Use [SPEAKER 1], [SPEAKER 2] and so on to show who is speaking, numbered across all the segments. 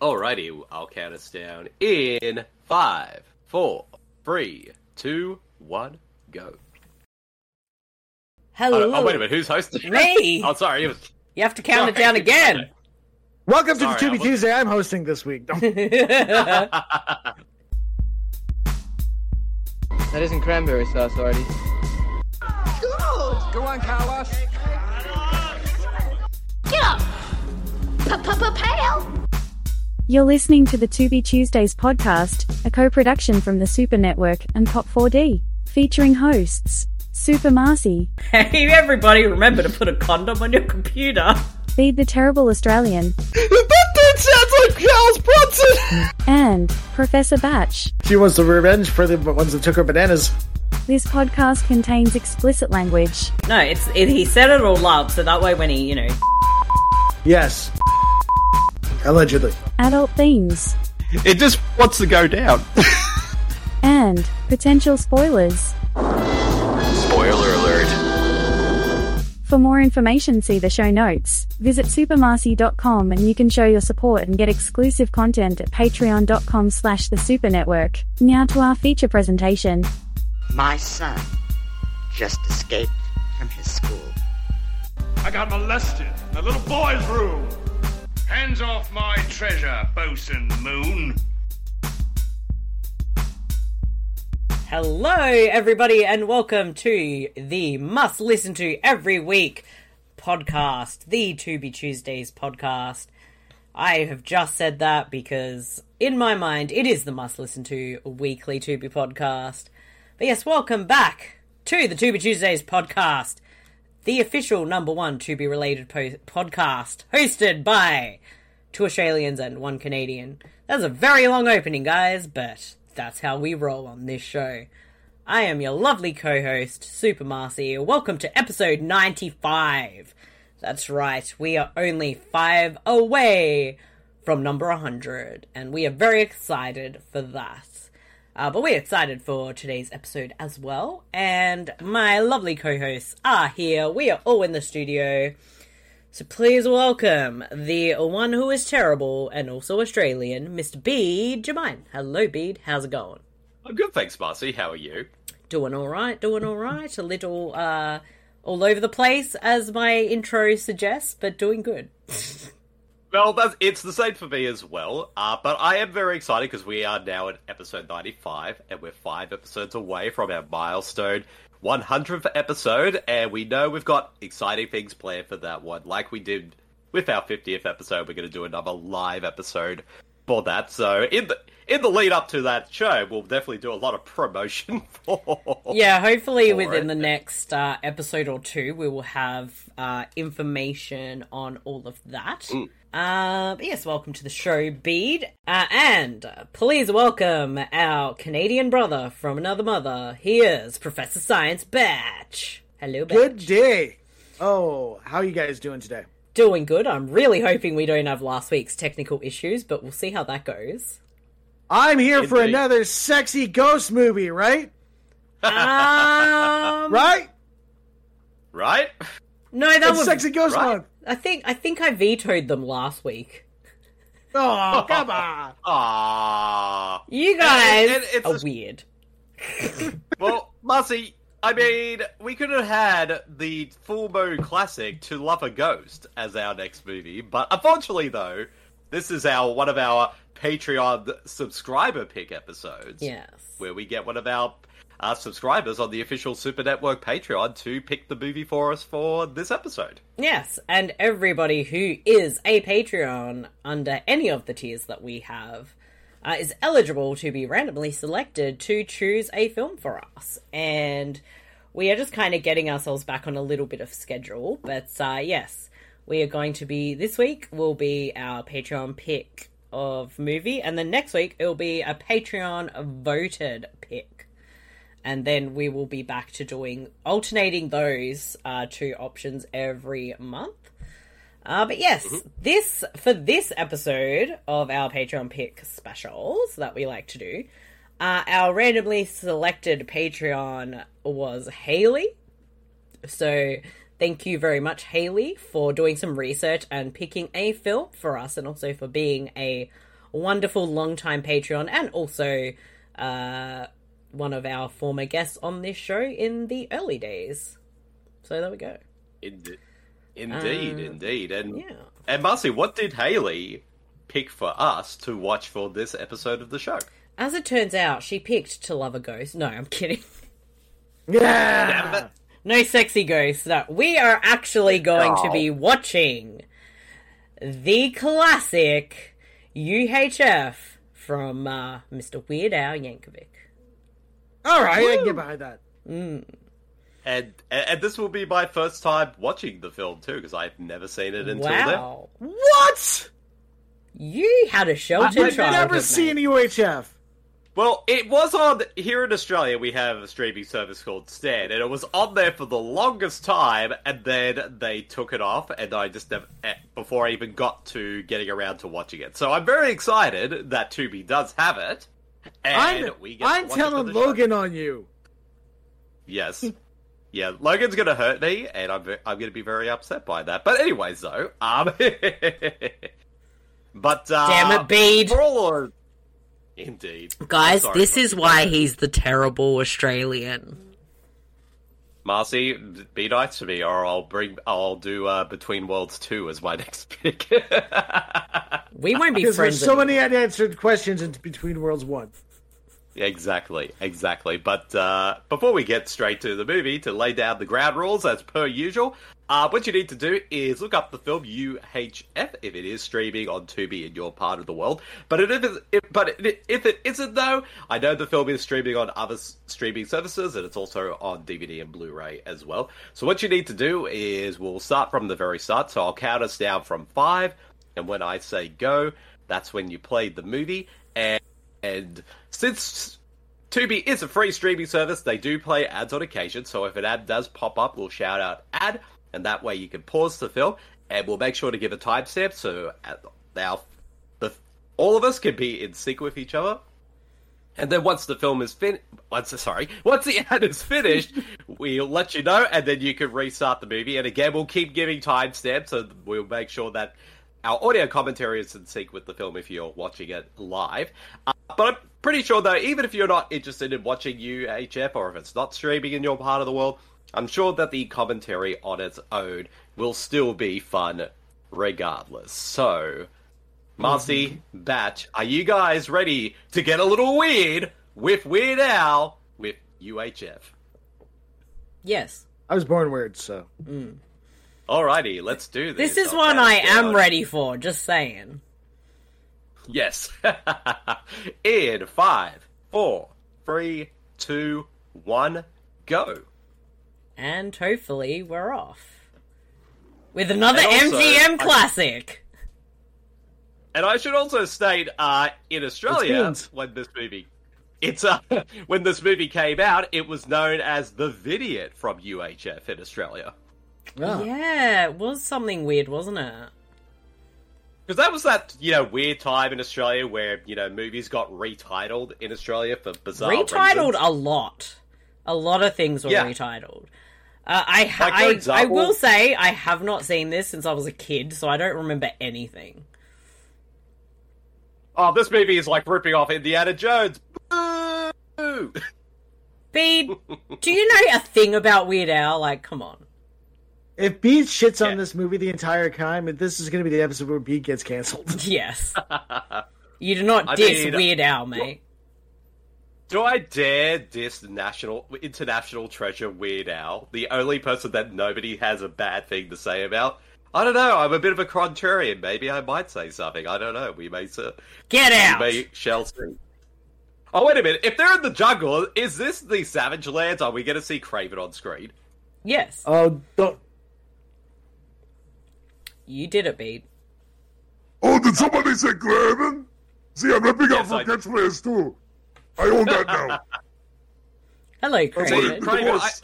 [SPEAKER 1] Alrighty, I'll count us down in five, four, three, two, one, go. Oh,
[SPEAKER 2] Hello.
[SPEAKER 1] no, oh wait a minute, who's hosting?
[SPEAKER 2] Me.
[SPEAKER 1] oh, sorry, it was
[SPEAKER 2] You have to count it down
[SPEAKER 1] Sorry.
[SPEAKER 2] again.
[SPEAKER 3] Welcome
[SPEAKER 1] Sorry,
[SPEAKER 3] to
[SPEAKER 1] I
[SPEAKER 3] the 2
[SPEAKER 1] was-
[SPEAKER 3] Tuesday. I'm hosting this week.
[SPEAKER 2] that
[SPEAKER 4] That isn't cranberry sauce, Artie.
[SPEAKER 5] Get up! Pa-pa-pa-pow!
[SPEAKER 6] You're listening to the To Be Tuesdays podcast, a co production from the Super Network and Pop4D, featuring hosts Super Marcy,
[SPEAKER 2] hey, everybody, remember to put a condom on your computer.
[SPEAKER 6] Feed the Terrible Australian,
[SPEAKER 3] dude sounds like Charles Bronson.
[SPEAKER 6] and Professor Batch.
[SPEAKER 3] She wants the revenge for the ones that took her bananas.
[SPEAKER 6] This podcast contains explicit language.
[SPEAKER 2] No, it's it, he said it all up, so that way when he, you know,
[SPEAKER 3] Yes. Allegedly.
[SPEAKER 6] adult themes,
[SPEAKER 7] It just wants to go down.
[SPEAKER 6] and potential spoilers.
[SPEAKER 1] spoiler alert.
[SPEAKER 6] For more information, see the show notes. Visit supermarcy.com and you can show your support and get exclusive content at patreon.com slash the super network. Now to our feature presentation.
[SPEAKER 8] My son just escaped from his school.
[SPEAKER 9] I got molested in a little boy's room. Hands off my treasure, Bosun Moon.
[SPEAKER 2] hello everybody, and welcome to the must listen to every week podcast, the To Be Tuesdays podcast. I have just said that because in my mind it is the must listen to weekly To Be podcast. But yes, welcome back to the To Be Tuesdays podcast, the official number one To Be related po- podcast hosted by two Australians and one Canadian. That was a very long opening, guys, but that's how we roll on this show. I am your lovely co host, Super Marcy. Welcome to episode 95. That's right, we are only five away from number 100, and we are very excited for that. Uh, but we're excited for today's episode as well, and my lovely co hosts are here. We are all in the studio. So please welcome the one who is terrible and also Australian, Mr. Bede Jermaine. Hello, Bede. How's it going?
[SPEAKER 1] I'm oh, good, thanks, Marcy. How are you?
[SPEAKER 2] Doing all right. Doing all right. A little uh, all over the place, as my intro suggests, but doing good.
[SPEAKER 1] Well, that's, it's the same for me as well. Uh, but I am very excited because we are now at episode 95, and we're five episodes away from our milestone 100th episode. And we know we've got exciting things planned for that one. Like we did with our 50th episode, we're going to do another live episode for that. So in the in the lead up to that show, we'll definitely do a lot of promotion for.
[SPEAKER 2] Yeah, hopefully
[SPEAKER 1] for
[SPEAKER 2] within
[SPEAKER 1] it.
[SPEAKER 2] the next uh, episode or two, we will have uh, information on all of that.
[SPEAKER 1] Mm.
[SPEAKER 2] Uh, but yes, welcome to the show, Bede. Uh, and please welcome our Canadian brother from another mother. He is Professor Science Batch. Hello, Batch.
[SPEAKER 3] Good day. Oh, how you guys doing today?
[SPEAKER 2] Doing good. I'm really hoping we don't have last week's technical issues, but we'll see how that goes.
[SPEAKER 3] I'm here for
[SPEAKER 1] Indeed.
[SPEAKER 3] another sexy ghost movie, right?
[SPEAKER 2] Um,
[SPEAKER 3] Right?
[SPEAKER 1] Right?
[SPEAKER 2] no, that
[SPEAKER 3] It's
[SPEAKER 2] was.
[SPEAKER 3] sexy ghost
[SPEAKER 1] right.
[SPEAKER 3] month.
[SPEAKER 2] I think I think I vetoed them last week.
[SPEAKER 3] Oh, come on.
[SPEAKER 1] Ah.
[SPEAKER 2] You guys
[SPEAKER 1] and it's
[SPEAKER 2] are
[SPEAKER 1] a-
[SPEAKER 2] weird.
[SPEAKER 1] Well, Marcy, I mean, we could have had the full moon classic "To Love a Ghost" as our next movie, but unfortunately, though, this is our one of our Patreon subscriber pick episodes,
[SPEAKER 2] Yes.
[SPEAKER 1] where we get one of our uh, subscribers on the official Super Network Patreon to pick the movie for us for this episode.
[SPEAKER 2] Yes, and everybody who is a Patreon under any of the tiers that we have uh, is eligible to be randomly selected to choose a film for us. And we are just kind of getting ourselves back on a little bit of schedule. But uh, yes, we are going to be, this week will be our Patreon pick of movie, and then next week it will be a Patreon voted pick and then we will be back to doing alternating those uh, two options every month. Uh, but yes, this for this episode of our Patreon pick specials that we like to do, uh, our randomly selected Patreon was Haley. So thank you very much, Haley, for doing some research and picking a film for us, and also for being a wonderful longtime Patreon and also uh, one of our former guests on this show in the early days. So there we go.
[SPEAKER 1] Ind- indeed,
[SPEAKER 2] Uh,
[SPEAKER 1] indeed. And
[SPEAKER 2] yeah.
[SPEAKER 1] and Marcy, what did Haley pick for us to watch for this episode of the show?
[SPEAKER 2] As it turns out, she picked To Love a Ghost. No, I'm kidding.
[SPEAKER 3] Yeah.
[SPEAKER 1] Damn it.
[SPEAKER 2] No sexy ghosts. No, we are actually going to be watching the classic UHF from uh, Mr. Weird Al Yankovic.
[SPEAKER 3] All right, I can get behind that.
[SPEAKER 1] And, and and this will be my first time watching the film too because I've never seen it until then.
[SPEAKER 2] Wow,
[SPEAKER 3] What?
[SPEAKER 2] you had a
[SPEAKER 3] I've
[SPEAKER 2] sheltered childhood.
[SPEAKER 3] never
[SPEAKER 2] mate.
[SPEAKER 3] seen UHF.
[SPEAKER 1] Well, it was on here in Australia. We have a streaming service called Stan, and it was on there for the longest time, and then they took it off, and I just never, eh, before I even got to getting around to watching it. So I'm very excited that Tubi does have it, and
[SPEAKER 3] I'm,
[SPEAKER 1] we get. to
[SPEAKER 3] I'm
[SPEAKER 1] watch it for
[SPEAKER 3] telling
[SPEAKER 1] the show.
[SPEAKER 3] Logan on you.
[SPEAKER 1] Yes. Yeah, Logan's gonna hurt me, and I'm ve- I'm gonna be very upset by that. But anyways, though, um, but uh,
[SPEAKER 2] Damn
[SPEAKER 3] Ah,
[SPEAKER 2] it, Bede.
[SPEAKER 1] for all our- indeed,
[SPEAKER 2] Guys,
[SPEAKER 1] Sorry,
[SPEAKER 2] this
[SPEAKER 1] Marcy.
[SPEAKER 2] is why he's the terrible Australian.
[SPEAKER 1] Marcy, be nice to me, or I'll bring I'll do uh, Between Worlds two as my next pick.
[SPEAKER 2] We won't be friends.
[SPEAKER 3] Because there's so
[SPEAKER 2] anymore.
[SPEAKER 3] many unanswered questions in Between Worlds 1.
[SPEAKER 1] exactly, exactly. But uh, before we get straight to the movie, to lay down the ground rules as per usual, uh, what you need to do is look up the film UHF if it is streaming on Tubi in your part of the world. But it, if it, if- but it, if it isn't though, I know the film is streaming on other s- streaming services and it's also on DVD and Blu-ray as well. So what you need to do is we'll start from the very start. So I'll count us down from five, and when I say go, that's when you played the movie. And and since Tubi is a free streaming service. They do play ads on occasion, so if an ad does pop up, we'll shout out ad, and that way you can pause the film, and we'll make sure to give a timestamp so at- now the, all of us can be in sync with each other. And then once the film is fin, once sorry, once the ad is finished, we'll let you know, and then you can restart the movie. And again, we'll keep giving timestamps, so we'll make sure that our audio commentary is in sync with the film if you're watching it live. Uh, but I'm pretty sure though, even if you're not interested in watching UHF or if it's not streaming in your part of the world, I'm sure that the commentary on its own will still be fun, regardless. So, Marcy, Batch, are you guys ready to get a little weird with Weird Al with UHF?
[SPEAKER 2] Yes.
[SPEAKER 3] I was born weird, so.
[SPEAKER 1] Alrighty, let's do this. Oh,
[SPEAKER 2] This is
[SPEAKER 1] I'll
[SPEAKER 2] one
[SPEAKER 1] count
[SPEAKER 2] I
[SPEAKER 1] us
[SPEAKER 2] am
[SPEAKER 1] down.
[SPEAKER 2] ready for, just saying.
[SPEAKER 1] Yes. In five, four, three, two, one, go.
[SPEAKER 2] And hopefully we're off. With another
[SPEAKER 1] And also,
[SPEAKER 2] MGM
[SPEAKER 1] I-
[SPEAKER 2] classic.
[SPEAKER 1] And I should also state, uh, in Australia,
[SPEAKER 3] It's beans.
[SPEAKER 1] when this movie, it's uh, when this movie came out, it was known as the Vidiot from UHF in Australia.
[SPEAKER 3] Yeah.
[SPEAKER 2] Yeah, it was something weird, wasn't it?
[SPEAKER 1] Because that was that you know weird time in Australia where you know movies got retitled in Australia for bizarre
[SPEAKER 2] Retitled
[SPEAKER 1] reasons.
[SPEAKER 2] a lot. A lot of things were
[SPEAKER 1] Yeah.
[SPEAKER 2] retitled. Uh, I, ha-
[SPEAKER 1] Like, for
[SPEAKER 2] I, I
[SPEAKER 1] example-
[SPEAKER 2] will say I have not seen this since I was a kid, so I don't remember anything.
[SPEAKER 1] Oh, this movie is like ripping off Indiana Jones. Boo!
[SPEAKER 2] Bede, do you know a thing about Weird Al? Like, come on.
[SPEAKER 3] If Beat shits
[SPEAKER 1] Yeah.
[SPEAKER 3] on this movie the entire time, and this is going to be the episode where Beat gets canceled.
[SPEAKER 2] Yes. you do not
[SPEAKER 1] I
[SPEAKER 2] diss
[SPEAKER 1] mean,
[SPEAKER 2] Weird Al, mate.
[SPEAKER 1] Do I dare diss national international treasure Weird Al, the only person that nobody has a bad thing to say about? I don't know. I'm a bit of a contrarian. Maybe I might say something. I don't know. We may see.
[SPEAKER 2] Get out!
[SPEAKER 1] We shall see. Oh wait a minute! If they're in the jungle, is this the Savage Lands? Are we going to see Craven on screen?
[SPEAKER 2] Yes.
[SPEAKER 3] Oh, don't.
[SPEAKER 2] You did it, Bede.
[SPEAKER 10] Oh, did somebody say Graven? See, I'm ripping
[SPEAKER 1] Yes,
[SPEAKER 10] out
[SPEAKER 1] I-
[SPEAKER 10] for catchphrase too. I own that now.
[SPEAKER 1] Oh,
[SPEAKER 2] Hello,
[SPEAKER 1] Sorry,
[SPEAKER 2] Craven.
[SPEAKER 1] Craven, I-
[SPEAKER 10] divorce.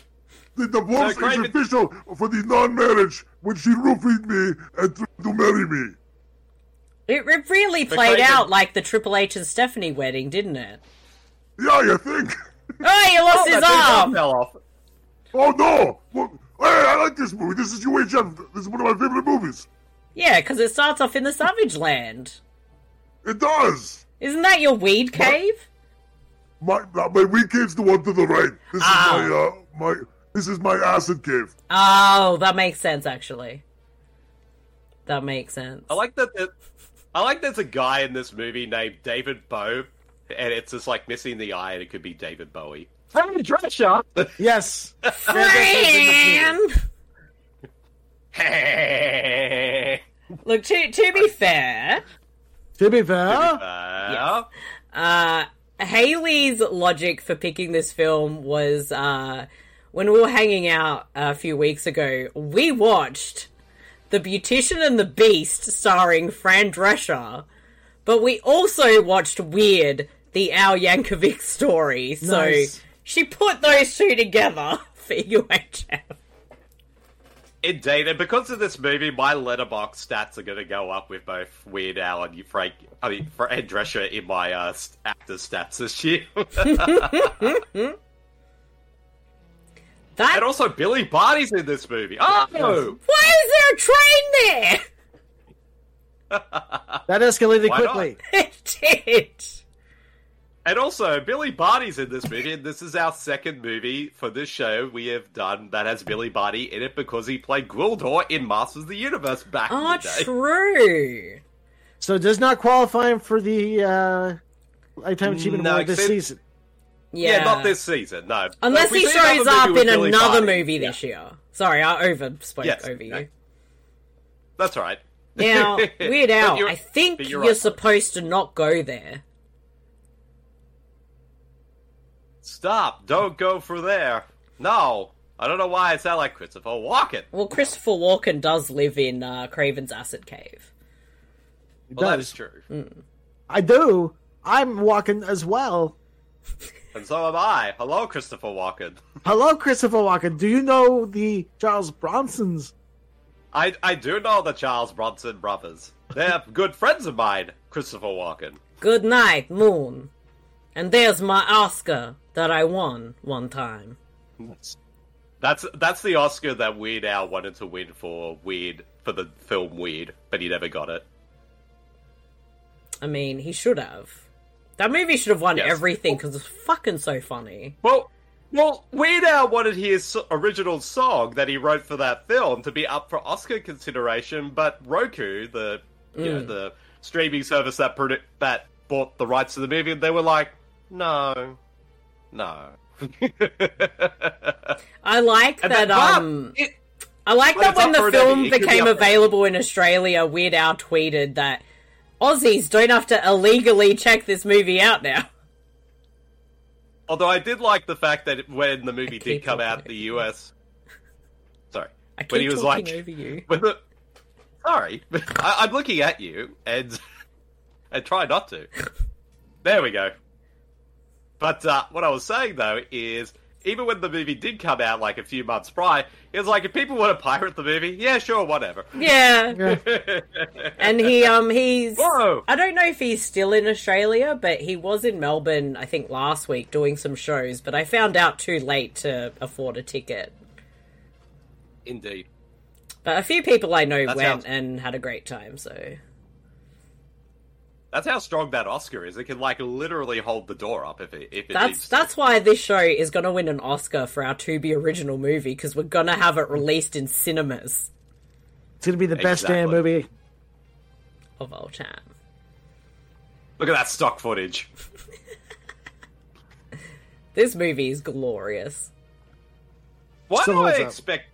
[SPEAKER 10] The
[SPEAKER 1] No,
[SPEAKER 10] divorce
[SPEAKER 1] Craven-
[SPEAKER 10] is official for the non-marriage when she roofied me and tried to marry me.
[SPEAKER 2] It, it really played
[SPEAKER 1] Craven-
[SPEAKER 2] out like the Triple H and Stephanie wedding, didn't it?
[SPEAKER 10] Yeah, you think?
[SPEAKER 2] Oh, he lost
[SPEAKER 1] Oh,
[SPEAKER 2] his
[SPEAKER 1] that thing
[SPEAKER 2] arm!
[SPEAKER 1] fell off.
[SPEAKER 10] Oh no! Well, hey, I like this movie. This is UHF. This is one of my favorite movies.
[SPEAKER 2] Yeah, because it starts off in the Savage Land.
[SPEAKER 10] It does.
[SPEAKER 2] Isn't that your weed cave?
[SPEAKER 10] My uh, my weed cave's the one to the right. This
[SPEAKER 1] Ah.
[SPEAKER 10] is my uh my this is my acid cave.
[SPEAKER 2] Oh, that makes sense actually. That makes sense.
[SPEAKER 1] I like that. that I like there's a guy in this movie named David Bowie, and it's just like missing the eye, and it could be David Bowie.
[SPEAKER 3] Fran Drescher. Yes.
[SPEAKER 2] Fran! Look, to, to be fair,
[SPEAKER 3] To be fair,
[SPEAKER 1] Uh,
[SPEAKER 2] uh, Haley's logic for picking this film was uh, when we were hanging out a few weeks ago, we watched The Beautician and the Beast starring Fran Drescher, but we also watched Weird, the Al Yankovic story. So
[SPEAKER 3] Nice.
[SPEAKER 2] she put those two together for UHF.
[SPEAKER 1] Indeed, and because of this movie, my letterbox stats are going to go up with both Weird Al and Frank. I mean, Fran Drescher in my uh, s- actor stats this year, and
[SPEAKER 2] That
[SPEAKER 1] also Billy Barty's in this movie. Oh,
[SPEAKER 2] Why is there a train
[SPEAKER 3] that escalated
[SPEAKER 1] Why not?
[SPEAKER 3] quickly.
[SPEAKER 2] there? it did.
[SPEAKER 1] and also Billy Barty's in this movie, and this is our second movie for this show we have done that has Billy Barty in it because he played Gwildor in Masters of the Universe back in
[SPEAKER 2] Oh,
[SPEAKER 1] the day.
[SPEAKER 2] true.
[SPEAKER 3] So it does not qualify him for the uh, Lifetime Achievement
[SPEAKER 1] No,
[SPEAKER 3] Award this
[SPEAKER 1] except-
[SPEAKER 3] season.
[SPEAKER 2] Yeah.
[SPEAKER 1] Yeah. not this season, no.
[SPEAKER 2] Unless
[SPEAKER 1] If we
[SPEAKER 2] he
[SPEAKER 1] see another
[SPEAKER 2] shows
[SPEAKER 1] movie
[SPEAKER 2] up
[SPEAKER 1] with
[SPEAKER 2] in
[SPEAKER 1] Billy
[SPEAKER 2] another
[SPEAKER 1] Barty-
[SPEAKER 2] movie this year. Sorry, I over spoke
[SPEAKER 1] Yes,
[SPEAKER 2] over you.
[SPEAKER 1] no. That's all right.
[SPEAKER 2] Now, Weird Al,
[SPEAKER 1] you're-
[SPEAKER 2] I think
[SPEAKER 1] but
[SPEAKER 2] you're,
[SPEAKER 1] you're right.
[SPEAKER 2] supposed to not go there.
[SPEAKER 1] Stop! Don't go for there. No, I don't know why I sound like Christopher Walken.
[SPEAKER 2] Well, Christopher Walken does live in uh, Craven's Acid Cave.
[SPEAKER 3] It
[SPEAKER 1] Well, that
[SPEAKER 3] does.
[SPEAKER 1] is true,
[SPEAKER 2] Mm.
[SPEAKER 3] I do. I'm walking as well.
[SPEAKER 1] and so am I. Hello, Christopher Walken.
[SPEAKER 3] Hello, Christopher Walken. Do you know the Charles Bronsons?
[SPEAKER 1] I I do know the Charles Bronson brothers. They're good friends of mine. Christopher Walken.
[SPEAKER 2] Good night, Moon. And there's my Oscar that I won one time.
[SPEAKER 1] That's that's the Oscar that Weird Al wanted to win for Weird for the film Weird, but he never got it.
[SPEAKER 2] I mean, he should have. That movie should have won
[SPEAKER 1] Yes.
[SPEAKER 2] everything because it's fucking so funny.
[SPEAKER 1] Well, well, Weird Al wanted his original song that he wrote for that film to be up for Oscar consideration, but Roku, the you know, the streaming service that produ- that bought the rights to the movie, they were like, no, no.
[SPEAKER 2] I like
[SPEAKER 1] And then,
[SPEAKER 2] that.
[SPEAKER 1] but
[SPEAKER 2] Um,
[SPEAKER 1] it-
[SPEAKER 2] I like
[SPEAKER 1] But
[SPEAKER 2] that
[SPEAKER 1] it's
[SPEAKER 2] when
[SPEAKER 1] up
[SPEAKER 2] the
[SPEAKER 1] for
[SPEAKER 2] film
[SPEAKER 1] another- it could be
[SPEAKER 2] became
[SPEAKER 1] up for-
[SPEAKER 2] available in Australia, Weird Al tweeted that Aussies don't have to illegally check this movie out now.
[SPEAKER 1] although I did like the fact that when the movie
[SPEAKER 2] keep
[SPEAKER 1] did come out,
[SPEAKER 2] talking
[SPEAKER 1] the US, sorry,
[SPEAKER 2] I keep
[SPEAKER 1] when he was
[SPEAKER 2] talking
[SPEAKER 1] like,
[SPEAKER 2] over you.
[SPEAKER 1] when the, sorry, I, I'm looking at you and and try not to. There we go. But uh, what I was saying though is, even when the movie did come out like a few months prior, it was like if people want to pirate the movie, yeah, sure, whatever.
[SPEAKER 2] Yeah. and he um he's
[SPEAKER 1] Whoa.
[SPEAKER 2] I don't know if he's still in Australia, but he was in Melbourne I think last week doing some shows, but I found out too late to afford a ticket.
[SPEAKER 1] Indeed.
[SPEAKER 2] But a few people I know
[SPEAKER 1] That
[SPEAKER 2] went
[SPEAKER 1] sounds-
[SPEAKER 2] and had a great time, so
[SPEAKER 1] That's how strong that Oscar is. It can like literally hold the door up if it if it needs
[SPEAKER 2] That's
[SPEAKER 1] to.
[SPEAKER 2] that's why this show is going to win an Oscar for our to be original movie because we're going to have it released in cinemas
[SPEAKER 3] It's going to be the best damn
[SPEAKER 1] Exactly.
[SPEAKER 3] movie.
[SPEAKER 2] of all time.
[SPEAKER 1] Look at that stock footage.
[SPEAKER 2] This movie is glorious.
[SPEAKER 1] Why
[SPEAKER 3] Still
[SPEAKER 1] do I
[SPEAKER 3] holds up.
[SPEAKER 1] expect?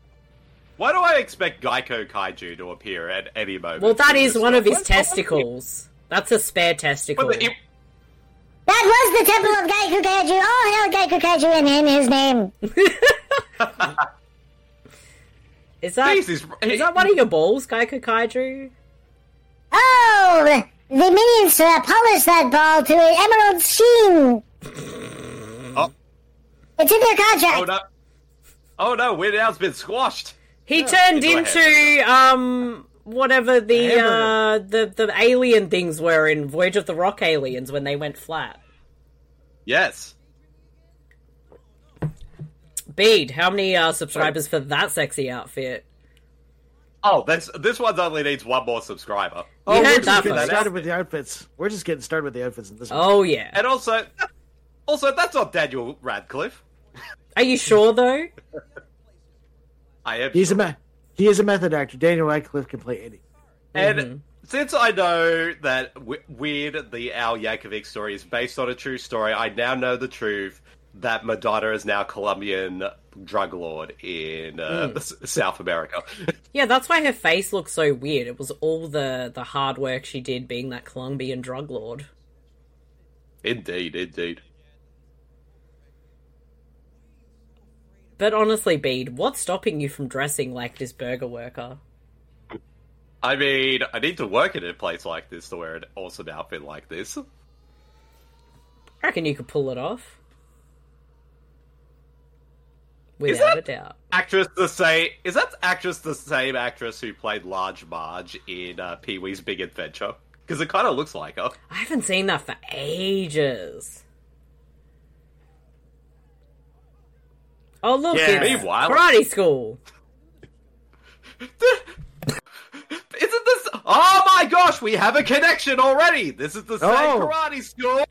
[SPEAKER 1] Why do I expect Geico Kaiju to appear at any moment?
[SPEAKER 2] Well, that
[SPEAKER 1] in
[SPEAKER 2] is
[SPEAKER 1] this
[SPEAKER 2] one of
[SPEAKER 1] film?
[SPEAKER 2] his testicles. That's a spare testicle.
[SPEAKER 1] But it-
[SPEAKER 5] That was the temple of Geiku Kaiju. Oh, hell, Geiku Kaiju and in his name.
[SPEAKER 2] Is that
[SPEAKER 1] Jesus,
[SPEAKER 2] is that one of your balls, Geico Kaiju?
[SPEAKER 5] Oh, the minions uh, polished that ball to an emerald sheen.
[SPEAKER 1] Oh.
[SPEAKER 5] It's in their contract.
[SPEAKER 1] Oh no! Oh no! Weird Al's been squashed.
[SPEAKER 2] He turned
[SPEAKER 1] Go
[SPEAKER 2] into
[SPEAKER 1] ahead.
[SPEAKER 2] um whatever the
[SPEAKER 3] Hamburger.
[SPEAKER 2] uh, the the alien things were in Voyage of the Rock Aliens when they went flat.
[SPEAKER 1] Yes.
[SPEAKER 2] Bede, how many uh, subscribers for that sexy outfit?
[SPEAKER 1] Oh, this this one's only needs one more subscriber.
[SPEAKER 3] Oh, we're
[SPEAKER 2] heard
[SPEAKER 3] just
[SPEAKER 2] that
[SPEAKER 3] getting
[SPEAKER 2] first.
[SPEAKER 3] started with the outfits. We're just getting started with the outfits in this one.
[SPEAKER 2] Oh yeah.
[SPEAKER 1] And also, also that's not Daniel Radcliffe.
[SPEAKER 2] Are you sure though?
[SPEAKER 1] I am.
[SPEAKER 3] He's a
[SPEAKER 1] sure.
[SPEAKER 3] me- he is a method actor. Daniel Radcliffe can play any.
[SPEAKER 1] And since I know that w- Weird, the Al Yankovic story, is based on a true story, I now know the truth that Madonna is now Colombian drug lord in uh, S- South America.
[SPEAKER 2] Yeah, that's why her face looks so weird. It was all the the hard work she did being that Colombian drug lord.
[SPEAKER 1] indeed, indeed.
[SPEAKER 2] But honestly, Bede, what's stopping you from dressing like this burger worker?
[SPEAKER 1] I mean, I need to work in a place like this to wear an awesome outfit like this.
[SPEAKER 2] I reckon you could pull it off. Without
[SPEAKER 1] that-
[SPEAKER 2] a doubt.
[SPEAKER 1] Actress the same is that actress the same actress who played Large Marge in uh, Pee Wee's Big Adventure? Because it kind of looks like her.
[SPEAKER 2] I haven't seen that for ages. Oh look,
[SPEAKER 1] Yeah,
[SPEAKER 2] it's
[SPEAKER 1] meanwhile-
[SPEAKER 2] karate school.
[SPEAKER 1] Isn't this? Oh my gosh, we have a connection already. This is the same
[SPEAKER 3] Oh.
[SPEAKER 1] karate school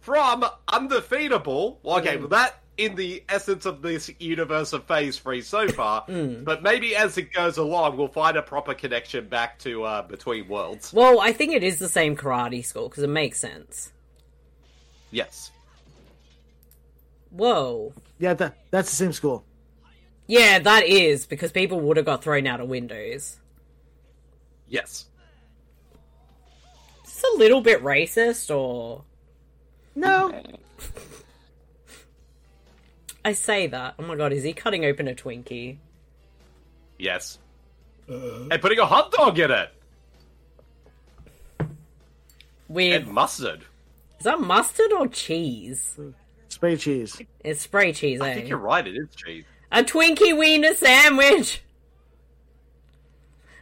[SPEAKER 1] from Undefeatable. Well, okay, well, that in the essence of this universe of Phase Three so far, but maybe as it goes along, we'll find a proper connection back to uh, Between Worlds.
[SPEAKER 2] Well, I think it is the same karate school because it makes sense.
[SPEAKER 1] Yes.
[SPEAKER 2] Whoa.
[SPEAKER 3] Yeah, that, that's the same school.
[SPEAKER 2] Yeah, that is because people would have got thrown out of windows.
[SPEAKER 1] Yes.
[SPEAKER 2] It's a little bit racist, or
[SPEAKER 3] No,
[SPEAKER 2] I say that. Oh my god, is he cutting open a Twinkie?
[SPEAKER 1] Yes. And putting a hot dog in it
[SPEAKER 2] With
[SPEAKER 1] and mustard.
[SPEAKER 2] is that mustard or cheese?
[SPEAKER 3] spray cheese.
[SPEAKER 2] It's spray cheese,
[SPEAKER 1] I think
[SPEAKER 2] eh?
[SPEAKER 1] you're right. It is cheese.
[SPEAKER 2] A Twinkie wiener sandwich.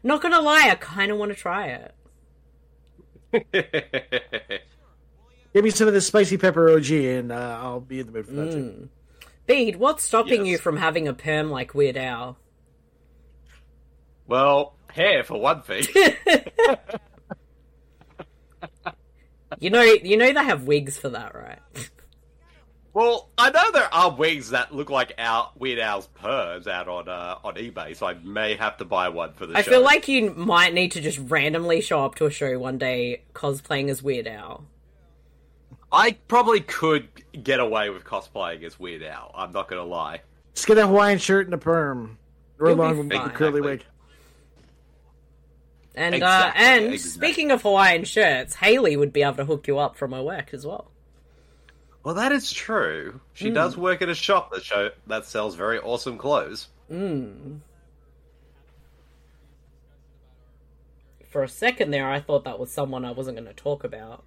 [SPEAKER 2] Not gonna lie, I kind of want to try it.
[SPEAKER 3] Give me some of this spicy pepper OG, and uh, I'll be in the mood for that
[SPEAKER 2] Mm.
[SPEAKER 3] too.
[SPEAKER 2] Bede, what's stopping you
[SPEAKER 1] Yes.
[SPEAKER 2] from having a perm like Weird Al?
[SPEAKER 1] well, hair for one thing.
[SPEAKER 2] You know, you know they have wigs for that, right?
[SPEAKER 1] Well, I know there are wigs that look like our Weird Al's perms out on uh, on eBay, so I may have to buy one for the
[SPEAKER 2] I
[SPEAKER 1] show.
[SPEAKER 2] feel like you might need to just randomly show up to a show one day cosplaying as Weird Al.
[SPEAKER 1] I probably could get away with cosplaying as Weird Al. I'm not gonna lie.
[SPEAKER 3] Just get a Hawaiian shirt and a perm, or a
[SPEAKER 2] You'll be
[SPEAKER 3] long
[SPEAKER 2] fine.
[SPEAKER 3] curly wig.
[SPEAKER 2] And
[SPEAKER 1] Exactly,
[SPEAKER 2] uh, and
[SPEAKER 1] exactly.
[SPEAKER 2] speaking of Hawaiian shirts, Haley would be able to hook you up from her work as well.
[SPEAKER 1] Well, that is true.
[SPEAKER 2] Hmm.
[SPEAKER 1] She does work at a shop that show that sells very awesome clothes.
[SPEAKER 2] For a second there, I thought that was someone I wasn't going to talk about.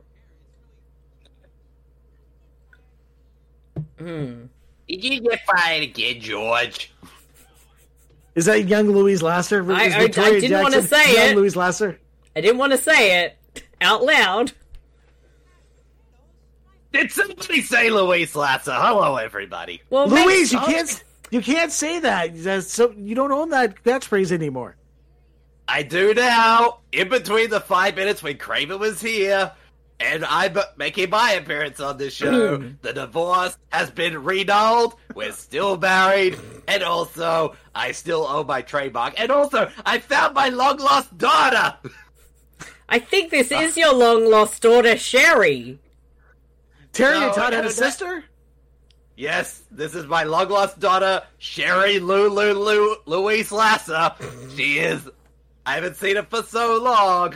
[SPEAKER 1] Did you get fired again, George?
[SPEAKER 3] Is that young Louise Lasser?
[SPEAKER 2] I-
[SPEAKER 3] Is
[SPEAKER 2] I- I
[SPEAKER 3] Victoria
[SPEAKER 2] didn't wanna
[SPEAKER 3] Jackson
[SPEAKER 2] say
[SPEAKER 3] young
[SPEAKER 2] it.
[SPEAKER 3] Louise Lasser.
[SPEAKER 2] I didn't want to say it out loud.
[SPEAKER 1] Did somebody say Louise Lasser? Hello, everybody.
[SPEAKER 2] Well, maybe-
[SPEAKER 3] Louise, you
[SPEAKER 2] oh,
[SPEAKER 3] can't you can't say that. That's so you don't own that catchphrase anymore.
[SPEAKER 1] I do now. In between the five minutes when Kramer was here and I'm making my appearance on this show, the divorce has been renewed. We're still married, and also I still owe my trademark. And also, I found my long lost daughter.
[SPEAKER 2] I think this is your long lost daughter, Sherry.
[SPEAKER 3] Terry
[SPEAKER 1] No,
[SPEAKER 3] and Todd
[SPEAKER 1] I
[SPEAKER 3] had a
[SPEAKER 1] don't-
[SPEAKER 3] sister.
[SPEAKER 1] Yes, this is my long lost daughter, Sherry Lulu Lu Louise Lasser. She is. I haven't seen her for so long.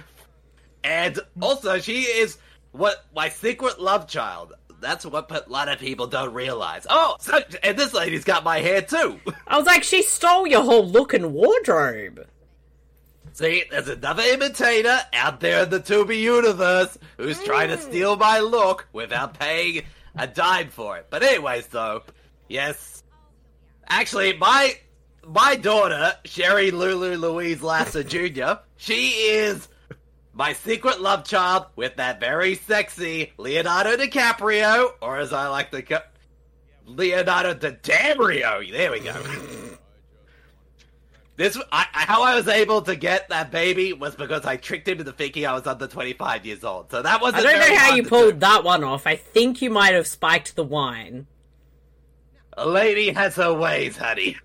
[SPEAKER 1] And also, she is what my secret love child. That's what a lot of people don't realize. Oh, so, and this lady's got my hair too.
[SPEAKER 2] I was like, she stole your whole look and wardrobe.
[SPEAKER 1] See, there's another imitator out there in the Tubi universe who's trying to steal my look without paying a dime for it. But anyways, though, yes, actually, my my daughter Sherry Lulu Louise Lasser Jr. She is my secret love child with that very sexy Leonardo DiCaprio, or as I like to call Leonardo DiCaprio. There we go. This I, I- how I was able to get that baby was because I tricked him into thinking I was under 25 years old. So that
[SPEAKER 2] I
[SPEAKER 1] wasn't.
[SPEAKER 2] don't
[SPEAKER 1] very
[SPEAKER 2] know how
[SPEAKER 1] hard
[SPEAKER 2] you
[SPEAKER 1] to
[SPEAKER 2] pulled that one off. I think you might have spiked the wine.
[SPEAKER 1] do. A lady has her ways, honey.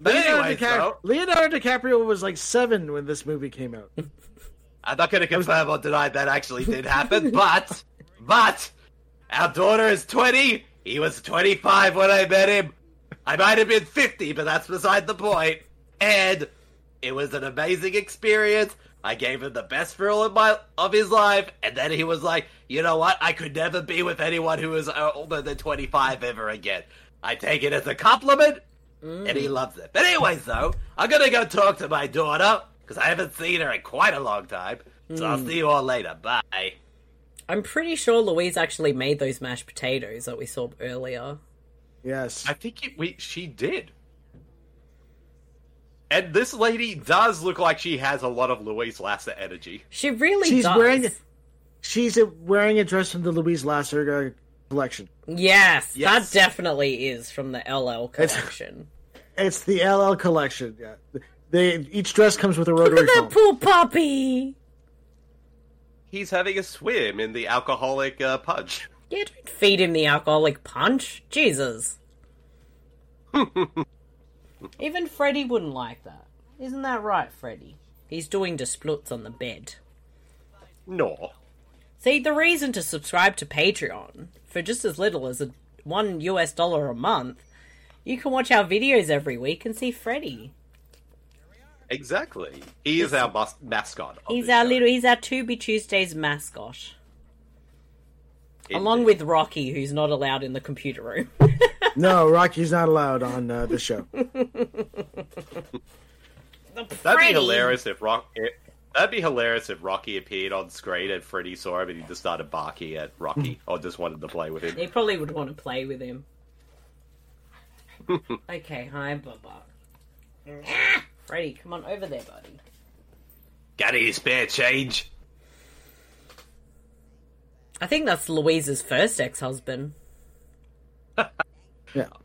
[SPEAKER 1] But
[SPEAKER 3] Leonardo,
[SPEAKER 1] anyway,
[SPEAKER 3] DiCap-
[SPEAKER 1] so,
[SPEAKER 3] Leonardo DiCaprio was like seven when this movie came out.
[SPEAKER 1] Hmm. I'm not going to confirm or deny that actually did happen, but but our daughter is 20. He was 25 when I met him. I might have been 50, but that's beside the point. And it was an amazing experience. I gave him the best thrill of my of his life, and then he was like, "You know what? I could never be with anyone who is uh, older than 25 ever again." I take it as a compliment, and he loves it. But anyways, though, I'm gonna go talk to my daughter because I haven't seen her in quite a long time. So I'll see you all later. Bye.
[SPEAKER 2] I'm pretty sure Louise actually made those mashed potatoes that we saw earlier.
[SPEAKER 3] Yes.
[SPEAKER 1] I think it, we she did. And this lady does look like she has a lot of Louise Lasser energy.
[SPEAKER 2] She really
[SPEAKER 3] She's
[SPEAKER 2] does.
[SPEAKER 3] wearing- She's uh, wearing a dress from the Louise Lasser uh, collection.
[SPEAKER 2] Yes,
[SPEAKER 1] Yes.
[SPEAKER 2] that definitely is from the LL collection.
[SPEAKER 3] It's the LL collection. Yeah. They each dress comes with a rotary
[SPEAKER 2] Look at that poor
[SPEAKER 3] phone.
[SPEAKER 2] puppy.
[SPEAKER 1] He's having a swim in the alcoholic uh, punch.
[SPEAKER 2] Yeah, don't feed him the alcoholic punch. Jesus. Even Freddy wouldn't like that. Isn't that right, Freddy? He's doing the splits on the bed.
[SPEAKER 1] No.
[SPEAKER 2] See, the reason to subscribe to Patreon for just as little as a one US dollar a month, you can watch our videos every week and see Freddy.
[SPEAKER 1] Exactly. He is our mas- mascot. of
[SPEAKER 2] He's
[SPEAKER 1] this
[SPEAKER 2] our
[SPEAKER 1] show.
[SPEAKER 2] little, he's our To Be Tuesdays mascot,
[SPEAKER 1] Indeed.
[SPEAKER 2] along with Rocky, who's not allowed in the computer room.
[SPEAKER 3] No, Rocky's not allowed on uh, the show.
[SPEAKER 1] That'd
[SPEAKER 2] Freddy.
[SPEAKER 1] be hilarious if Rock. If, that'd be hilarious if Rocky appeared on screen and Freddy saw him and he just started barking at Rocky or just wanted to play with him.
[SPEAKER 2] They probably would want to play with him. okay, hi, Bubba.
[SPEAKER 1] Mm.
[SPEAKER 2] Ah! Freddy, come on over there, buddy.
[SPEAKER 1] Got any spare change?
[SPEAKER 2] I think that's Louise's first ex-husband.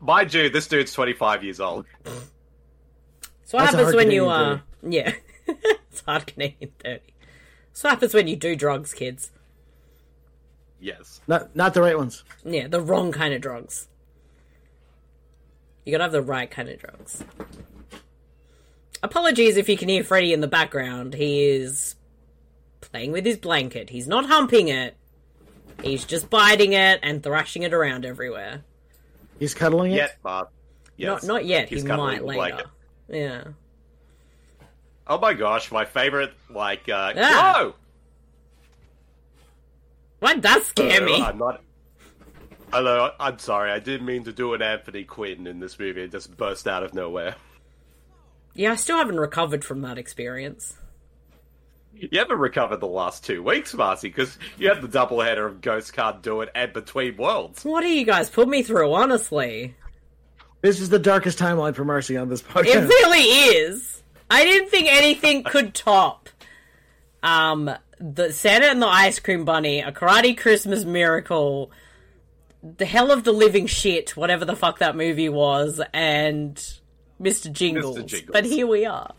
[SPEAKER 1] Mind you, this dude's 25 years old.
[SPEAKER 2] So what
[SPEAKER 3] That's a
[SPEAKER 2] happens
[SPEAKER 3] hard
[SPEAKER 2] when you
[SPEAKER 3] Canadian
[SPEAKER 2] uh yeah. it's hard Canadian thirty. So what happens when you do drugs, kids.
[SPEAKER 1] Yes.
[SPEAKER 3] Not not the right ones.
[SPEAKER 2] Yeah, the wrong kind of drugs. You gotta have the right kind of drugs. Apologies if you can hear Freddy in the background. He is playing with his blanket. He's not humping it. He's just biting it and thrashing it around everywhere.
[SPEAKER 3] He's cuddling it.
[SPEAKER 1] Yet, Bob. Yes.
[SPEAKER 2] Not not yet.
[SPEAKER 1] He's
[SPEAKER 2] he
[SPEAKER 1] cuddling
[SPEAKER 2] might
[SPEAKER 1] the
[SPEAKER 2] later.
[SPEAKER 1] blanket.
[SPEAKER 2] Yeah.
[SPEAKER 1] Oh my gosh, my favorite, like, uh,
[SPEAKER 2] Ah,
[SPEAKER 1] whoa!
[SPEAKER 2] Why'd that
[SPEAKER 3] Oh,
[SPEAKER 2] scare
[SPEAKER 1] Hello,
[SPEAKER 2] me?
[SPEAKER 1] I'm not. Hello, I'm sorry, I didn't mean to do an Anthony Quinn in this movie. It just burst out of nowhere.
[SPEAKER 2] Yeah, I still haven't recovered from that experience.
[SPEAKER 1] You haven't recovered the last two weeks, Marcy, because you had the doubleheader of Ghost Can't Do It and Between Worlds.
[SPEAKER 2] What do you guys put me through, honestly?
[SPEAKER 3] This is the darkest timeline for Marcy on this
[SPEAKER 2] It
[SPEAKER 3] podcast.
[SPEAKER 2] really is. I didn't think anything could top um the Santa and the Ice Cream Bunny, a karate Christmas miracle, the hell of the living shit, whatever the fuck that movie was, and Mr. Jingles.
[SPEAKER 1] Jingles.
[SPEAKER 2] But here we are.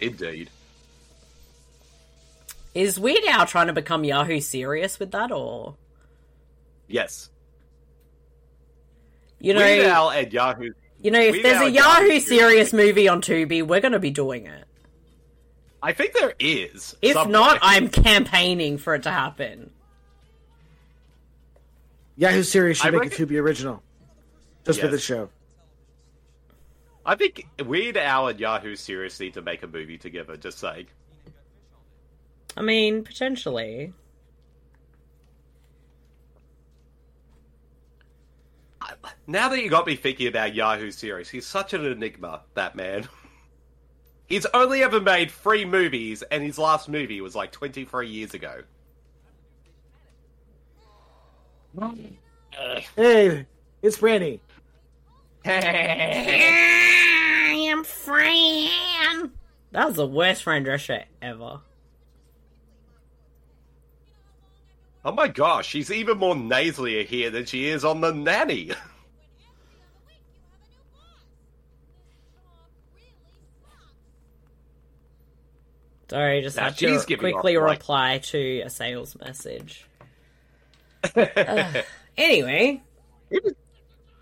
[SPEAKER 1] Indeed.
[SPEAKER 2] Is we now trying to become Yahoo serious with that or
[SPEAKER 1] Yes.
[SPEAKER 2] you know
[SPEAKER 1] Weird Al and Yahoo.
[SPEAKER 2] you know if
[SPEAKER 1] Weird
[SPEAKER 2] there's
[SPEAKER 1] Al
[SPEAKER 2] a
[SPEAKER 1] and Yahoo
[SPEAKER 2] Yahoo
[SPEAKER 1] Serious
[SPEAKER 2] serious movie on Tubi, we're gonna be doing it.
[SPEAKER 1] I think there is.
[SPEAKER 2] If
[SPEAKER 1] somewhere.
[SPEAKER 2] not, I'm campaigning for it to happen.
[SPEAKER 3] Yahoo series should
[SPEAKER 1] I
[SPEAKER 3] make
[SPEAKER 1] reckon-
[SPEAKER 3] it to be original, just for
[SPEAKER 1] Yes.
[SPEAKER 3] the show.
[SPEAKER 1] I think Weird Al and Yahoo Serious need to make a movie together. Just saying.
[SPEAKER 2] I mean, potentially.
[SPEAKER 1] Now that you got me thinking about Yahoo series, he's such an enigma, that man. He's only ever made three movies, and his last movie was like 23 years ago.
[SPEAKER 3] Hey, it's Brandy.
[SPEAKER 2] I am Fran. That was the worst Fran Drescher ever.
[SPEAKER 1] Oh my gosh, she's even more nasally here than she is on The Nanny.
[SPEAKER 2] Sorry, just
[SPEAKER 1] Nah,
[SPEAKER 2] had
[SPEAKER 1] she's
[SPEAKER 2] to
[SPEAKER 1] giving off,
[SPEAKER 2] quickly
[SPEAKER 1] like-
[SPEAKER 2] reply to a sales message. Ugh. anyway,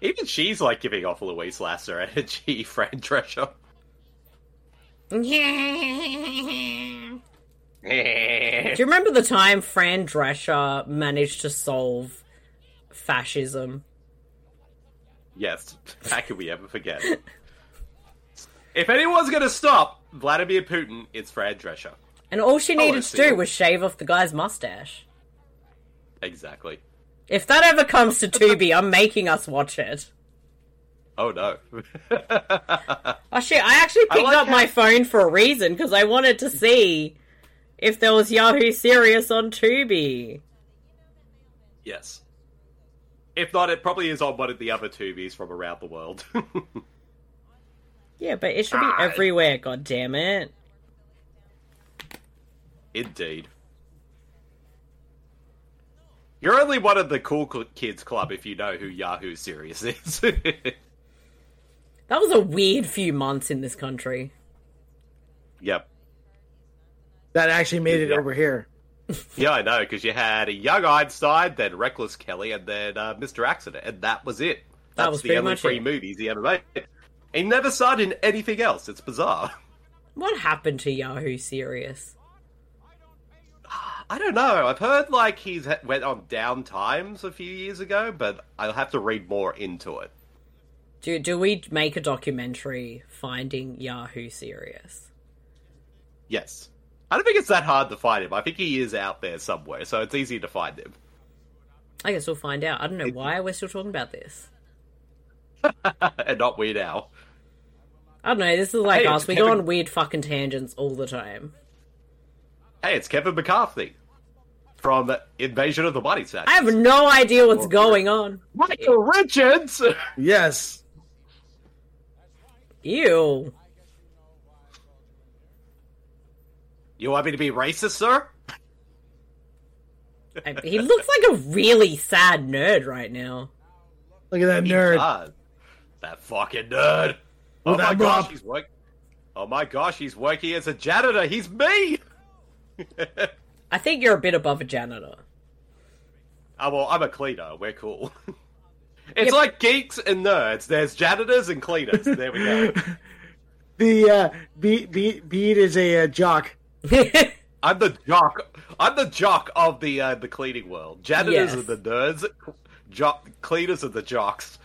[SPEAKER 1] Even she's like giving off Louise Lasser energy, friend treasure.
[SPEAKER 2] Yeah. Do you remember the time Fran Drescher managed to solve fascism?
[SPEAKER 1] Yes, how could we ever forget? if anyone's gonna stop Vladimir Putin, it's Fran Drescher.
[SPEAKER 2] And all she
[SPEAKER 1] Oh, I
[SPEAKER 2] needed to
[SPEAKER 1] see.
[SPEAKER 2] do was shave off the guy's mustache.
[SPEAKER 1] Exactly.
[SPEAKER 2] If that ever comes to Tubi, I'm making us watch it.
[SPEAKER 1] Oh no.
[SPEAKER 2] Oh shit, I actually
[SPEAKER 1] I
[SPEAKER 2] picked
[SPEAKER 1] like
[SPEAKER 2] up my
[SPEAKER 1] how-
[SPEAKER 2] phone for a reason because I wanted to see if there was Yahoo Serious on Tubi.
[SPEAKER 1] yes. If not, it probably is on one of the other tubies from around the world.
[SPEAKER 2] Yeah, but it should be
[SPEAKER 1] Ah.
[SPEAKER 2] everywhere, god damn it.
[SPEAKER 1] Indeed. You're only one of the cool cl- kids club if you know who Yahoo Serious is.
[SPEAKER 2] That was a weird few months in this country.
[SPEAKER 1] yep.
[SPEAKER 3] That actually made it
[SPEAKER 1] Yeah.
[SPEAKER 3] over here.
[SPEAKER 1] Yeah, I know, because you had a young Einstein, then Reckless Kelly, and then uh, Mr. Accident, and that was it.
[SPEAKER 2] That
[SPEAKER 1] That's
[SPEAKER 2] was
[SPEAKER 1] the
[SPEAKER 2] pretty
[SPEAKER 1] only
[SPEAKER 2] much
[SPEAKER 1] three
[SPEAKER 2] it.
[SPEAKER 1] movies he ever made. He never starred in anything else. It's bizarre.
[SPEAKER 2] What happened to Yahoo Serious?
[SPEAKER 1] I don't know. I've heard like he's ha- went on down times a few years ago, but I'll have to read more into it.
[SPEAKER 2] Do do we make a documentary finding Yahoo Serious?
[SPEAKER 1] Yes, I don't think it's that hard to find him. I think he is out there somewhere, so it's easy to find him.
[SPEAKER 2] I guess we'll find out. I don't know why we're still talking about this.
[SPEAKER 1] and not Weird Al.
[SPEAKER 2] I don't know. This is like
[SPEAKER 1] Hey,
[SPEAKER 2] us.
[SPEAKER 1] it's
[SPEAKER 2] We go
[SPEAKER 1] Kevin-
[SPEAKER 2] on weird fucking tangents all the time.
[SPEAKER 1] Hey, it's Kevin McCarthy from Invasion of the Body Snatchers.
[SPEAKER 2] I have no idea what's going on.
[SPEAKER 1] Michael Richards.
[SPEAKER 3] Yes.
[SPEAKER 2] Ew.
[SPEAKER 1] You want me to be racist, sir?
[SPEAKER 2] I- He looks like a really sad nerd right now.
[SPEAKER 3] Look at that nerd.
[SPEAKER 1] God, that fucking nerd. Oh
[SPEAKER 3] With
[SPEAKER 1] my
[SPEAKER 3] that
[SPEAKER 1] gosh,
[SPEAKER 3] mop.
[SPEAKER 1] he's work. Oh my gosh, he's working as a janitor. He's me.
[SPEAKER 2] I think you're a bit above a janitor.
[SPEAKER 1] Oh, well, I'm a cleaner. We're cool. It's like geeks and nerds. There's janitors and cleaners. There we go.
[SPEAKER 3] The uh, beat beat beat is a uh, jock.
[SPEAKER 1] I'm the jock. I'm the jock of the uh, the cleaning world. Janitors
[SPEAKER 2] Yes.
[SPEAKER 1] are the nerds. Jo- cleaners are the jocks.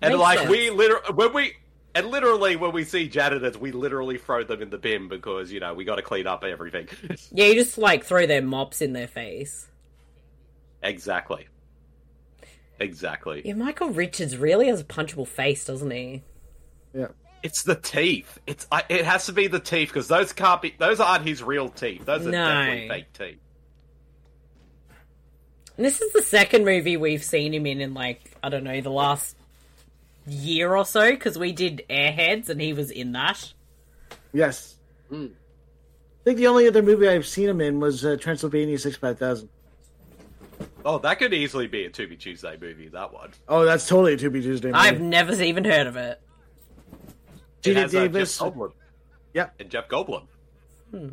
[SPEAKER 1] And
[SPEAKER 2] Makes
[SPEAKER 1] like
[SPEAKER 2] sense.
[SPEAKER 1] we literally when we and literally when we see janitors, we literally throw them in the bin because you know we got to clean up everything.
[SPEAKER 2] yeah, you just like throw their mops in their face.
[SPEAKER 1] exactly. Exactly.
[SPEAKER 2] Yeah, Michael Richards really has a punchable face, doesn't he?
[SPEAKER 3] Yeah.
[SPEAKER 1] It's the teeth. It's I, it has to be the teeth because those can't be. Those aren't his real teeth. Those are
[SPEAKER 2] No.
[SPEAKER 1] definitely fake teeth.
[SPEAKER 2] And This is the second movie we've seen him in in like I don't know the last year or so because we did Airheads and he was in that.
[SPEAKER 3] Yes. I think the only other movie I've seen him in was uh, Transylvania Six Five Thousand.
[SPEAKER 1] Oh, that could easily be a To Be Tuesday movie. That one.
[SPEAKER 3] Oh, that's totally a To Be Tuesday. Movie.
[SPEAKER 2] I've never even heard of it.
[SPEAKER 3] Gina
[SPEAKER 1] it has, uh,
[SPEAKER 3] Davis.
[SPEAKER 1] Jeff Goldblum.
[SPEAKER 3] Yeah.
[SPEAKER 1] and Jeff Goldblum.
[SPEAKER 2] Hmm.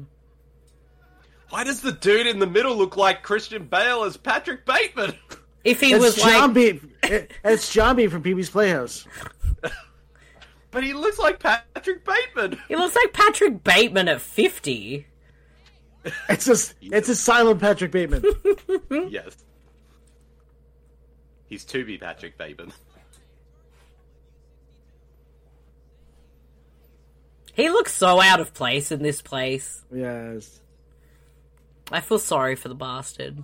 [SPEAKER 1] Why does the dude in the middle look like Christian Bale as Patrick Bateman?
[SPEAKER 2] If he
[SPEAKER 3] It's
[SPEAKER 2] was
[SPEAKER 3] John
[SPEAKER 2] like
[SPEAKER 3] B. it- It's John B. from PB's Playhouse.
[SPEAKER 1] but he looks like Patrick Bateman.
[SPEAKER 2] he looks like Patrick Bateman at fifty.
[SPEAKER 3] It's just it's a silent Patrick Bateman.
[SPEAKER 2] Hmm?
[SPEAKER 1] yes, he's To Be Patrick Bateman.
[SPEAKER 2] He looks so out of place in this place.
[SPEAKER 3] yes.
[SPEAKER 2] I feel sorry for the bastard.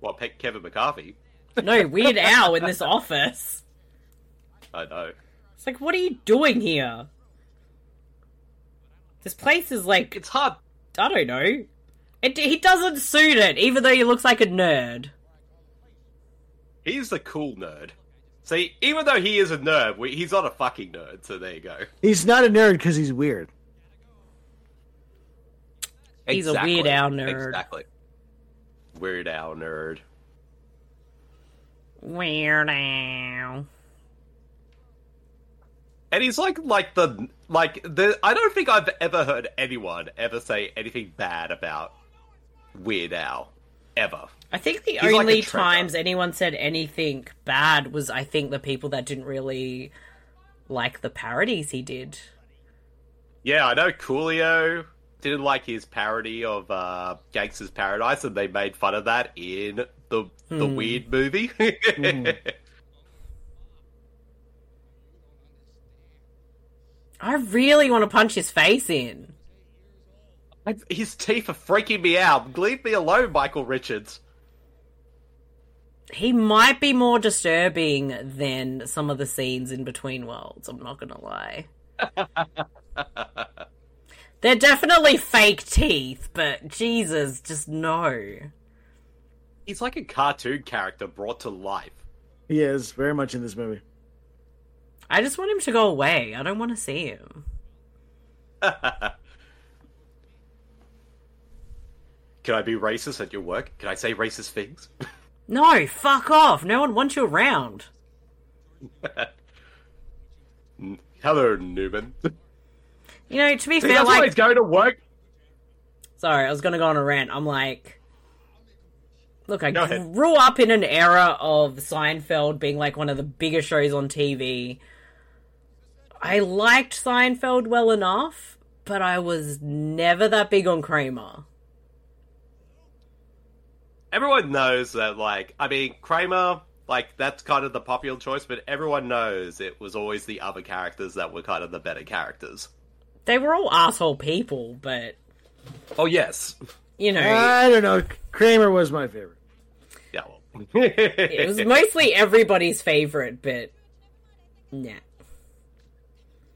[SPEAKER 1] Well, Pe- Kevin McCarthy.
[SPEAKER 2] No, Weird Al in this office.
[SPEAKER 1] I know.
[SPEAKER 2] It's like, what are you doing here? This place is like
[SPEAKER 1] It's hard.
[SPEAKER 2] I don't know. It, he doesn't suit it, even though he looks like a nerd.
[SPEAKER 1] He's the cool nerd. See, even though he is a nerd, we, he's not a fucking nerd. So there you go.
[SPEAKER 3] He's not a nerd because he's weird.
[SPEAKER 2] He's a Weird Al nerd.
[SPEAKER 1] Exactly. Weird Al nerd.
[SPEAKER 2] Weird Al.
[SPEAKER 1] and he's like like the like the I don't think I've ever heard anyone ever say anything bad about Weird Al ever.
[SPEAKER 2] I think the
[SPEAKER 1] He's like a
[SPEAKER 2] only
[SPEAKER 1] treasure.
[SPEAKER 2] times anyone said anything bad was, I think, the people that didn't really like the parodies he did.
[SPEAKER 1] Yeah, I know Coolio didn't like his parody of uh, Gangster's Paradise, and they made fun of that in the the
[SPEAKER 2] Hmm.
[SPEAKER 1] Weird movie. Hmm.
[SPEAKER 2] I really want to punch his face in.
[SPEAKER 1] I- His teeth are freaking me out. Leave me alone, Michael Richards.
[SPEAKER 2] He might be more disturbing than some of the scenes in Between Worlds, I'm not gonna lie. They're definitely fake teeth, but Jesus, just no.
[SPEAKER 1] He's like a cartoon character brought to life.
[SPEAKER 3] He is very much in this movie.
[SPEAKER 2] I just want him to go away. I don't want to see him.
[SPEAKER 1] Can I be racist at your work? Can I say racist things?
[SPEAKER 2] No, fuck off. No one wants you around.
[SPEAKER 1] N- Hello, Newman.
[SPEAKER 2] You know, to be
[SPEAKER 1] See,
[SPEAKER 2] fair,
[SPEAKER 1] that's why
[SPEAKER 2] like
[SPEAKER 1] he's going to work.
[SPEAKER 2] Sorry, I was going to go on a rant. I'm like, look, I
[SPEAKER 1] Go ahead.
[SPEAKER 2] grew up in an era of Seinfeld being like one of the biggest shows on TV. I liked Seinfeld well enough, but I was never that big on Kramer.
[SPEAKER 1] Everyone knows that, like, I mean, Kramer, like, that's kind of the popular choice, but everyone knows it was always the other characters that were kind of the better characters.
[SPEAKER 2] They were all asshole people, but
[SPEAKER 1] Oh, yes.
[SPEAKER 2] you know,
[SPEAKER 3] I don't know. Kramer was my favorite.
[SPEAKER 1] Yeah, well.
[SPEAKER 2] it was mostly everybody's favorite. But nah,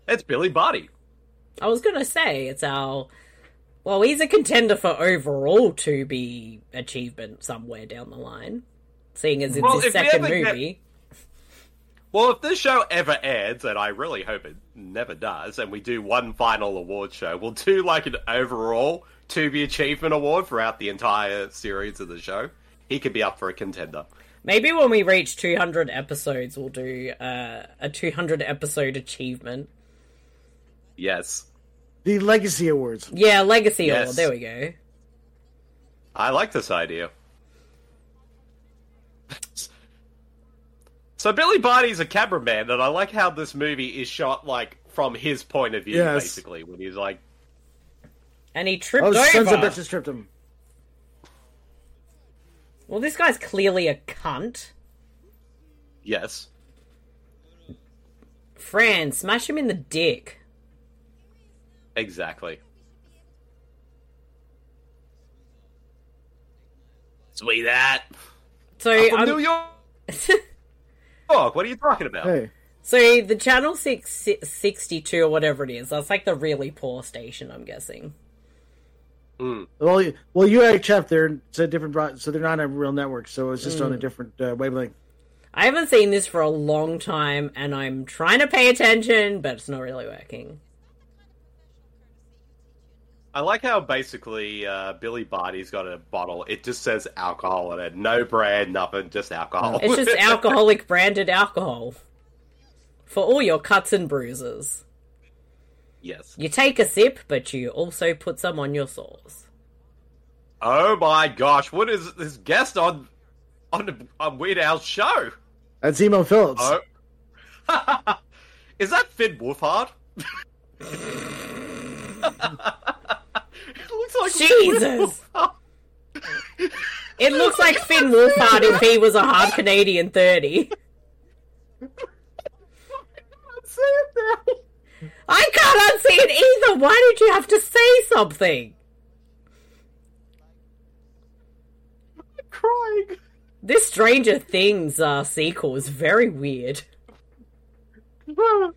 [SPEAKER 1] It's Billy Barty.
[SPEAKER 2] I was gonna say it's our. Well, he's a contender for overall to be achievement somewhere down the line, seeing as it's
[SPEAKER 1] Well,
[SPEAKER 2] his
[SPEAKER 1] if we
[SPEAKER 2] second
[SPEAKER 1] ever get-
[SPEAKER 2] movie.
[SPEAKER 1] Well, if this show ever ends, and I really hope it never does, and we do one final award show, we'll do like an overall to be achievement award throughout the entire series of the show. He could be up for a contender.
[SPEAKER 2] Maybe when we reach 200 episodes, we'll do uh, a 200 episode achievement.
[SPEAKER 1] Yes,
[SPEAKER 3] The Legacy Awards.
[SPEAKER 2] Yeah, Legacy
[SPEAKER 1] Yes.
[SPEAKER 2] Award. There we go.
[SPEAKER 1] I like this idea. So Billy Barty's a cameraman, and I like how this movie is shot like from his point of view,
[SPEAKER 3] Yes.
[SPEAKER 1] basically, when he's like,
[SPEAKER 2] And he tripped
[SPEAKER 3] Oh, sons of
[SPEAKER 2] over.
[SPEAKER 3] bitches tripped him.
[SPEAKER 2] Well, this guy's clearly a cunt.
[SPEAKER 1] "Yes,
[SPEAKER 2] Fran, smash him in the dick.
[SPEAKER 1] Exactly. Sweet that.
[SPEAKER 2] So, um,
[SPEAKER 1] From
[SPEAKER 2] I'm-
[SPEAKER 1] New York. What are you talking about?
[SPEAKER 3] Hey,
[SPEAKER 2] so the Channel 6, 62 or whatever it is, that's like the really poor station, I'm guessing.
[SPEAKER 3] well, you- well, UHF, they're it's a different, broad, so they're not a real network, so it's just on
[SPEAKER 1] Mm.
[SPEAKER 3] a different uh, wavelength.
[SPEAKER 2] I haven't seen this for a long time, and I'm trying to pay attention, but it's not really working.
[SPEAKER 1] I like how basically uh, Billy Barty's got a bottle. It just says alcohol on it. No brand, nothing, just alcohol.
[SPEAKER 2] It's just alcoholic branded alcohol for all your cuts and bruises.
[SPEAKER 1] yes.
[SPEAKER 2] You take a sip, but you also put some on your sores.
[SPEAKER 1] Oh my gosh, what is this guest on on on Weird Al's show?
[SPEAKER 3] That's Emo Phillips.
[SPEAKER 1] Oh. Is that Finn Wolfhard? it looks like Finn
[SPEAKER 2] Jesus.
[SPEAKER 1] Wolfhard.
[SPEAKER 2] It looks like Finn Wolfhard if he was a hard Canadian 30.
[SPEAKER 1] See it now.
[SPEAKER 2] I can't unsee it either! Why did you have to say something?
[SPEAKER 1] crying.
[SPEAKER 2] This Stranger Things uh, sequel is very weird.
[SPEAKER 1] My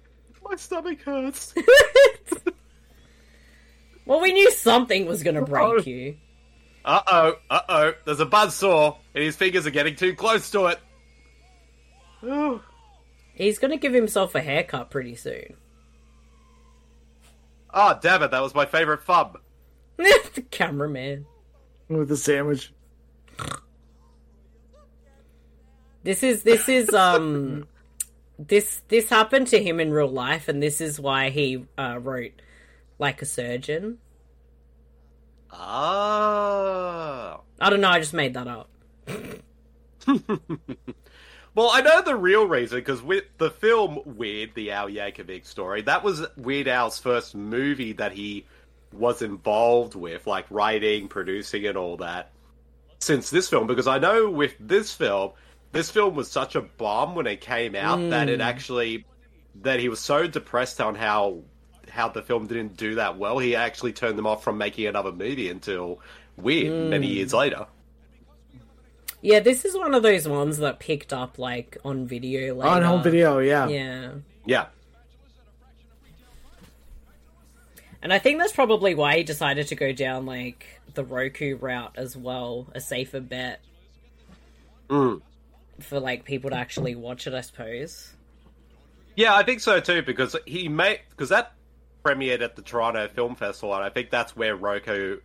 [SPEAKER 1] stomach hurts.
[SPEAKER 2] Well, we knew something was gonna
[SPEAKER 3] Oh.
[SPEAKER 2] break you.
[SPEAKER 1] Uh oh, uh oh. There's a buzzsaw, and his fingers are getting too close to it. Oh.
[SPEAKER 2] He's gonna give himself a haircut pretty soon.
[SPEAKER 1] Ah, damn it, that was my favorite fub.
[SPEAKER 2] the cameraman.
[SPEAKER 3] With the sandwich.
[SPEAKER 2] This is this is um this this happened to him in real life, and this is why he uh, wrote like a surgeon.
[SPEAKER 1] Ah.
[SPEAKER 2] I don't know. I just made that up.
[SPEAKER 1] Well, I know the real reason because with the film Weird, the Al Yankovic story, that was Weird Al's first movie that he was involved with, like writing, producing, and all that. Since this film, because I know with this film, this film was such a bomb when it came out
[SPEAKER 11] Mm.
[SPEAKER 1] that it actually that he was so depressed on how how the film didn't do that well, he actually turned them off from making another movie until Weird many
[SPEAKER 2] Mm.
[SPEAKER 1] years later.
[SPEAKER 2] Yeah, this is one of those ones that picked up like on video. Later.
[SPEAKER 3] On home video, yeah.
[SPEAKER 2] Yeah.
[SPEAKER 1] Yeah.
[SPEAKER 2] And I think that's probably why he decided to go down like the Roku route as well, a safer bet
[SPEAKER 1] Mm.
[SPEAKER 2] for like people to actually watch it, I suppose.
[SPEAKER 1] Yeah, I think so too because he made because that premiered at the Toronto Film Festival, and I think that's where Roku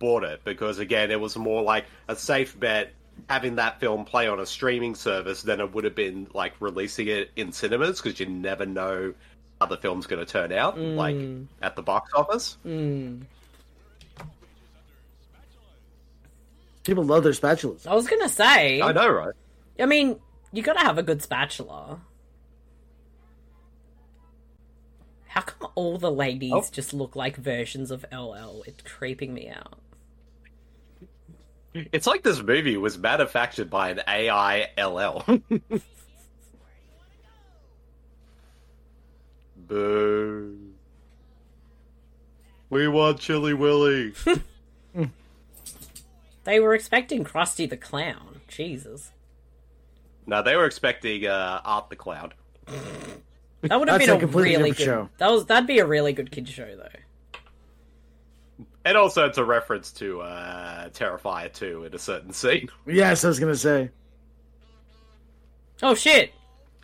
[SPEAKER 1] bought it because again, it was more like a safe bet having that film play on a streaming service than it would have been like releasing it in cinemas because you never know how the film's going to turn out, like
[SPEAKER 2] Mm.
[SPEAKER 1] at the box office.
[SPEAKER 2] Mm.
[SPEAKER 3] People love their spatulas.
[SPEAKER 2] I was gonna say.
[SPEAKER 1] I know, right?
[SPEAKER 2] I mean, you gotta have a good spatula. How come all the ladies
[SPEAKER 1] Oh.
[SPEAKER 2] just look like versions of LL? It's creeping me out.
[SPEAKER 1] It's like this movie was manufactured by an AI LL. Boo. We want Chili Willy.
[SPEAKER 2] They were expecting Krusty the Clown. Jesus.
[SPEAKER 1] no, they were expecting uh, Art the Clown.
[SPEAKER 2] That would have
[SPEAKER 1] That's
[SPEAKER 2] been
[SPEAKER 1] a
[SPEAKER 2] a,
[SPEAKER 1] completely
[SPEAKER 2] really
[SPEAKER 1] different
[SPEAKER 2] good
[SPEAKER 1] show.
[SPEAKER 2] That was that'd be a really good kid show though.
[SPEAKER 1] And also, it's a reference to uh, Terrifier 2 in a certain scene.
[SPEAKER 3] Yes, I was gonna say.
[SPEAKER 2] Oh shit.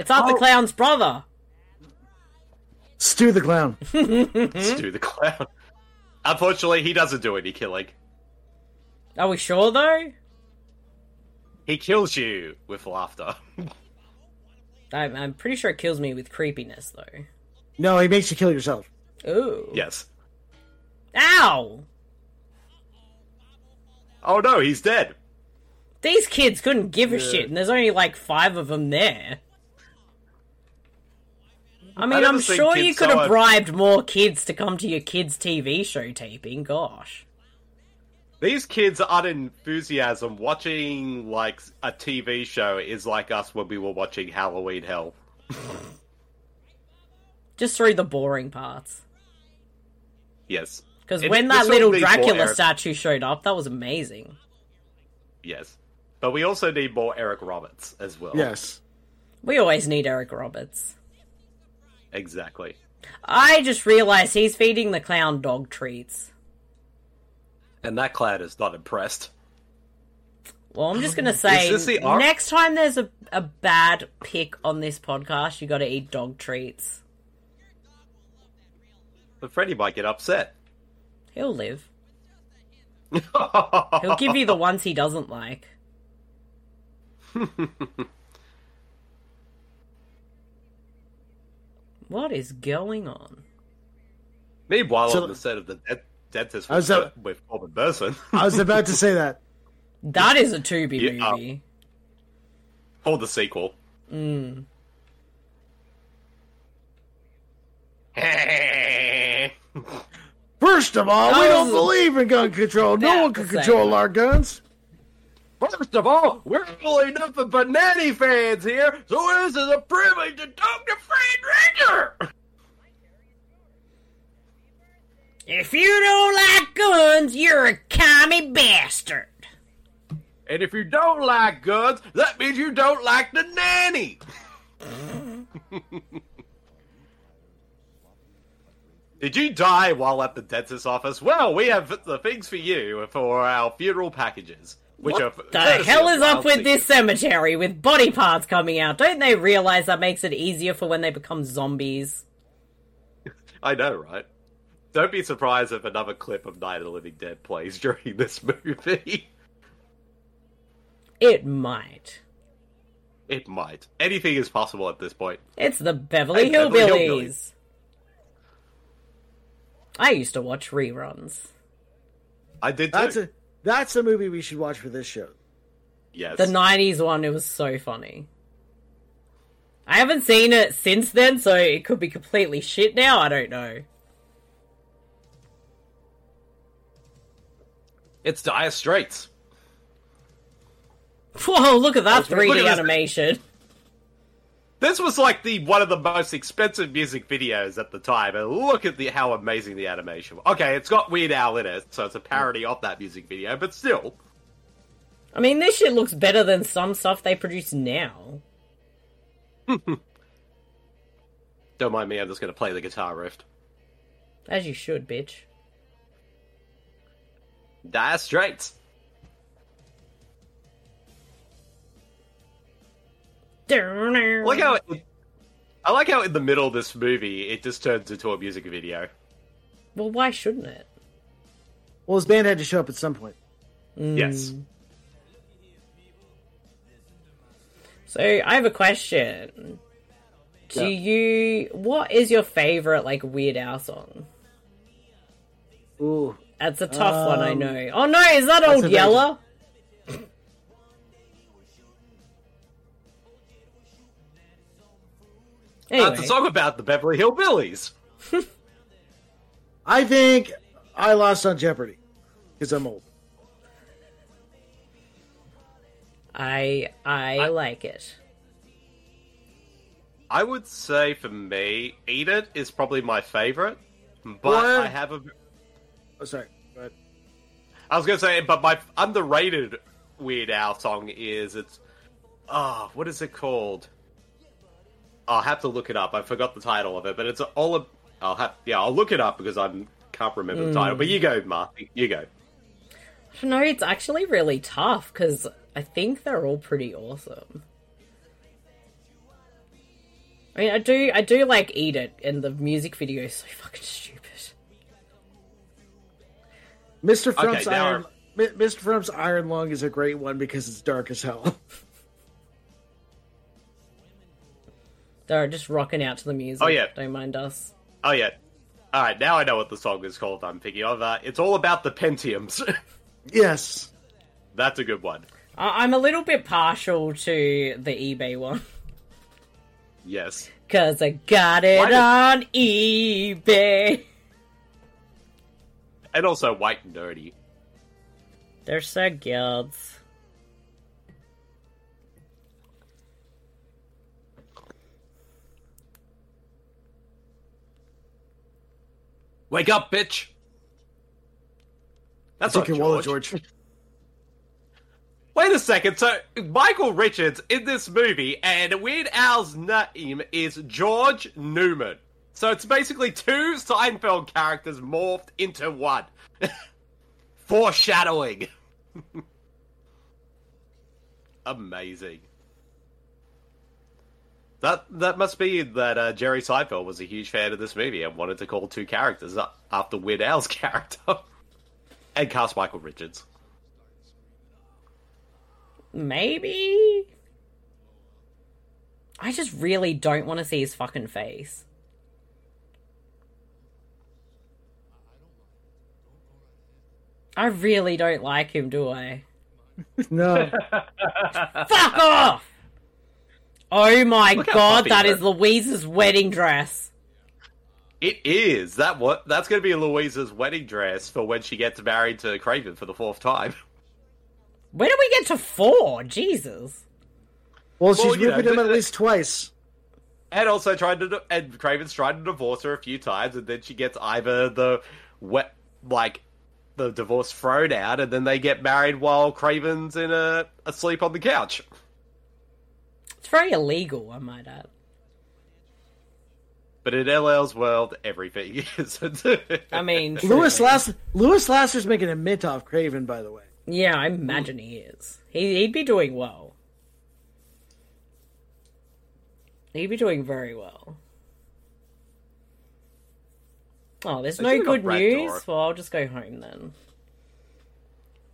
[SPEAKER 2] It's Art
[SPEAKER 1] Oh.
[SPEAKER 2] the Clown's brother.
[SPEAKER 3] Stu the clown.
[SPEAKER 2] Hmm?
[SPEAKER 1] Stu the Clown. Unfortunately, he doesn't do any killing.
[SPEAKER 2] Are we sure though?
[SPEAKER 1] He kills you with laughter.
[SPEAKER 2] I'm, I'm pretty sure it kills me with creepiness though.
[SPEAKER 3] No, he makes you kill yourself.
[SPEAKER 2] Ooh.
[SPEAKER 1] Yes.
[SPEAKER 2] Ow!
[SPEAKER 1] Oh no, he's dead.
[SPEAKER 2] These kids couldn't give a
[SPEAKER 1] Yeah.
[SPEAKER 2] shit, and there's only like five of them there. I mean,
[SPEAKER 1] never
[SPEAKER 2] I'm
[SPEAKER 1] seen
[SPEAKER 2] sure
[SPEAKER 1] kids
[SPEAKER 2] you could
[SPEAKER 1] so
[SPEAKER 2] have
[SPEAKER 1] un-
[SPEAKER 2] bribed more kids to come to your kids' TV show taping. Gosh.
[SPEAKER 1] These kids are enthusiasm. Watching like a TV show is like us when we were watching Halloween Hell.
[SPEAKER 2] Just through the boring parts.
[SPEAKER 1] Yes,
[SPEAKER 2] Because
[SPEAKER 1] It-
[SPEAKER 2] when
[SPEAKER 1] this
[SPEAKER 2] that
[SPEAKER 1] all
[SPEAKER 2] little
[SPEAKER 1] needs more
[SPEAKER 2] Dracula
[SPEAKER 1] Eric-
[SPEAKER 2] statue showed up, that was amazing.
[SPEAKER 1] yes, but we also need more Eric Roberts as
[SPEAKER 3] Oh.
[SPEAKER 1] well.
[SPEAKER 2] We always need Eric Roberts.
[SPEAKER 1] exactly.
[SPEAKER 2] I just realized he's feeding the clown dog treats.
[SPEAKER 1] And that clown is not impressed.
[SPEAKER 2] Well, I'm just gonna
[SPEAKER 1] Is
[SPEAKER 2] say
[SPEAKER 1] this the ar-
[SPEAKER 2] next time there's a, a bad pick on this podcast, you gotta eat dog treats.
[SPEAKER 1] But Freddy might get upset.
[SPEAKER 2] He'll live. He'll give you the ones he doesn't like. what is going on?
[SPEAKER 1] Meanwhile,
[SPEAKER 3] So-
[SPEAKER 1] on the set of the de- dentist
[SPEAKER 3] I was
[SPEAKER 1] with,
[SPEAKER 3] a-
[SPEAKER 1] with Corbin Burson,
[SPEAKER 3] I was about to say that.
[SPEAKER 2] That is a Tubi
[SPEAKER 1] Yeah.
[SPEAKER 2] movie.
[SPEAKER 1] for the sequel.
[SPEAKER 3] Hmm.
[SPEAKER 2] Mm.
[SPEAKER 3] First of all, we
[SPEAKER 1] That
[SPEAKER 3] don't
[SPEAKER 1] was-
[SPEAKER 3] believe in gun control. No
[SPEAKER 1] That
[SPEAKER 3] one can
[SPEAKER 1] was the
[SPEAKER 3] control
[SPEAKER 1] same.
[SPEAKER 3] our guns.
[SPEAKER 1] First of all, we're really nothing but nanny fans here, so this is a privilege to talk to Fred Ranger.
[SPEAKER 2] If you don't like guns, you're a commie bastard.
[SPEAKER 1] And if you don't like guns, that means you don't like the nanny. Did you die while at the dentist's office? Well, we have the things for you for our funeral packages, which are
[SPEAKER 2] The hell is up with this cemetery with body parts coming out? Don't they realize that makes it easier for when they become zombies?
[SPEAKER 1] I know, right? Don't be surprised if another clip of Night of the Living Dead plays during this movie.
[SPEAKER 2] It might.
[SPEAKER 1] It might. Anything is possible at this point.
[SPEAKER 2] It's the Beverly
[SPEAKER 1] Hey, Beverly
[SPEAKER 2] Hillbillies.
[SPEAKER 1] Hillbillies.
[SPEAKER 2] I used to watch reruns.
[SPEAKER 1] I did
[SPEAKER 3] That's
[SPEAKER 1] too.
[SPEAKER 3] a that's a movie we should watch for this show.
[SPEAKER 1] yes.
[SPEAKER 2] The 90s one, it was so funny. I haven't seen it since then, so it could be completely shit now. I don't know.
[SPEAKER 1] It's Dire Straits.
[SPEAKER 2] Whoa, look at that
[SPEAKER 1] That's right. Look
[SPEAKER 2] 3D
[SPEAKER 1] at this.
[SPEAKER 2] animation.
[SPEAKER 1] This was like the one of the most expensive music videos at the time, and look at the how amazing the animation. was. Okay, it's got Weird Al in it, so it's a parody of that music video, but still,
[SPEAKER 2] I mean, this shit looks better than some stuff they produce now.
[SPEAKER 1] don't mind me. I'm just going to play the guitar riff.
[SPEAKER 2] As you should, bitch.
[SPEAKER 1] Dire Straits. I like how I like how in the middle of this movie it just turns into a music video.
[SPEAKER 2] Well, why shouldn't it?
[SPEAKER 3] Well, his band had to show up at some point.
[SPEAKER 1] Yes.
[SPEAKER 2] So I have a question. Do
[SPEAKER 3] Yeah.
[SPEAKER 2] you? What is your favorite like Weird Al song?
[SPEAKER 3] Ooh,
[SPEAKER 2] That's a tough one, I
[SPEAKER 3] Um,
[SPEAKER 2] know. Oh no, is that
[SPEAKER 3] that's
[SPEAKER 2] Old
[SPEAKER 3] a very-
[SPEAKER 2] Yeller?
[SPEAKER 1] Uh,
[SPEAKER 2] anyway,
[SPEAKER 1] It's a song about the Beverly Hillbillies.
[SPEAKER 3] I think I lost on Jeopardy because I'm old.
[SPEAKER 2] I, I like it.
[SPEAKER 1] I would say for me, Eat It is probably my favorite, but
[SPEAKER 3] What?
[SPEAKER 1] I have a.
[SPEAKER 3] Oh, sorry. Go ahead.
[SPEAKER 1] I was going to say, but my underrated Weird Al song is it's. Ah, what is it called? I'll have to look it up. I forgot the title of it, but it's all. ab- I'll have yeah. I'll look it up because I can't remember the title. But you go, Marty. You go.
[SPEAKER 2] No, it's actually really tough because I think they're all pretty awesome. I mean, I do, I do like "Eat It," and the music video is so fucking stupid.
[SPEAKER 3] Mr. Frump's
[SPEAKER 1] now
[SPEAKER 3] Iron Mi- Mr. Frump's Iron Lung is a great one because it's dark as hell.
[SPEAKER 2] They're just rocking out to the music.
[SPEAKER 1] Oh, yeah.
[SPEAKER 2] don't mind us.
[SPEAKER 1] Oh yeah. All right, now I know what the song is called. I'm thinking of. Uh, it's all about the Pentiums.
[SPEAKER 3] yes.
[SPEAKER 1] That's a good one.
[SPEAKER 2] I- I'm a little bit partial to the eBay one
[SPEAKER 1] Yes.
[SPEAKER 2] because I got it
[SPEAKER 1] Why did-
[SPEAKER 2] on eBay.
[SPEAKER 1] And also White and Nerdy.
[SPEAKER 2] They're so good.
[SPEAKER 1] Wake up, bitch! That's
[SPEAKER 3] Take
[SPEAKER 1] not
[SPEAKER 3] your
[SPEAKER 1] George.
[SPEAKER 3] wallet, George.
[SPEAKER 1] Wait a second. So Michael Richards in this movie, and Weird Al's name is George Newman. So it's basically two Seinfeld characters morphed into one. Foreshadowing. Amazing. That that must be that uh, Jerry Seinfeld was a huge fan of this movie and wanted to call two characters a- after Weird Al's character, and cast Michael Richards.
[SPEAKER 2] Maybe. I just really don't want to see his fucking face. I really don't like him, do I?
[SPEAKER 3] No.
[SPEAKER 2] Fuck off! Oh my
[SPEAKER 1] Look how
[SPEAKER 2] god,
[SPEAKER 1] puffy
[SPEAKER 2] that
[SPEAKER 1] her-
[SPEAKER 2] is Louise's wedding dress.
[SPEAKER 1] It is that what that's going to be Louisa's wedding dress for when she gets married to Craven for the fourth time.
[SPEAKER 2] Where do we get to four? Jesus.
[SPEAKER 3] Well, she's
[SPEAKER 1] you know,
[SPEAKER 3] whipping him
[SPEAKER 1] but-
[SPEAKER 3] at least twice.
[SPEAKER 1] And also tried to and Craven's tried to divorce her a few times, and then she gets either the wet like the divorce thrown out, and then they get married while Craven's in a asleep on the couch.
[SPEAKER 2] It's very illegal, I might add.
[SPEAKER 1] But in LL's world, everything is.
[SPEAKER 2] I mean,
[SPEAKER 3] Lewis
[SPEAKER 2] truly.
[SPEAKER 3] Lass Lewis Lasser's making a mint off Craven, by the way.
[SPEAKER 2] Yeah, I imagine he is. He, he'd be doing well. He'd be doing very well. Oh, there's
[SPEAKER 1] They
[SPEAKER 2] no
[SPEAKER 1] should've got
[SPEAKER 2] Oh, good
[SPEAKER 1] Brad
[SPEAKER 2] news.
[SPEAKER 1] Dourif.
[SPEAKER 2] Well, I'll just go home then.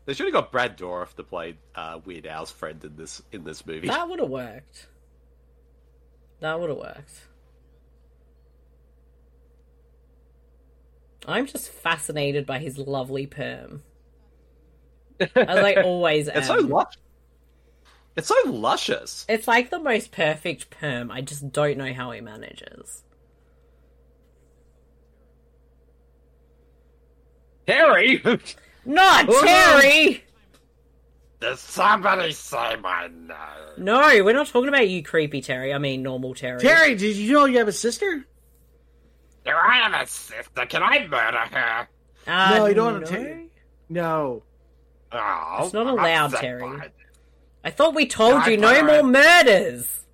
[SPEAKER 1] They should have got Brad Dorff to play uh, Weird Al's friend in this in this movie.
[SPEAKER 2] That would have worked. That would have worked. I'm just fascinated by his lovely perm. As I always am.
[SPEAKER 1] It's so lush. It's so luscious.
[SPEAKER 2] It's like the most perfect perm. I just don't know how he manages.
[SPEAKER 1] Terry,
[SPEAKER 2] Not
[SPEAKER 1] Oh, no.
[SPEAKER 2] Terry!
[SPEAKER 1] does somebody say my name?
[SPEAKER 2] No, we're not talking about you, creepy Terry. I mean, normal Terry.
[SPEAKER 3] Terry, did you know you have a sister?
[SPEAKER 1] Do I have a sister? Can I murder her?
[SPEAKER 2] Uh,
[SPEAKER 3] no, you don't want to Terry. No.
[SPEAKER 1] Oh,
[SPEAKER 2] It's not
[SPEAKER 1] I'm
[SPEAKER 2] allowed,
[SPEAKER 1] upset
[SPEAKER 2] Terry.
[SPEAKER 1] by it.
[SPEAKER 2] I thought we told
[SPEAKER 1] I
[SPEAKER 2] you no
[SPEAKER 1] thought-
[SPEAKER 2] more murders.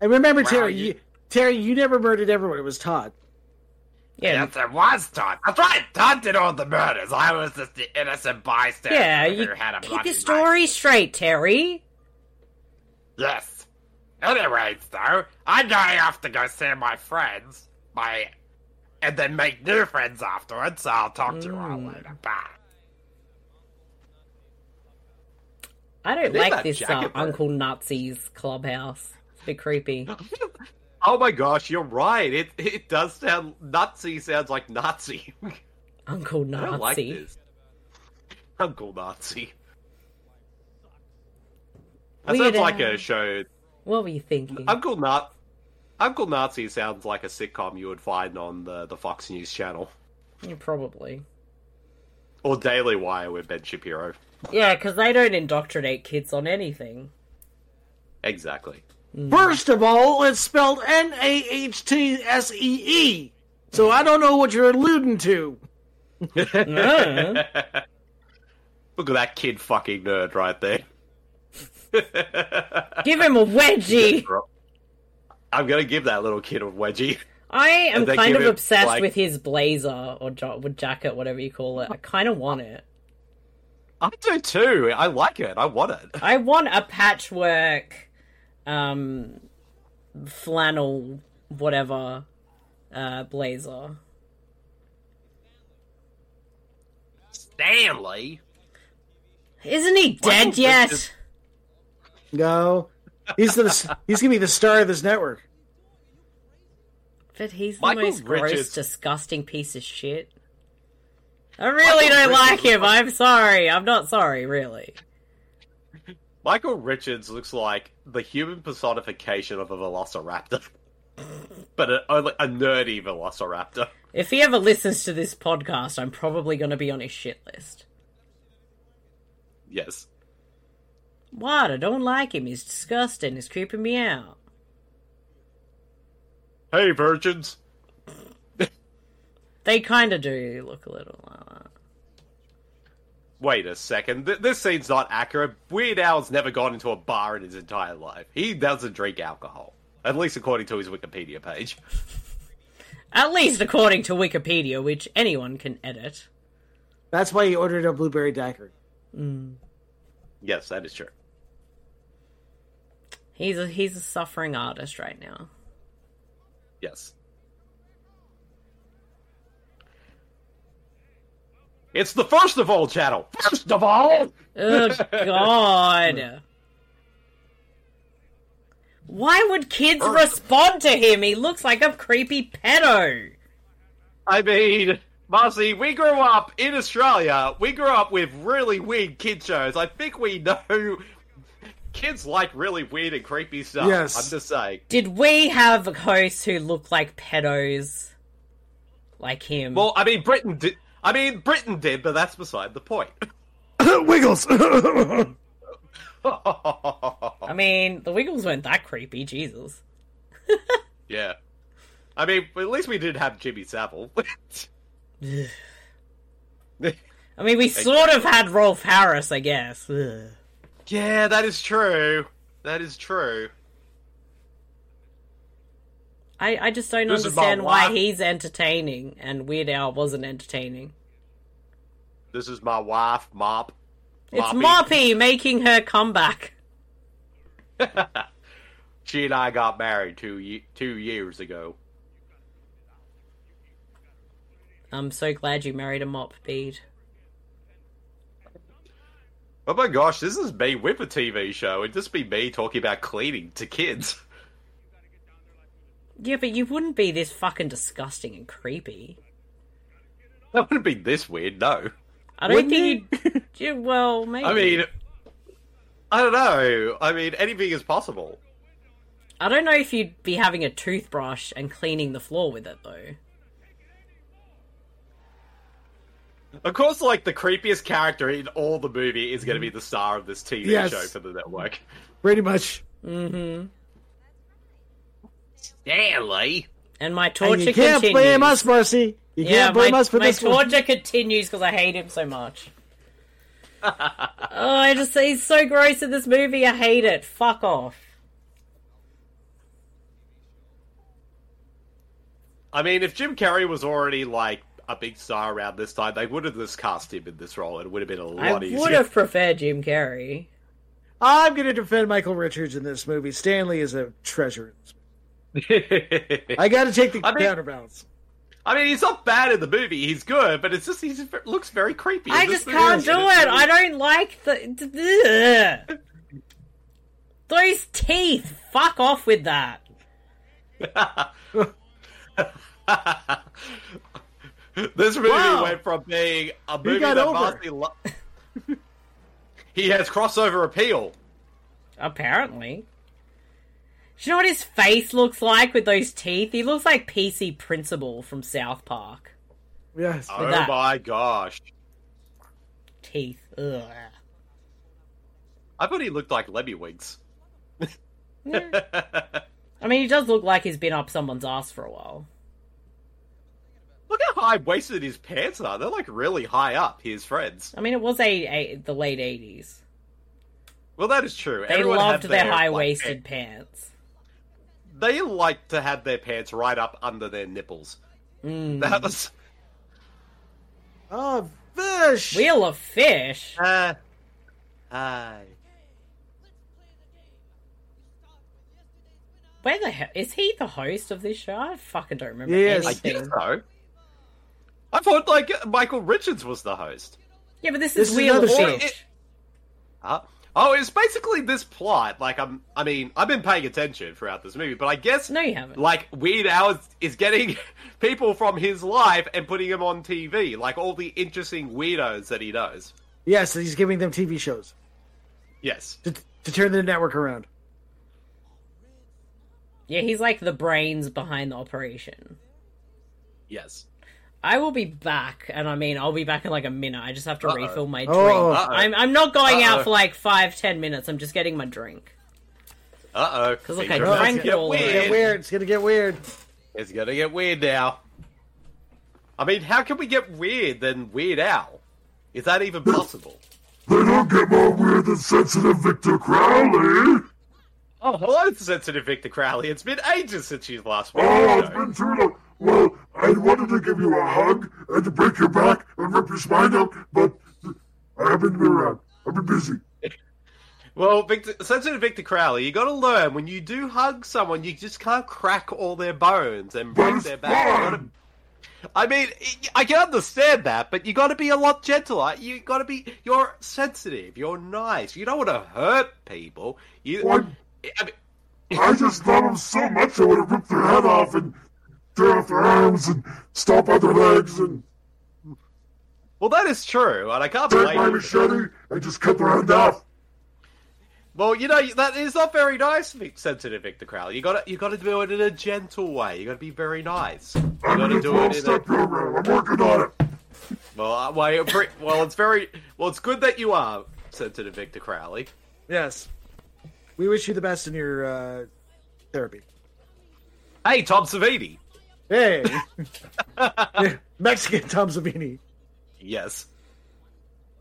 [SPEAKER 3] And remember,
[SPEAKER 1] Wow,
[SPEAKER 3] Terry,
[SPEAKER 1] you-
[SPEAKER 3] you... Terry, you never murdered everyone. It was Todd.
[SPEAKER 2] Yeah,
[SPEAKER 1] Yes, it was Todd. That's right. Todd did all the murders. I was just the innocent bystander
[SPEAKER 2] yeah.
[SPEAKER 1] who
[SPEAKER 2] You
[SPEAKER 1] had a
[SPEAKER 2] keep
[SPEAKER 1] bloody
[SPEAKER 2] your
[SPEAKER 1] knife.
[SPEAKER 2] story straight, Terry.
[SPEAKER 1] Yes. Anyways, though, I'm going off to go see my friends, my, and then make new friends afterwards. So I'll talk to you all
[SPEAKER 2] Mm.
[SPEAKER 1] later. Bye.
[SPEAKER 2] I don't
[SPEAKER 1] Leave
[SPEAKER 2] like
[SPEAKER 1] that
[SPEAKER 2] this uh,
[SPEAKER 1] jacket there.
[SPEAKER 2] Uncle Nazi's clubhouse. It's a bit creepy.
[SPEAKER 1] Oh my gosh, you're right. It it does sound Nazi sounds like Nazi.
[SPEAKER 2] Uncle
[SPEAKER 1] I
[SPEAKER 2] Nazi.
[SPEAKER 1] don't like this. Uncle Nazi. That
[SPEAKER 2] Weird eh?
[SPEAKER 1] sounds like
[SPEAKER 2] Al.
[SPEAKER 1] a show.
[SPEAKER 2] What were you thinking?
[SPEAKER 1] Uncle Nat. Uncle Nazi sounds like a sitcom you would find on the, the Fox News channel
[SPEAKER 2] Yeah, Probably.
[SPEAKER 1] or Daily Wire with Ben Shapiro.
[SPEAKER 2] Yeah, because they don't indoctrinate kids on anything.
[SPEAKER 1] Exactly. Mm-hmm.
[SPEAKER 3] First of all, it's spelled N A H T S E E. So I don't know what you're alluding to.
[SPEAKER 2] Uh,
[SPEAKER 1] Look at that kid fucking nerd right there.
[SPEAKER 2] give him a wedgie.
[SPEAKER 1] I'm gonna give that little kid a wedgie.
[SPEAKER 2] I am
[SPEAKER 1] And they
[SPEAKER 2] kind
[SPEAKER 1] give
[SPEAKER 2] of
[SPEAKER 1] him,
[SPEAKER 2] obsessed
[SPEAKER 1] like-
[SPEAKER 2] with his blazer or jo- with jacket, whatever you call it. I kind of want it.
[SPEAKER 1] I do too. I like it. I want it.
[SPEAKER 2] I want a patchwork, um, flannel, whatever, uh, blazer.
[SPEAKER 1] Stanley.
[SPEAKER 2] Isn't he
[SPEAKER 1] Well,
[SPEAKER 2] dead
[SPEAKER 1] this
[SPEAKER 2] yet?
[SPEAKER 1] is-
[SPEAKER 3] No, he's the he's gonna be the star of this network.
[SPEAKER 2] But he's the
[SPEAKER 1] Michael
[SPEAKER 2] most gross,
[SPEAKER 1] Richards-
[SPEAKER 2] disgusting piece of shit. I really
[SPEAKER 1] Michael
[SPEAKER 2] don't like
[SPEAKER 1] Richards-
[SPEAKER 2] him. I'm sorry. I'm not sorry, really.
[SPEAKER 1] Michael Richards looks like the human personification of a velociraptor, but a, a, a nerdy velociraptor.
[SPEAKER 2] If he ever listens to this podcast, I'm probably going to be on his shit list.
[SPEAKER 1] Yes.
[SPEAKER 2] What? I don't like him. He's disgusting. He's creeping me out.
[SPEAKER 1] Hey, virgins.
[SPEAKER 2] They kind of do look a little like that.
[SPEAKER 1] Wait a second. Th- this scene's not accurate. Weird Al's never gone into a bar in his entire life. He doesn't drink alcohol, at least according to his Wikipedia page.
[SPEAKER 2] At least according to Wikipedia, which anyone can edit.
[SPEAKER 3] That's why he ordered a blueberry daiquiri.
[SPEAKER 1] Yes, that is true.
[SPEAKER 2] He's a he's a suffering artist right now.
[SPEAKER 1] Yes. It's the first of all channel. First of all.
[SPEAKER 2] Oh God! Why would kids respond to him? He looks like a creepy pedo.
[SPEAKER 1] I mean, Marcy, we grew up in Australia. We grew up with really weird kid shows. I think we know kids like really weird and creepy stuff.
[SPEAKER 3] Yes.
[SPEAKER 1] I'm just saying.
[SPEAKER 2] Did we have hosts who look like pedos, like him?
[SPEAKER 1] Well, I mean, Britain did. I mean, Britain did, but that's beside the point.
[SPEAKER 10] Wiggles.
[SPEAKER 2] I mean, the Wiggles weren't that creepy. Jesus.
[SPEAKER 1] yeah. I mean, at least we did have Jimmy Savile.
[SPEAKER 2] I mean, we sort of had Rolf Harris, I guess. Ugh.
[SPEAKER 1] yeah, that is true. That is true.
[SPEAKER 2] I, I just don't
[SPEAKER 1] This is my
[SPEAKER 2] understand why
[SPEAKER 1] wife.
[SPEAKER 2] he's entertaining and Weird Al wasn't entertaining.
[SPEAKER 1] This is my wife, Mop.
[SPEAKER 2] It's
[SPEAKER 1] Moppy.
[SPEAKER 2] Moppy making her comeback.
[SPEAKER 1] She and I got married two ye- two years ago.
[SPEAKER 2] I'm so glad you married a mop, Bede.
[SPEAKER 1] Oh my gosh, this is me with a TV show. It'd just be me talking about cleaning to kids.
[SPEAKER 2] Yeah, but you wouldn't be this fucking disgusting and creepy.
[SPEAKER 1] That wouldn't be this weird, no.
[SPEAKER 2] I don't think you'd. you- Well, maybe.
[SPEAKER 1] I mean, I don't know. I mean, anything is possible.
[SPEAKER 2] I don't know if you'd be having a toothbrush and cleaning the floor with it though.
[SPEAKER 1] Of course, like the creepiest character in all the movie is going to
[SPEAKER 2] Mm-hmm.
[SPEAKER 1] be the star of this TV
[SPEAKER 3] Yes.
[SPEAKER 1] show for the network.
[SPEAKER 3] Pretty much.
[SPEAKER 2] Mm-hmm.
[SPEAKER 1] Stanley.
[SPEAKER 2] And my torture
[SPEAKER 3] And you can't
[SPEAKER 2] continues.
[SPEAKER 3] blame us, Marcy. You
[SPEAKER 2] yeah,
[SPEAKER 3] can't blame
[SPEAKER 2] my,
[SPEAKER 3] us for
[SPEAKER 2] my
[SPEAKER 3] this one.
[SPEAKER 2] torture continues because I hate him so much. oh, I just he's so gross in this movie. I hate it. Fuck off.
[SPEAKER 1] I mean, if Jim Carrey was already like a big star around this time, they would have just cast him in this role. It would have been a lot
[SPEAKER 2] I
[SPEAKER 1] easier.
[SPEAKER 2] would have preferred Jim Carrey.
[SPEAKER 3] I'm going to defend Michael Richards in this movie. Stanley is a treasure. I got to take the
[SPEAKER 1] I mean-
[SPEAKER 3] counterbalance.
[SPEAKER 1] I mean, he's not bad in the movie. He's good, but it's just he looks very creepy.
[SPEAKER 2] I
[SPEAKER 1] in this
[SPEAKER 2] just can't
[SPEAKER 1] movie.
[SPEAKER 2] do it. I don't like the d- d- ugh. those teeth. Fuck off with that.
[SPEAKER 1] This movie
[SPEAKER 3] Wow.
[SPEAKER 1] went from being a movie
[SPEAKER 3] got
[SPEAKER 1] that
[SPEAKER 3] over.
[SPEAKER 1] Marcy lo- he has crossover appeal.
[SPEAKER 2] Apparently. Do you know what his face looks like with those teeth? He looks like PC Principal from South Park.
[SPEAKER 3] Yes.
[SPEAKER 1] Oh
[SPEAKER 2] that.
[SPEAKER 1] my gosh!
[SPEAKER 2] Teeth. Ugh.
[SPEAKER 1] I thought he looked like Lemmywinks.
[SPEAKER 2] I mean, he does look like he's been up someone's ass for a while.
[SPEAKER 1] Look how high waisted his pants are. They're like really high up. His friends.
[SPEAKER 2] I mean, it was a, a the late eighties.
[SPEAKER 1] Well, that is true.
[SPEAKER 2] They
[SPEAKER 1] Everyone had
[SPEAKER 2] loved their, high
[SPEAKER 1] like,
[SPEAKER 2] waisted pants.
[SPEAKER 1] they liked to have their pants right up under their nipples.
[SPEAKER 2] Mm.
[SPEAKER 1] That was
[SPEAKER 3] Oh, fish.
[SPEAKER 2] Wheel of Fish.
[SPEAKER 1] uh, hi.
[SPEAKER 2] Where the hell is he the host of this show? I fucking don't remember
[SPEAKER 3] Yes.
[SPEAKER 1] I
[SPEAKER 2] anything.
[SPEAKER 1] guess so. I thought like Michael Richards was the host.
[SPEAKER 2] Yeah, but this
[SPEAKER 3] This
[SPEAKER 2] is
[SPEAKER 3] is
[SPEAKER 2] Wheel of
[SPEAKER 3] another show.
[SPEAKER 2] Fish.
[SPEAKER 1] Uh, oh, it's basically this plot. Like I'm, I mean, I've been paying attention throughout this movie, but I guess
[SPEAKER 2] No, you haven't.
[SPEAKER 1] like Weird Al is, is getting people from his life and putting them on TV, like all the interesting weirdos that he knows.
[SPEAKER 3] Yes, he's giving them TV shows
[SPEAKER 1] Yes,
[SPEAKER 3] to, to turn the network around.
[SPEAKER 2] Yeah, he's like the brains behind the operation.
[SPEAKER 1] yes.
[SPEAKER 2] I will be back, and I mean, I'll be back in like a minute. I just have to
[SPEAKER 1] Uh-oh.
[SPEAKER 2] refill my drink.
[SPEAKER 3] Oh. Uh-oh.
[SPEAKER 2] I'm, I'm not going out
[SPEAKER 1] Uh-oh.
[SPEAKER 2] for like five, ten minutes. I'm just getting my drink.
[SPEAKER 1] Uh oh.
[SPEAKER 2] 'Cause look, I
[SPEAKER 3] Oh,
[SPEAKER 2] drank
[SPEAKER 3] it's
[SPEAKER 2] it
[SPEAKER 3] gonna
[SPEAKER 2] all
[SPEAKER 3] get
[SPEAKER 2] already.
[SPEAKER 3] weird. It's gonna get weird.
[SPEAKER 1] It's gonna get weird now. I mean, how can we get weird than Weird Al? Is that even possible?
[SPEAKER 10] They don't get more weird than sensitive Victor Crowley.
[SPEAKER 1] Oh, hello, sensitive Victor Crowley. It's been ages since you last been on
[SPEAKER 10] Oh,
[SPEAKER 1] the
[SPEAKER 10] it's
[SPEAKER 1] show.
[SPEAKER 10] been too long. Well, I wanted to give you a hug and to break your back and rip your spine out, but I haven't been around. I've been busy.
[SPEAKER 1] Well, Victor, sensitive Victor Crowley, you got to learn when you do hug someone, you just can't crack all their bones and
[SPEAKER 10] But
[SPEAKER 1] break
[SPEAKER 10] it's
[SPEAKER 1] their back. You
[SPEAKER 10] fun.
[SPEAKER 1] gotta- I mean, I can understand that, but you got to be a lot gentler. You got to be. You're sensitive. You're nice. You don't want to hurt people. You.
[SPEAKER 10] What?
[SPEAKER 1] I mean,
[SPEAKER 10] I just love them so much I would have ripped their head off and tear off their arms and stomp out their legs and
[SPEAKER 1] well, that is true, and I can't
[SPEAKER 10] take my
[SPEAKER 1] blame you. for that.
[SPEAKER 10] machete and just cut their hand off.
[SPEAKER 1] Well, you know that is not very nice, Vic- sensitive Victor Crowley. You got to you got to do it in a gentle way. You got to be very nice. You
[SPEAKER 10] I'm
[SPEAKER 1] got
[SPEAKER 10] in
[SPEAKER 1] to do
[SPEAKER 10] a
[SPEAKER 1] it
[SPEAKER 10] 12
[SPEAKER 1] in a
[SPEAKER 10] step program. I'm working on it.
[SPEAKER 1] Well, I, well, I appre- well, it's very well. It's good that you are sensitive, Victor Crowley.
[SPEAKER 3] Yes. We wish you the best in your uh, therapy.
[SPEAKER 1] Hey, Tom Savini.
[SPEAKER 3] Hey. Mexican Tom Savini.
[SPEAKER 1] Yes,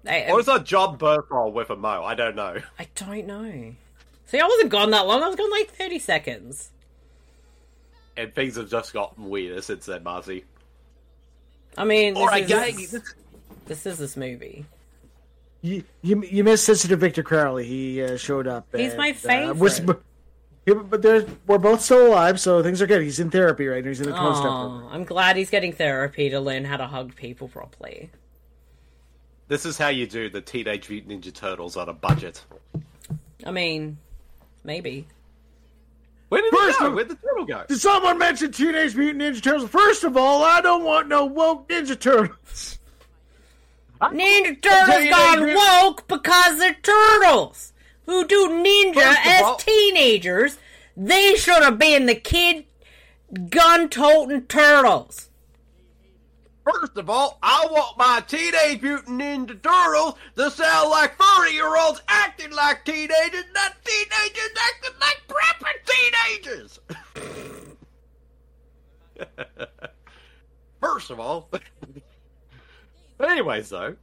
[SPEAKER 2] I,
[SPEAKER 1] or is that John Burthrow with a mo? I don't know.
[SPEAKER 2] I don't know. See, I wasn't gone that long. I was gone like thirty seconds.
[SPEAKER 1] And things have just gotten weirder since then, Marcy.
[SPEAKER 2] I mean, this,
[SPEAKER 1] All right,
[SPEAKER 2] is,
[SPEAKER 1] gang.
[SPEAKER 2] this, this is this movie.
[SPEAKER 3] You, you you missed sensitive Victor Crowley. He uh, showed up.
[SPEAKER 2] He's
[SPEAKER 3] and,
[SPEAKER 2] my
[SPEAKER 3] Uh, was-
[SPEAKER 2] favorite.
[SPEAKER 3] Yeah, but there's, we're both still alive, so things are good. He's in therapy right now. He's in the 12 step
[SPEAKER 2] Aw, I'm glad he's getting therapy to learn how to hug people properly.
[SPEAKER 1] This is how you do the Teenage Mutant Ninja Turtles on a budget.
[SPEAKER 2] I mean, maybe.
[SPEAKER 1] Where did
[SPEAKER 3] First
[SPEAKER 1] it go?
[SPEAKER 3] of-
[SPEAKER 1] Where'd the turtle go?
[SPEAKER 3] Did someone mention Teenage Mutant Ninja Turtles? First of all, I don't want no woke Ninja Turtles.
[SPEAKER 2] Ninja
[SPEAKER 3] tell
[SPEAKER 2] Turtles
[SPEAKER 3] you,
[SPEAKER 2] got
[SPEAKER 3] Adrian-
[SPEAKER 2] woke because they're turtles who do ninja
[SPEAKER 1] First of
[SPEAKER 2] as
[SPEAKER 1] all-
[SPEAKER 2] teenagers. They should have been the kid gun toting turtles.
[SPEAKER 1] First of all, I want my Teenage Mutant Ninja Turtles to sound like 30 year olds acting like teenagers, not teenagers acting like proper teenagers! First of all. Anyways, though,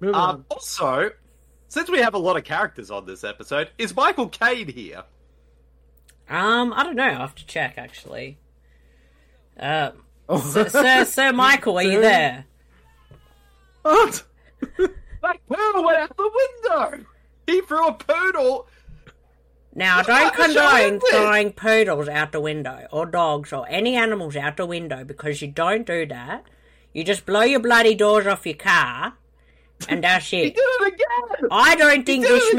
[SPEAKER 3] Moving
[SPEAKER 1] um,
[SPEAKER 3] on.
[SPEAKER 1] also, since we have a lot of characters on this episode, is Michael Caine here?
[SPEAKER 2] Um, I don't know. I will have to check actually. Uh,
[SPEAKER 3] Oh.
[SPEAKER 2] Sir, Sir, Sir Michael, are you
[SPEAKER 3] Sir?
[SPEAKER 2] there?
[SPEAKER 3] What?
[SPEAKER 1] That poodle went out the window! He threw a poodle!
[SPEAKER 2] Now,
[SPEAKER 1] What
[SPEAKER 2] don't
[SPEAKER 1] the hell
[SPEAKER 2] condone
[SPEAKER 1] is this?
[SPEAKER 2] throwing poodles out the window or dogs or any animals out the window because you don't do that. You just blow your bloody doors off your car, and that's
[SPEAKER 1] He
[SPEAKER 2] it.
[SPEAKER 1] did it again!
[SPEAKER 2] I don't think
[SPEAKER 1] did
[SPEAKER 2] this
[SPEAKER 1] it again.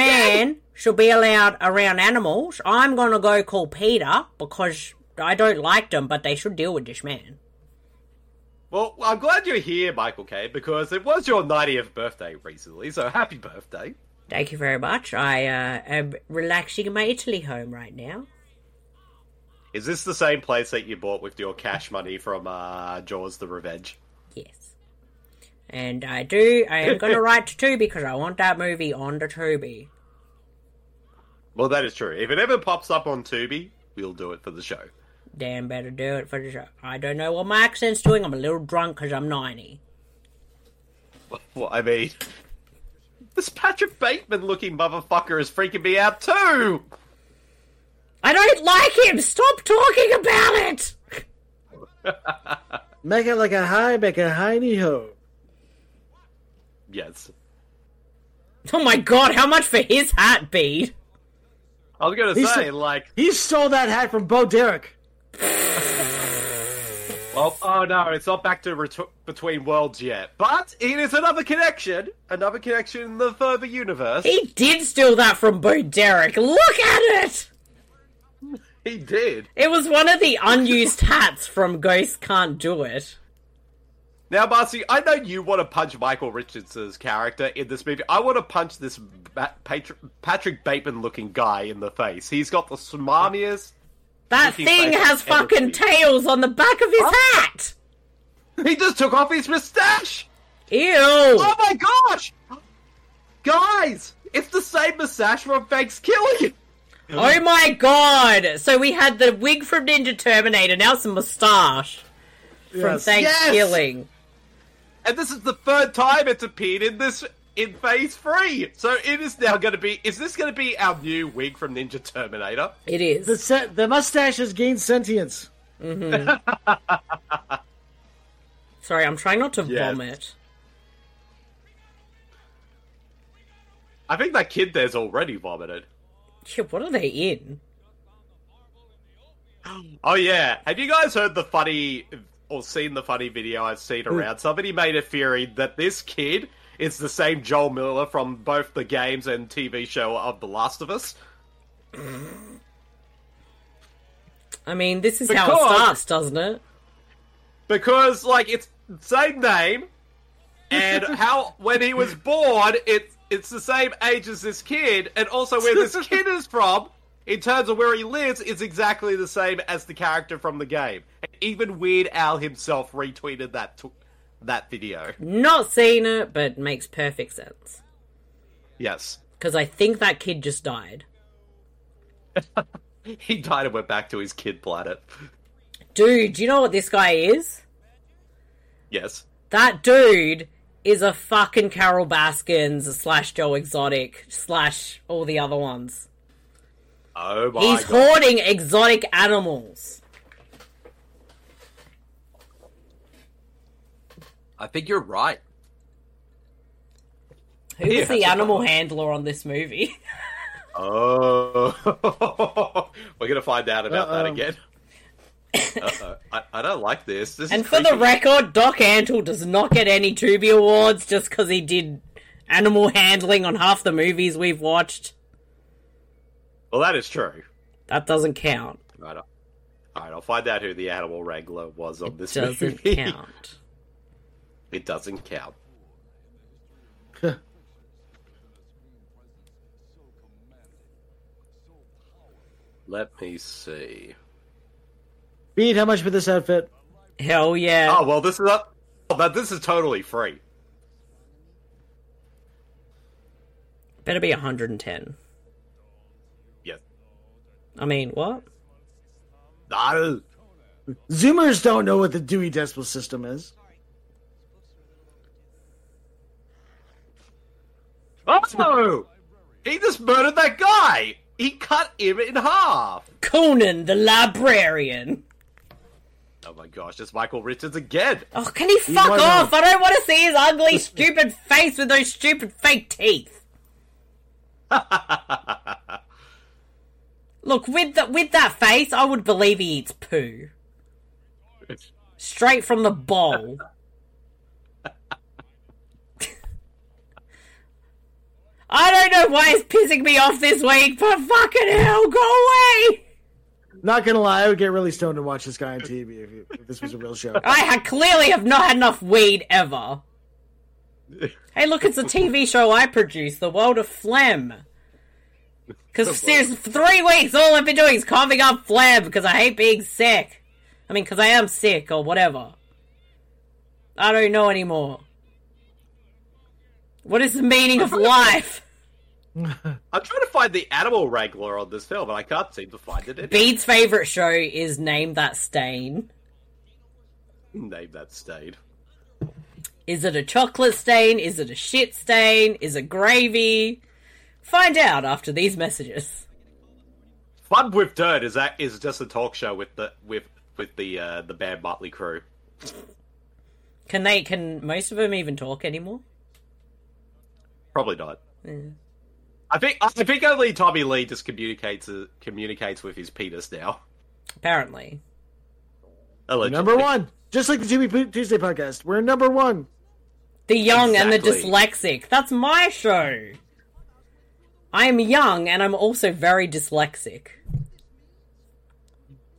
[SPEAKER 2] man should be allowed around animals. I'm gonna go call Peter because I don't like them, but they should deal with this man.
[SPEAKER 1] Well, I'm glad you're here, Michael K, because it was your 90th birthday recently, so happy birthday.
[SPEAKER 2] Thank you very much. I uh, am relaxing in my Italy home right now.
[SPEAKER 1] Is this the same place that you bought with your cash money from uh, Jaws the Revenge?
[SPEAKER 2] Yes. And I do. I am going to write to Tubi because I want that movie on the Tubi.
[SPEAKER 1] Well, that is true. If it ever pops up on Tubi, we'll do it for the show.
[SPEAKER 2] Damn, better do it for the show. I don't know what my accent's doing. I'm a little drunk because I'm 90.
[SPEAKER 1] Well, I mean, this Patrick Bateman looking motherfucker is freaking me out too!
[SPEAKER 2] I don't like him. Stop talking about it.
[SPEAKER 3] Make it like a high, make a hiney ho.
[SPEAKER 1] Yes.
[SPEAKER 2] Oh my god, how much for his heartbeat?
[SPEAKER 1] I was gonna
[SPEAKER 3] He's
[SPEAKER 1] say,
[SPEAKER 3] so-
[SPEAKER 1] like,
[SPEAKER 3] He stole that hat from Bo Derek.
[SPEAKER 1] well, oh no, it's not back to retu- Between Worlds yet. But it is another connection! Another connection in the further universe.
[SPEAKER 2] He did steal that from Bo Derek. Look at it.
[SPEAKER 1] he did.
[SPEAKER 2] It was one of the unused hats from Ghost Can't Do It.
[SPEAKER 1] Now, Marcy, I know you want to punch Michael Richardson's character in this movie. I want to punch this Ma- Patr- Patrick Bateman looking guy in the face. He's got the smarmiest.
[SPEAKER 2] That
[SPEAKER 1] Looking
[SPEAKER 2] thing
[SPEAKER 1] back
[SPEAKER 2] has
[SPEAKER 1] at everything.
[SPEAKER 2] fucking tails on the back of his hat.
[SPEAKER 1] He just took off his mustache!
[SPEAKER 2] Ew.
[SPEAKER 1] Oh my gosh! Guys, it's the same mustache from Thanksgiving!
[SPEAKER 2] Oh my god! So we had the wig from Ninja Terminator, now some moustache from
[SPEAKER 3] Yes.
[SPEAKER 2] Thanksgiving.
[SPEAKER 1] And this is the third time it's appeared in this in phase three. So it is now going to be. Is this going to be our new wig from Ninja Terminator?
[SPEAKER 2] It is.
[SPEAKER 3] The se- the mustache has gained sentience.
[SPEAKER 2] Sorry, I'm trying not to
[SPEAKER 1] Yes.
[SPEAKER 2] vomit.
[SPEAKER 1] I think that kid there's already vomited.
[SPEAKER 2] Yeah, what are they in?
[SPEAKER 1] Oh yeah, have you guys heard the funny or seen the funny video I've seen around? Somebody made a theory that this kid is the same Joel Miller from both the games and TV show of The Last of Us.
[SPEAKER 2] I mean, this is how it
[SPEAKER 1] Because-
[SPEAKER 2] starts, doesn't it?
[SPEAKER 1] because like it's the same name and how when he was born it's it's the same age as this kid and also where this kid is from in terms of where he lives is exactly the same as the character from the game even weird al himself retweeted that t- that video
[SPEAKER 2] Not seen it, but makes perfect sense.
[SPEAKER 1] yes
[SPEAKER 2] Because I think that kid just died.
[SPEAKER 1] he died and went back to his kid planet
[SPEAKER 2] Dude, do you know what this guy is?
[SPEAKER 1] yes
[SPEAKER 2] That dude is a fucking Carol Baskins slash Joe Exotic slash all the other ones.
[SPEAKER 1] oh my
[SPEAKER 2] He's
[SPEAKER 1] god
[SPEAKER 2] hoarding exotic animals.
[SPEAKER 1] i think you're right
[SPEAKER 2] Who was
[SPEAKER 1] Yeah,
[SPEAKER 2] the
[SPEAKER 1] that's a
[SPEAKER 2] animal handler on this movie?
[SPEAKER 1] Oh, we're gonna find out about that
[SPEAKER 3] Uh-oh.
[SPEAKER 1] again. Uh-oh. I, I don't like this. This
[SPEAKER 2] and
[SPEAKER 1] is
[SPEAKER 2] for the
[SPEAKER 1] creepy.
[SPEAKER 2] record, Doc Antle does not get any Tubi awards just because he did animal handling on half the movies we've watched.
[SPEAKER 1] Well, that is true.
[SPEAKER 2] That doesn't count.
[SPEAKER 1] Right. I'll- All right, I'll find out who the animal wrangler was on this
[SPEAKER 2] Doesn't
[SPEAKER 1] movie.
[SPEAKER 2] count.
[SPEAKER 1] It doesn't count. Let me see.
[SPEAKER 3] Beat, how much for this outfit?
[SPEAKER 2] Hell yeah.
[SPEAKER 1] Oh well, this is up. Oh, but this is totally free.
[SPEAKER 2] Better be 110.
[SPEAKER 1] Yes.
[SPEAKER 2] I mean, what?
[SPEAKER 1] No.
[SPEAKER 3] Zoomers don't know what the Dewey Decimal System is.
[SPEAKER 1] Oh! He just murdered that guy. He cut him in half.
[SPEAKER 2] Conan the Librarian.
[SPEAKER 1] Oh my gosh! It's Michael Richards again.
[SPEAKER 2] Oh, can he fuck
[SPEAKER 3] might
[SPEAKER 2] off? I don't want to see his ugly, stupid face with those stupid fake teeth. Look, with that with that face, I would believe he eats poo straight from the bowl. I don't know why it's pissing me off this week, but fucking hell, go away!
[SPEAKER 3] Not gonna lie, I would get really stoned and watch this guy on TV if, you, if this was a real show.
[SPEAKER 2] I ha- clearly have not had enough weed ever. hey, look, it's a TV show I produce, The World of Phlegm. Because seriously, for three weeks, all I've been doing is coughing up phlegm because I hate being sick. I mean, because I am sick or whatever. I don't know anymore. What is the meaning of life?
[SPEAKER 1] I'm trying to find the animal wrangler on this film, and I can't seem to find it. Any-
[SPEAKER 2] Bede's favorite show is Name That Stain.
[SPEAKER 1] Name that stain.
[SPEAKER 2] Is it a chocolate stain? Is it a shit stain? Is it gravy? Find out after these messages.
[SPEAKER 1] Fun with Dirt is that is just a talk show with the with with the uh, the band Motley Crew.
[SPEAKER 2] Can they? Can most of them even talk anymore?
[SPEAKER 1] Probably not. I think I think only Tommy Lee just communicates uh, communicates with his penis now.
[SPEAKER 2] Apparently,
[SPEAKER 1] Allegedly.
[SPEAKER 3] number one, just like the TV Tuesday podcast, we're number one.
[SPEAKER 2] the young and the
[SPEAKER 1] Exactly.
[SPEAKER 2] dyslexic. That's my show. I am young and I'm also very dyslexic.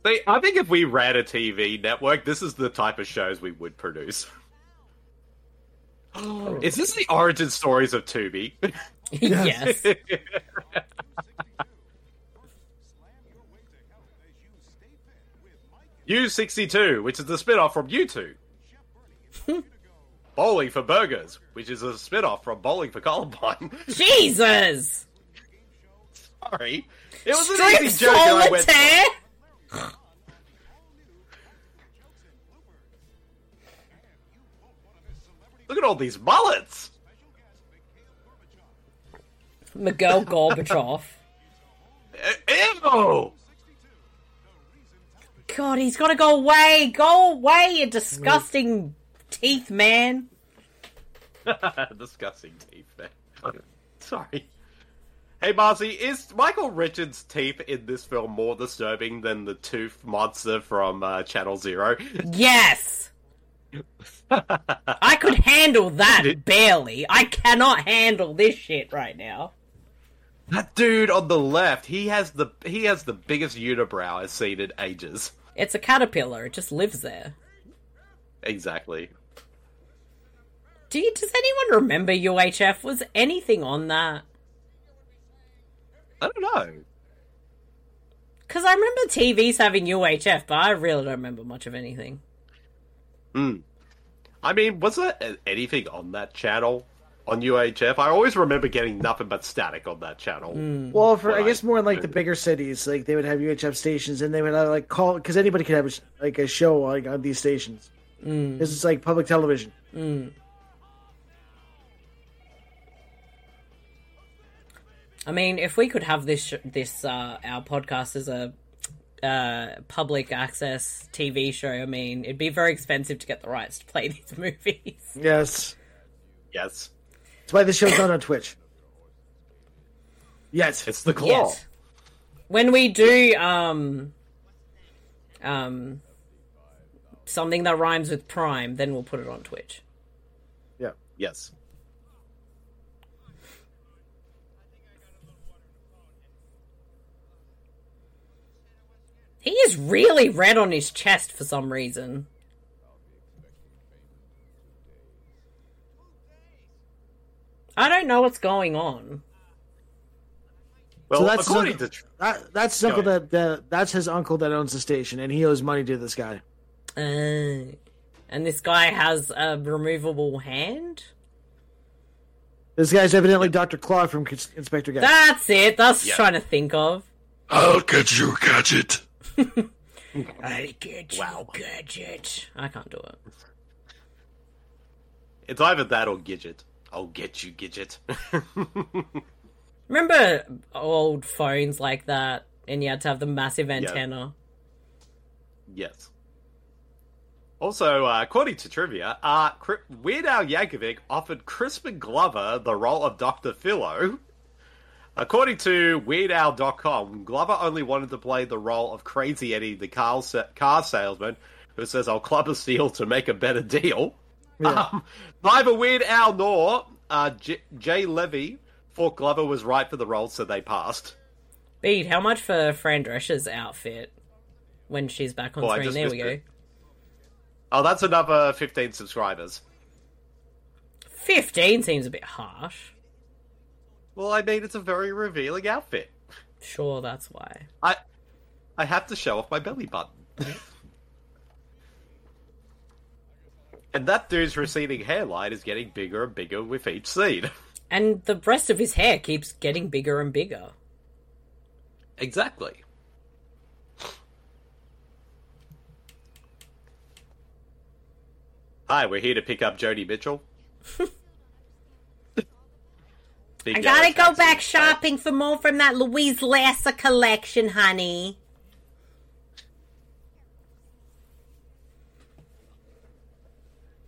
[SPEAKER 1] See, I think if we ran a TV network, this is the type of shows we would produce.
[SPEAKER 3] Oh.
[SPEAKER 1] is this the origin stories of Tubi?
[SPEAKER 2] yes.
[SPEAKER 1] U62, which is the spin-off from U2. Bowling for Burgers, which is a spin-off from Bowling for Columbine.
[SPEAKER 2] Jesus.
[SPEAKER 1] Sorry. It was an
[SPEAKER 2] Strip
[SPEAKER 1] easy joke and I went,
[SPEAKER 2] solitaire.
[SPEAKER 1] look at all these mullets.
[SPEAKER 2] Miguel Gorbachev.
[SPEAKER 1] E-, Ew!
[SPEAKER 2] God, he's got to go away. Go away, you disgusting teeth man.
[SPEAKER 1] Disgusting teeth there. Sorry. Hey Marcy, is Michael Richards' teeth in this film more disturbing than the tooth monster from uh, Channel Zero?
[SPEAKER 2] Yes. I could handle that
[SPEAKER 1] Did-
[SPEAKER 2] barely. I cannot handle this shit right now.
[SPEAKER 1] that dude on the left, he has the he has the biggest unibrow I've seen in ages.
[SPEAKER 2] It's a caterpillar. It just lives there.
[SPEAKER 1] Exactly.
[SPEAKER 2] Do you, does anyone remember UHF? Was anything on that?
[SPEAKER 1] I don't know.
[SPEAKER 2] Because I remember TVs having UHF, but I really don't remember much of anything.
[SPEAKER 1] I mean, was there a- anything on that channel on UHF? I always remember getting nothing but static on that channel.
[SPEAKER 2] Hmm.
[SPEAKER 3] Well, for I
[SPEAKER 1] Right.
[SPEAKER 3] guess more in like the bigger cities, like they would have UHF stations, and they would have, like call because anybody could have a, sh- like a show like on these stations.
[SPEAKER 2] Hmm.
[SPEAKER 3] Mm. This is like public television.
[SPEAKER 2] I mean, if we could have this sh- this uh, our podcast as a uh, public access TV show, I mean, it'd be very expensive to get the rights to play these movies.
[SPEAKER 3] Yes,
[SPEAKER 1] Yes,
[SPEAKER 3] that's why this show's not on Twitch. Yes,
[SPEAKER 1] it's the claw.
[SPEAKER 2] Yes. When we do um um something that rhymes with prime, then we'll put it on Twitch.
[SPEAKER 3] yeah.
[SPEAKER 1] Yes.
[SPEAKER 2] is really red on his chest for some reason. I don't know what's going on.
[SPEAKER 1] Well,
[SPEAKER 3] So that's his
[SPEAKER 1] according
[SPEAKER 3] uncle-
[SPEAKER 1] to tr-
[SPEAKER 3] that, that's his uncle that, that that's his uncle that owns the station, and he owes money to this guy.
[SPEAKER 2] Uh, and this guy has a removable hand?
[SPEAKER 3] This guy's evidently Doctor Claw from Cons- Inspector Gadget.
[SPEAKER 2] That's it. That's
[SPEAKER 1] Yeah.
[SPEAKER 2] trying to think of.
[SPEAKER 10] I'll catch you, Gadget.
[SPEAKER 2] I get you,
[SPEAKER 1] Wow.
[SPEAKER 2] gadget. I can't do it.
[SPEAKER 1] it's either that or Gidget. I'll get you, Gidget.
[SPEAKER 2] Remember old phones like that, and you had to have the massive antenna.
[SPEAKER 1] yes. Also, uh, according to trivia, uh, Cri- Weird Al Yankovic offered Crispin Glover the role of Dr. Philo. According to WeirdOwl.com, Glover only wanted to play the role of Crazy Eddie, the car, sa- car salesman, who says, I'll club a steal to make a better deal. Um, neither Weird Al nor uh, J- Jay Levy thought Glover was right for the role, so they passed.
[SPEAKER 2] Bede, how much for Fran Drescher's outfit when she's back on
[SPEAKER 1] Oh, I
[SPEAKER 2] screen?
[SPEAKER 1] just
[SPEAKER 2] There we go.
[SPEAKER 1] missed Oh, that's another 15 subscribers.
[SPEAKER 2] 15 seems a bit harsh.
[SPEAKER 1] Well, I mean, it's a very revealing outfit.
[SPEAKER 2] Sure, that's why.
[SPEAKER 1] I I have to show off my belly button. and that dude's receding hairline is getting bigger and bigger with each scene.
[SPEAKER 2] And the rest of his hair keeps getting bigger and bigger.
[SPEAKER 1] Exactly. Hi, we're here to pick up Jody Mitchell. Big
[SPEAKER 2] I
[SPEAKER 1] yellow
[SPEAKER 2] gotta go
[SPEAKER 1] taxi.
[SPEAKER 2] back shopping for more from that Louise Lasser collection, honey.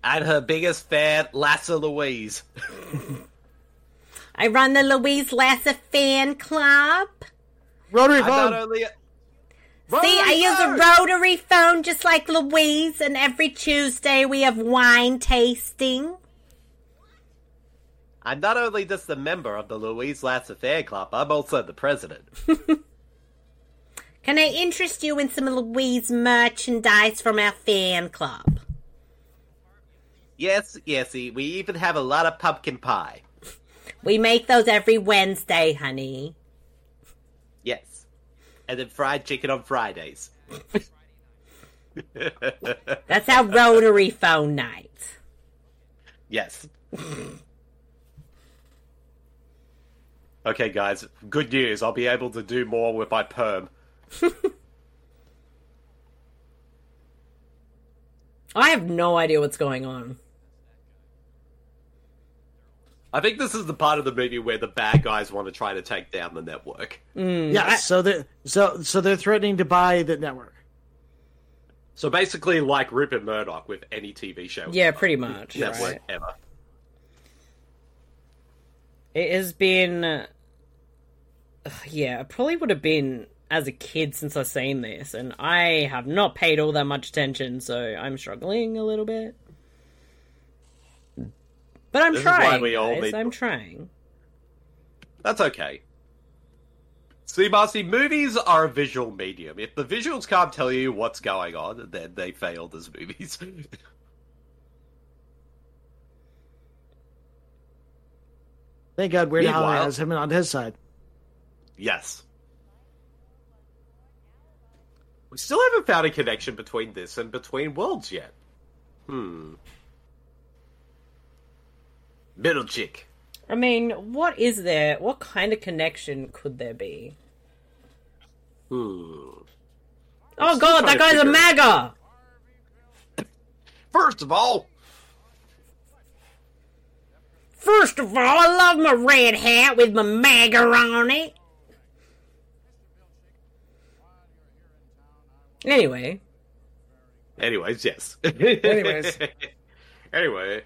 [SPEAKER 1] And her biggest fan, Lassa Louise.
[SPEAKER 2] I run the Louise Lasser fan club.
[SPEAKER 3] Rotary
[SPEAKER 1] I'm not
[SPEAKER 3] phone.
[SPEAKER 1] only
[SPEAKER 3] Oh,
[SPEAKER 2] See, I use a rotary phone just like Louise, and every Tuesday we have wine tasting.
[SPEAKER 1] I'm not only just a member of the Louise Lasser fan club, I'm also the president.
[SPEAKER 2] Can I interest you in some Louise merchandise from our fan club?
[SPEAKER 1] yes, yesy, we even have a lot of pumpkin pie.
[SPEAKER 2] We make those every Wednesday, honey.
[SPEAKER 1] Yes. And then fried chicken on Fridays.
[SPEAKER 2] That's our rotary phone night.
[SPEAKER 1] Yes. okay, guys, good news. I'll be able to do more with my perm.
[SPEAKER 2] I have no idea what's going on.
[SPEAKER 1] I think this is the part of the movie where the bad guys want to try to take down the network.
[SPEAKER 3] Yeah. So they so so they're threatening to buy the network.
[SPEAKER 1] So basically, like Rupert Murdoch with any TV show.
[SPEAKER 2] Yeah, pretty much.
[SPEAKER 1] Network
[SPEAKER 2] right.
[SPEAKER 1] ever.
[SPEAKER 2] It has been. uh, Yeah, it probably would have been as a kid since I've seen this, and I have not paid all that much attention, so I'm struggling a little bit. But I'm
[SPEAKER 1] This is why
[SPEAKER 2] trying.
[SPEAKER 1] we all
[SPEAKER 2] guys,
[SPEAKER 1] need-
[SPEAKER 2] I'm trying.
[SPEAKER 1] That's okay. See, Marcy, movies are a visual medium. If the visuals can't tell you what's going on, then they failed as movies.
[SPEAKER 3] Thank God Weird Al
[SPEAKER 1] Meanwhile-
[SPEAKER 3] has him on his side.
[SPEAKER 1] yes. We still haven't found a connection between this and Between Worlds yet. Hmm. Middle chick.
[SPEAKER 2] I mean, what is there? What kind of connection could there be?
[SPEAKER 1] Hmm.
[SPEAKER 2] Oh
[SPEAKER 1] still
[SPEAKER 2] god,
[SPEAKER 1] trying
[SPEAKER 2] that
[SPEAKER 1] to
[SPEAKER 2] guy's a
[SPEAKER 1] figure it out.
[SPEAKER 2] MAGA!
[SPEAKER 1] First of all,
[SPEAKER 2] First of all, I love my red hat with my MAGA on it. Anyway,
[SPEAKER 1] Anyways, yes. Anyways. anyway,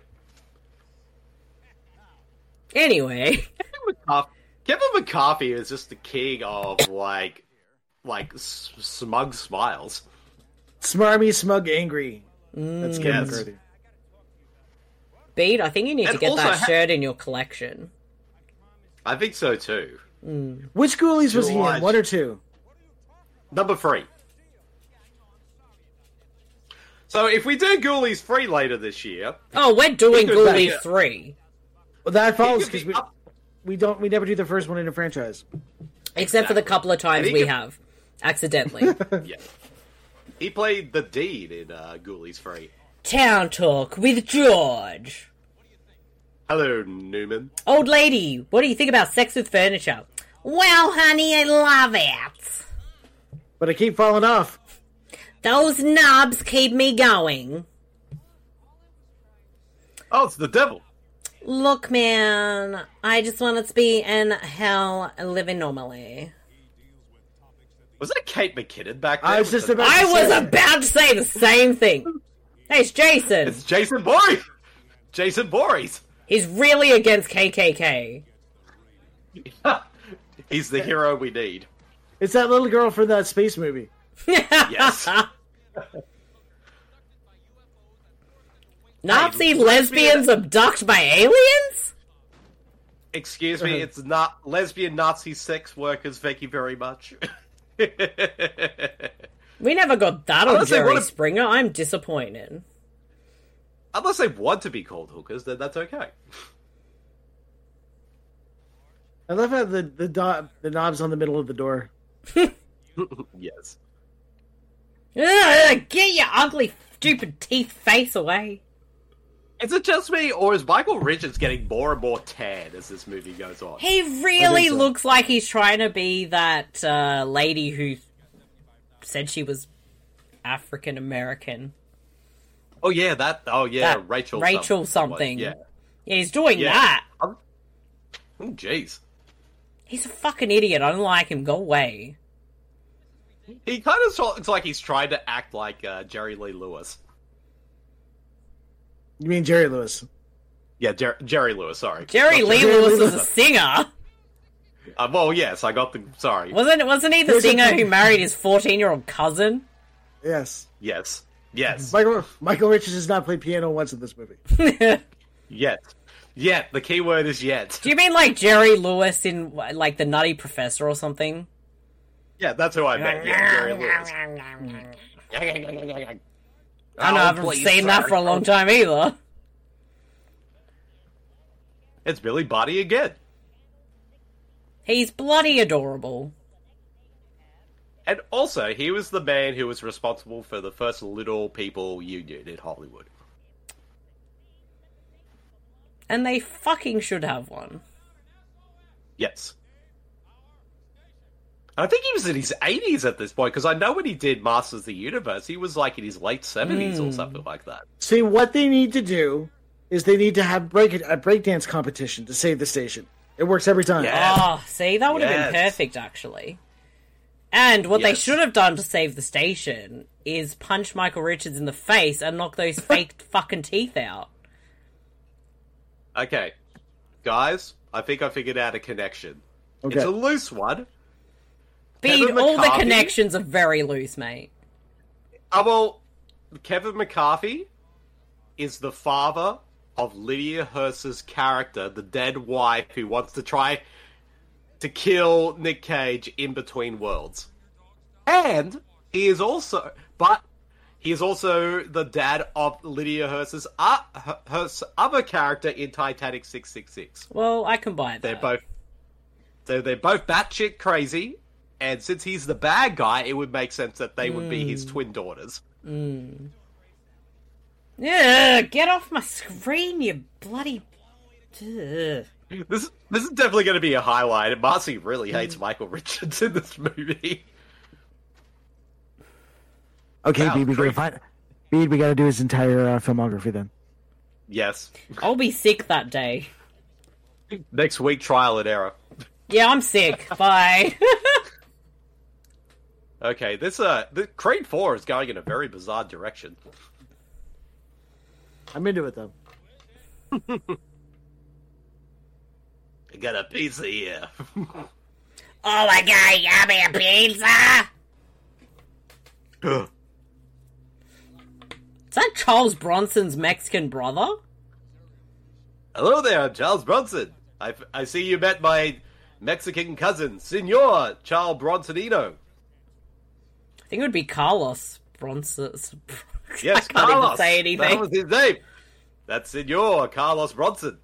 [SPEAKER 2] anyway,
[SPEAKER 1] McCarthy, Kevin McCarthy is just the king of like, like s- smug smiles.
[SPEAKER 3] Smarmy, smug, angry. That's Kevin
[SPEAKER 1] Yes.
[SPEAKER 3] McCarthy.
[SPEAKER 2] Bede, I think you need to
[SPEAKER 1] And
[SPEAKER 2] get
[SPEAKER 1] also
[SPEAKER 2] that
[SPEAKER 1] ha-
[SPEAKER 2] shirt in your collection.
[SPEAKER 1] I think so too.
[SPEAKER 3] Which Ghoulies was he
[SPEAKER 1] George.
[SPEAKER 3] in? One or two?
[SPEAKER 1] Number three. So if we do Ghoulies 3 later this year,
[SPEAKER 2] Oh, we're doing
[SPEAKER 1] He could make
[SPEAKER 2] Ghoulies
[SPEAKER 1] it.
[SPEAKER 2] three,
[SPEAKER 3] Well, that follows
[SPEAKER 1] could
[SPEAKER 3] because
[SPEAKER 1] be
[SPEAKER 3] we,
[SPEAKER 1] up-
[SPEAKER 3] we don't we never do the first one in a franchise.
[SPEAKER 2] except for the couple of times
[SPEAKER 1] he
[SPEAKER 2] we
[SPEAKER 1] could-
[SPEAKER 2] have accidentally.
[SPEAKER 1] yeah. He played the Deed in uh, Ghoulies 3.
[SPEAKER 2] Town talk with George.
[SPEAKER 1] Hello, Newman.
[SPEAKER 2] Old lady, what do you think about sex with furniture? Well, honey, I love it.
[SPEAKER 3] But I keep falling off.
[SPEAKER 2] Those knobs keep me going.
[SPEAKER 1] Oh, it's the devil.
[SPEAKER 2] Look, man, I just wanted to be in hell living normally.
[SPEAKER 1] Was that Kate McKinnon back then?
[SPEAKER 3] I was
[SPEAKER 1] with
[SPEAKER 3] just
[SPEAKER 1] the-
[SPEAKER 3] about.
[SPEAKER 2] I
[SPEAKER 3] to
[SPEAKER 2] was
[SPEAKER 3] say,
[SPEAKER 2] about to say the same thing. Hey, it's Jason.
[SPEAKER 1] It's Jason Voorhees. Jason Voorhees.
[SPEAKER 2] He's really against KKK.
[SPEAKER 1] He's the hero we need.
[SPEAKER 3] It's that little girl from that space movie.
[SPEAKER 1] Yes.
[SPEAKER 2] Nazi lesbians abducted by aliens?
[SPEAKER 1] Excuse me, it's not lesbian Nazi sex workers. Thank you very much.
[SPEAKER 2] We never got that on
[SPEAKER 1] Unless they
[SPEAKER 2] Jerry
[SPEAKER 1] wanna-
[SPEAKER 2] Springer. I'm disappointed.
[SPEAKER 1] Unless they want to be called hookers, then that's okay.
[SPEAKER 3] I love how the the do- the knobs on the middle of the door.
[SPEAKER 1] Yes.
[SPEAKER 2] Ugh, get your ugly, stupid teeth face away.
[SPEAKER 1] Is it just me, or is Michael Richards getting more and more tan as this movie goes on?
[SPEAKER 2] He really
[SPEAKER 3] so.
[SPEAKER 2] looks like he's trying to be that uh, lady who said she was African American.
[SPEAKER 1] Oh yeah, that. Oh yeah,
[SPEAKER 2] That
[SPEAKER 1] Rachel.
[SPEAKER 2] Rachel something.
[SPEAKER 1] someone. Yeah.
[SPEAKER 2] Yeah, he's doing
[SPEAKER 1] Yeah.
[SPEAKER 2] that.
[SPEAKER 1] I'm- Oh jeez,
[SPEAKER 2] He's a fucking idiot. I don't like him. Go away.
[SPEAKER 1] he kind of looks like he's trying to act like uh, Jerry Lee Lewis.
[SPEAKER 3] You mean Jerry Lewis?
[SPEAKER 1] Yeah, Jer- Jerry Lewis. Sorry,
[SPEAKER 2] Jerry
[SPEAKER 1] Not
[SPEAKER 2] Lee
[SPEAKER 1] Jerry-
[SPEAKER 2] Lewis was a singer.
[SPEAKER 1] Uh, well, yes, I got the. Sorry.
[SPEAKER 2] Wasn't wasn't he the
[SPEAKER 3] There's a-
[SPEAKER 2] singer who married his fourteen year old cousin?
[SPEAKER 3] Yes.
[SPEAKER 1] Yes. Yes.
[SPEAKER 3] Michael Michael Richards does not play piano once in this movie.
[SPEAKER 1] Yet. Yet. The key word is yet.
[SPEAKER 2] Do you mean like Jerry Lewis in like the Nutty Professor or something?
[SPEAKER 1] Yeah, that's who I meant. Yeah, Jerry Lewis.
[SPEAKER 2] I don't know. I haven't seen that for a long time either.
[SPEAKER 1] It's Billy Body again.
[SPEAKER 2] He's bloody adorable.
[SPEAKER 1] And also, he was the man who was responsible for the first Little People Union in Hollywood.
[SPEAKER 2] And they fucking should have one.
[SPEAKER 1] Yes. I think he was in his 80s at this point, because I know when he did Masters of the Universe, he was like in his late 70s or something like that.
[SPEAKER 3] See, what they need to do is they need to have break a breakdance competition to save the station. It works every time.
[SPEAKER 1] Yes.
[SPEAKER 2] Oh, see, that would have been
[SPEAKER 1] Yes.
[SPEAKER 2] perfect actually. And what they
[SPEAKER 1] Yes.
[SPEAKER 2] should have done to save the station is punch Michael Richards in the face and knock those fake fucking teeth out.
[SPEAKER 1] Okay. Guys, I think I figured out a connection.
[SPEAKER 3] Okay.
[SPEAKER 1] It's a loose one,
[SPEAKER 2] Bead,
[SPEAKER 1] Kevin
[SPEAKER 2] all the
[SPEAKER 1] McCarthy?
[SPEAKER 2] connections are very loose, mate.
[SPEAKER 1] Uh, well, Kevin McCarthy is the father of Lydia Hearst's character, the dead wife who wants to try to kill Nick Cage in between worlds. And he is also, but he is also the dad of Lydia Hearst's, uh, her, Hearst's other character in Titanic 666.
[SPEAKER 2] Well, I can buy that.
[SPEAKER 1] They're both, so they're both batshit crazy. And since he's the bad guy, it would make sense that they would be his twin daughters.
[SPEAKER 2] Yeah, get off my screen, you bloody. Ugh.
[SPEAKER 1] This this is definitely going to be a highlight. Marcy really hates Michael Richards in this movie.
[SPEAKER 3] Okay,
[SPEAKER 1] Wow,
[SPEAKER 3] Bede, we gotta
[SPEAKER 1] great.
[SPEAKER 3] find. Bede, we gotta do his entire uh, filmography then.
[SPEAKER 1] Yes,
[SPEAKER 2] I'll be sick that day.
[SPEAKER 1] next week trial and error.
[SPEAKER 2] Yeah, I'm sick. Bye.
[SPEAKER 1] Okay, this uh, the Creed Four is going in a very bizarre direction.
[SPEAKER 3] I'm into it though.
[SPEAKER 1] I got a pizza here.
[SPEAKER 2] oh my god, yummy pizza! Is that Charles Bronson's Mexican brother?
[SPEAKER 1] Hello there, I'm Charles Bronson. I, I see you met my Mexican cousin, Senor Charles Bronsonino.
[SPEAKER 2] I think it would be Carlos Bronson.
[SPEAKER 1] Yes,
[SPEAKER 2] I can't even
[SPEAKER 1] Carlos.
[SPEAKER 2] say anything.
[SPEAKER 1] That was his name. That's Senor Carlos Bronson.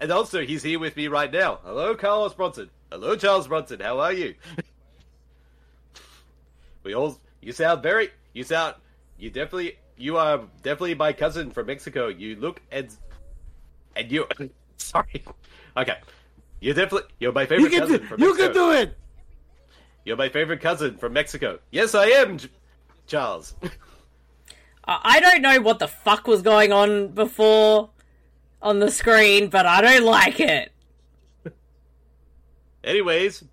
[SPEAKER 1] And also, he's here with me right now. Hello, Carlos Bronson. Hello, Charles Bronson. How are you? we all. You sound very. You sound. You definitely. You are definitely my cousin from Mexico. You look and. And you. Sorry. Okay. You're definitely. You're my favorite
[SPEAKER 3] You can
[SPEAKER 1] cousin
[SPEAKER 3] do,
[SPEAKER 1] from
[SPEAKER 3] you
[SPEAKER 1] Mexico.
[SPEAKER 3] can do it.
[SPEAKER 1] You're my favorite cousin from Mexico. Yes, I am, J- Charles.
[SPEAKER 2] I I don't know what the fuck was going on before on the screen, but I don't like it.
[SPEAKER 1] Anyways,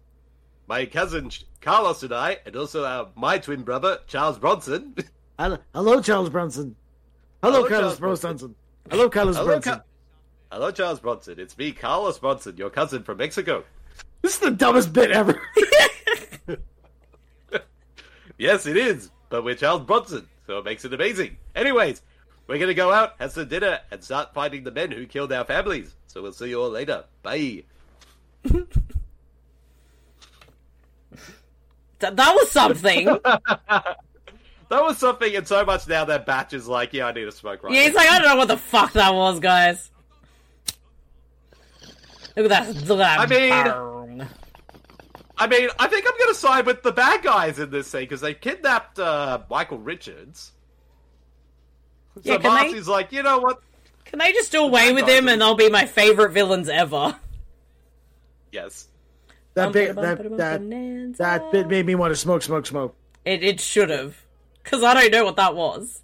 [SPEAKER 1] my cousin Ch- Carlos and I, and also uh, my twin brother Charles Bronson.
[SPEAKER 3] Hello, hello, Charles Bronson. Hello,
[SPEAKER 1] Hello, Charles
[SPEAKER 3] Carlos
[SPEAKER 1] Bronson.
[SPEAKER 3] Bronson. Hello, Carlos
[SPEAKER 1] Hello,
[SPEAKER 3] Bronson.
[SPEAKER 1] Ca- Hello, Charles Bronson. It's me, Carlos Bronson, your cousin from Mexico.
[SPEAKER 3] this is the dumbest bit ever.
[SPEAKER 1] Yes, it is, but we're Charles Bronson, so it makes it amazing. Anyways, we're gonna go out, have some dinner, and start finding the men who killed our families. So we'll see you all later. Bye.
[SPEAKER 2] Th- that was something. yeah,
[SPEAKER 1] That was something, and so much now that Batch is like, yeah, I need a smoke right
[SPEAKER 2] he's
[SPEAKER 1] now.
[SPEAKER 2] like, I don't know what the fuck that was, guys. Look at that. Look at that.
[SPEAKER 1] I mean-
[SPEAKER 2] burn.
[SPEAKER 1] I mean, I think I'm gonna side with the bad guys in this thing because they kidnapped uh, Michael Richards. So
[SPEAKER 2] Yeah, can they-
[SPEAKER 1] Marcy's like, you know what?
[SPEAKER 2] Can they just do away
[SPEAKER 1] bad
[SPEAKER 2] with
[SPEAKER 1] guys
[SPEAKER 2] him and
[SPEAKER 1] in-
[SPEAKER 2] they'll be my favorite villains ever?
[SPEAKER 1] Yes,
[SPEAKER 3] that bit, that, that, that bit made me want to smoke, smoke, smoke.
[SPEAKER 2] It, it should have. Because I don't know what that was.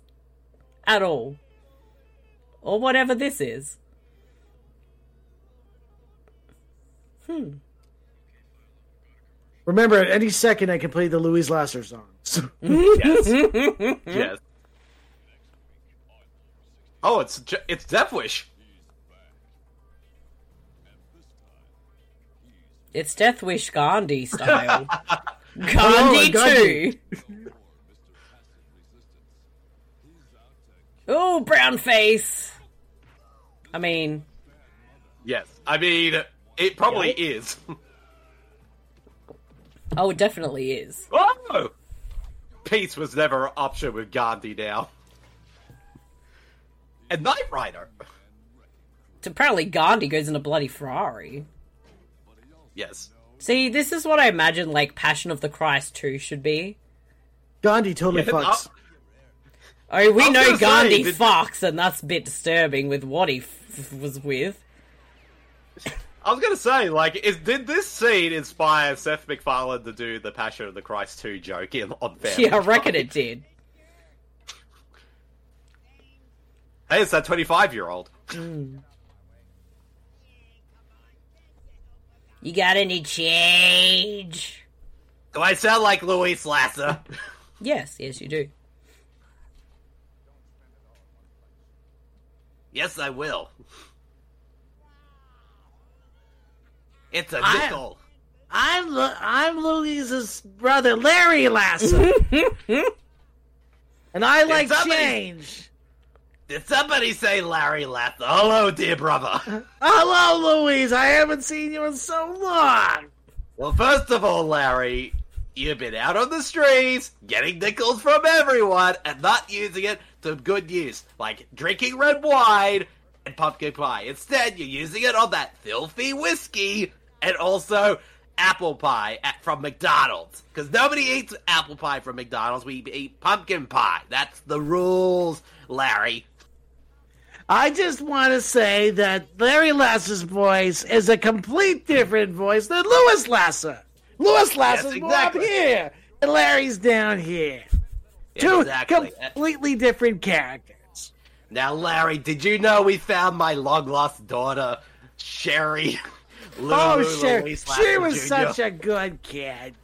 [SPEAKER 2] At all. Or whatever this is. Hmm.
[SPEAKER 3] Remember, at any second, I can play the Louis Lasser song.
[SPEAKER 1] yes,
[SPEAKER 2] Hmm?
[SPEAKER 1] yes. Oh, it's J- it's Death Wish.
[SPEAKER 2] It's Death Wish Gandhi style. Gandhi
[SPEAKER 3] Hello,
[SPEAKER 2] too.
[SPEAKER 3] Oh, Gandhi.
[SPEAKER 2] Ooh, brown face. I mean,
[SPEAKER 1] Yes, I mean it probably is.
[SPEAKER 2] oh, it definitely is.
[SPEAKER 1] oh, peace was never an option with Gandhi now. And Knight Rider.
[SPEAKER 2] It's apparently Gandhi goes in a bloody Ferrari.
[SPEAKER 1] Yes,
[SPEAKER 2] See, this is what I imagine like Passion of the Christ 2 should be.
[SPEAKER 3] Gandhi totally
[SPEAKER 1] Yeah,
[SPEAKER 3] fucks.
[SPEAKER 1] I'll-
[SPEAKER 2] Oh, we
[SPEAKER 1] was
[SPEAKER 2] know
[SPEAKER 1] gonna say,
[SPEAKER 2] Gandhi
[SPEAKER 1] did-
[SPEAKER 2] fucks, and that's a bit disturbing with what he f- f- was with.
[SPEAKER 1] I was gonna say, like, is did this scene inspire Seth MacFarlane to do the Passion of the Christ two joke in on Family
[SPEAKER 2] Yeah, I
[SPEAKER 1] Guy?
[SPEAKER 2] reckon it did.
[SPEAKER 1] Hey, it's that twenty five year old.
[SPEAKER 2] You got any change?
[SPEAKER 1] Do I sound like Louis Lasser?
[SPEAKER 2] Yes, yes, you do.
[SPEAKER 1] yes, I will. It's a
[SPEAKER 3] I-
[SPEAKER 1] nickel.
[SPEAKER 3] I'm Lu- I'm Louise's brother, Larry Lasser, and I like
[SPEAKER 1] somebody-
[SPEAKER 3] change.
[SPEAKER 1] Did somebody say Larry Lasser? Hello, dear brother.
[SPEAKER 3] Hello, Louise. I haven't seen you in so long.
[SPEAKER 1] well, first of all, Larry, you've been out on the streets getting nickels from everyone and not using it to good use, like drinking red wine and pumpkin pie. Instead, you're using it on that filthy whiskey and also apple pie at, from McDonald's. Because nobody eats apple pie from McDonald's. We eat pumpkin pie. That's the rules, Larry.
[SPEAKER 3] I just want to say that Larry Lasser's voice is a complete different voice than Louis Lasser. Louis Lasser's
[SPEAKER 1] exactly.
[SPEAKER 3] more up here, and Larry's down here.
[SPEAKER 1] Exactly.
[SPEAKER 3] Two completely different characters.
[SPEAKER 1] Now, Larry, did you know we found my long lost daughter, Sherry?
[SPEAKER 3] Oh,
[SPEAKER 1] Lulu
[SPEAKER 3] Sherry.
[SPEAKER 1] Louise
[SPEAKER 3] She
[SPEAKER 1] Lasser
[SPEAKER 3] was
[SPEAKER 1] Jr.?
[SPEAKER 3] such a good kid.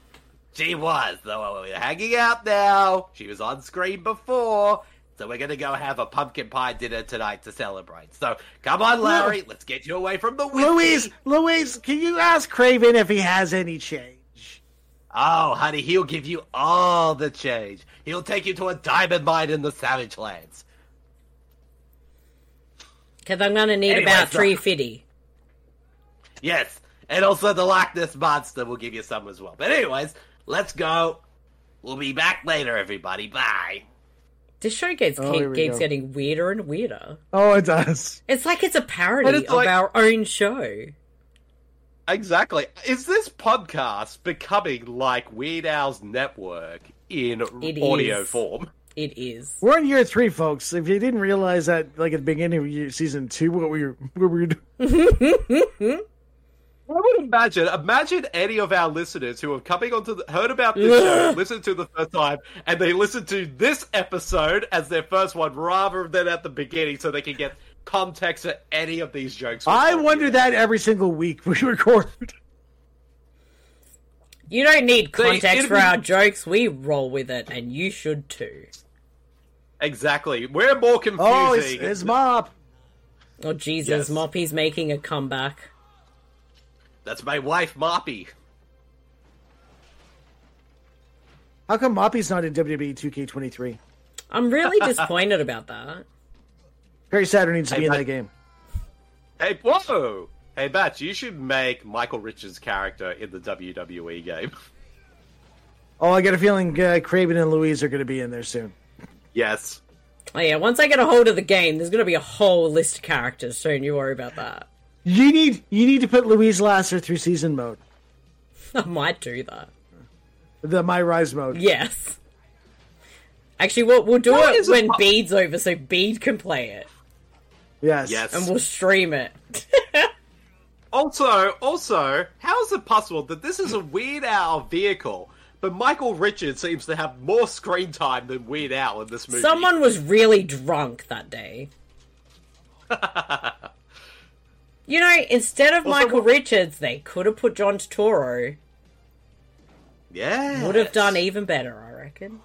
[SPEAKER 1] She was. So uh, we're hanging out now. She was on screen before. So we're gonna go have a pumpkin pie dinner tonight to celebrate. So come on, Larry, let's get you away from the whiskey.
[SPEAKER 3] Louise, Louise, can you ask Craven if he has any change?
[SPEAKER 1] Oh, honey, he'll give you all the change. He'll take you to a diamond mine in the Savage Lands.
[SPEAKER 2] Because I'm going to need
[SPEAKER 1] Anyway,
[SPEAKER 2] about
[SPEAKER 1] so-
[SPEAKER 2] 350.
[SPEAKER 1] Yes, and also the Loch Ness Monster will give you some as well. But anyways, let's go. We'll be back later, everybody. Bye.
[SPEAKER 2] This show gets
[SPEAKER 3] Oh, here
[SPEAKER 2] keep,
[SPEAKER 3] we
[SPEAKER 2] keeps
[SPEAKER 3] go.
[SPEAKER 2] getting weirder and weirder.
[SPEAKER 3] Oh, it does.
[SPEAKER 2] It's like it's a parody
[SPEAKER 1] And it's
[SPEAKER 2] of
[SPEAKER 1] like-
[SPEAKER 2] our own show.
[SPEAKER 1] Exactly. Is this podcast becoming like Weird Al's network in
[SPEAKER 2] It
[SPEAKER 1] audio
[SPEAKER 2] is.
[SPEAKER 1] form?
[SPEAKER 2] It is.
[SPEAKER 3] We're in year three, folks. If you didn't realize that, like at the beginning of year, season two, what we were, what we were doing.
[SPEAKER 1] I would imagine. Imagine any of our listeners who have coming onto the, heard about this show, listened to it the first time, and they listened to this episode as their first one rather than at the beginning, so they can get context to any of these jokes. we're
[SPEAKER 3] I
[SPEAKER 1] talking
[SPEAKER 3] wonder
[SPEAKER 1] about.
[SPEAKER 3] that every single week we record.
[SPEAKER 2] You don't need
[SPEAKER 1] See,
[SPEAKER 2] context
[SPEAKER 1] it'd
[SPEAKER 2] for
[SPEAKER 1] be-
[SPEAKER 2] our jokes. We roll with it, and you should too.
[SPEAKER 1] exactly. We're more confusing.
[SPEAKER 3] Oh, it's, it's mop.
[SPEAKER 2] Oh
[SPEAKER 1] Yes.
[SPEAKER 2] Jesus, Moppy's making a comeback.
[SPEAKER 1] That's my wife, Moppy.
[SPEAKER 3] How come Moppy's not in E WWE 2K23?
[SPEAKER 2] I'm really disappointed about that.
[SPEAKER 3] Perry Saturn needs to
[SPEAKER 1] Hey,
[SPEAKER 3] be in
[SPEAKER 1] but-
[SPEAKER 3] that game.
[SPEAKER 1] Hey, whoa! Hey, Batch, you should make Michael Richards' character in the WWE game.
[SPEAKER 3] Oh, I got a feeling uh, Craven and Louise are going to be in there soon.
[SPEAKER 1] Yes.
[SPEAKER 2] Oh yeah, once I get a hold of the game, there's gonna be a whole list of characters. So don't you worry about that.
[SPEAKER 3] You need you need to put Louise Lasser through season mode,
[SPEAKER 2] I might do that.
[SPEAKER 3] the My Rise mode.
[SPEAKER 2] Yes. Actually, we'll we'll do
[SPEAKER 1] What
[SPEAKER 2] it
[SPEAKER 1] is a
[SPEAKER 2] when
[SPEAKER 1] po-
[SPEAKER 2] Bead's over, so Bead can play it,
[SPEAKER 3] Yes.
[SPEAKER 1] Yes.
[SPEAKER 2] and we'll stream it.
[SPEAKER 1] Also, also, how is it possible that this is a Weird Al vehicle, but Michael Richards seems to have more screen time than Weird Al in this movie?
[SPEAKER 2] Someone was really drunk that day. you know, instead of
[SPEAKER 1] Well,
[SPEAKER 2] Michael
[SPEAKER 1] someone-
[SPEAKER 2] Richards, they could have put John Turturro.
[SPEAKER 1] yeah,
[SPEAKER 2] Would have done even better, I reckon.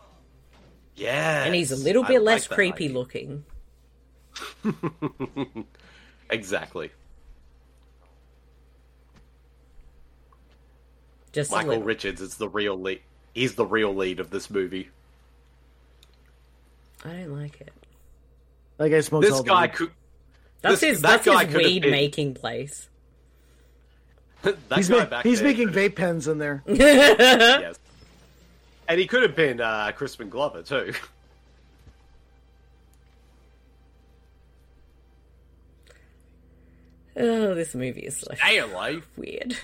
[SPEAKER 1] Yeah,
[SPEAKER 2] And he's a little bit less creepy looking.
[SPEAKER 1] Exactly.
[SPEAKER 2] Just a
[SPEAKER 1] Michael
[SPEAKER 2] little.
[SPEAKER 1] Richards is the real lead. He's the real lead of this movie.
[SPEAKER 2] I don't like it.
[SPEAKER 3] That guy smokes
[SPEAKER 1] This
[SPEAKER 3] all
[SPEAKER 1] guy
[SPEAKER 3] the
[SPEAKER 1] could.
[SPEAKER 2] That's
[SPEAKER 1] This-
[SPEAKER 2] his.
[SPEAKER 1] that guy
[SPEAKER 2] that's his
[SPEAKER 1] could have
[SPEAKER 2] weed
[SPEAKER 1] been-
[SPEAKER 2] making place.
[SPEAKER 1] that
[SPEAKER 3] He's,
[SPEAKER 1] guy
[SPEAKER 3] ma-
[SPEAKER 1] back
[SPEAKER 3] he's
[SPEAKER 1] there-
[SPEAKER 3] making vape pens in there.
[SPEAKER 1] yes. And he could have been uh, Crispin Glover too.
[SPEAKER 2] Oh, this movie is so
[SPEAKER 1] Damn, like
[SPEAKER 2] weird.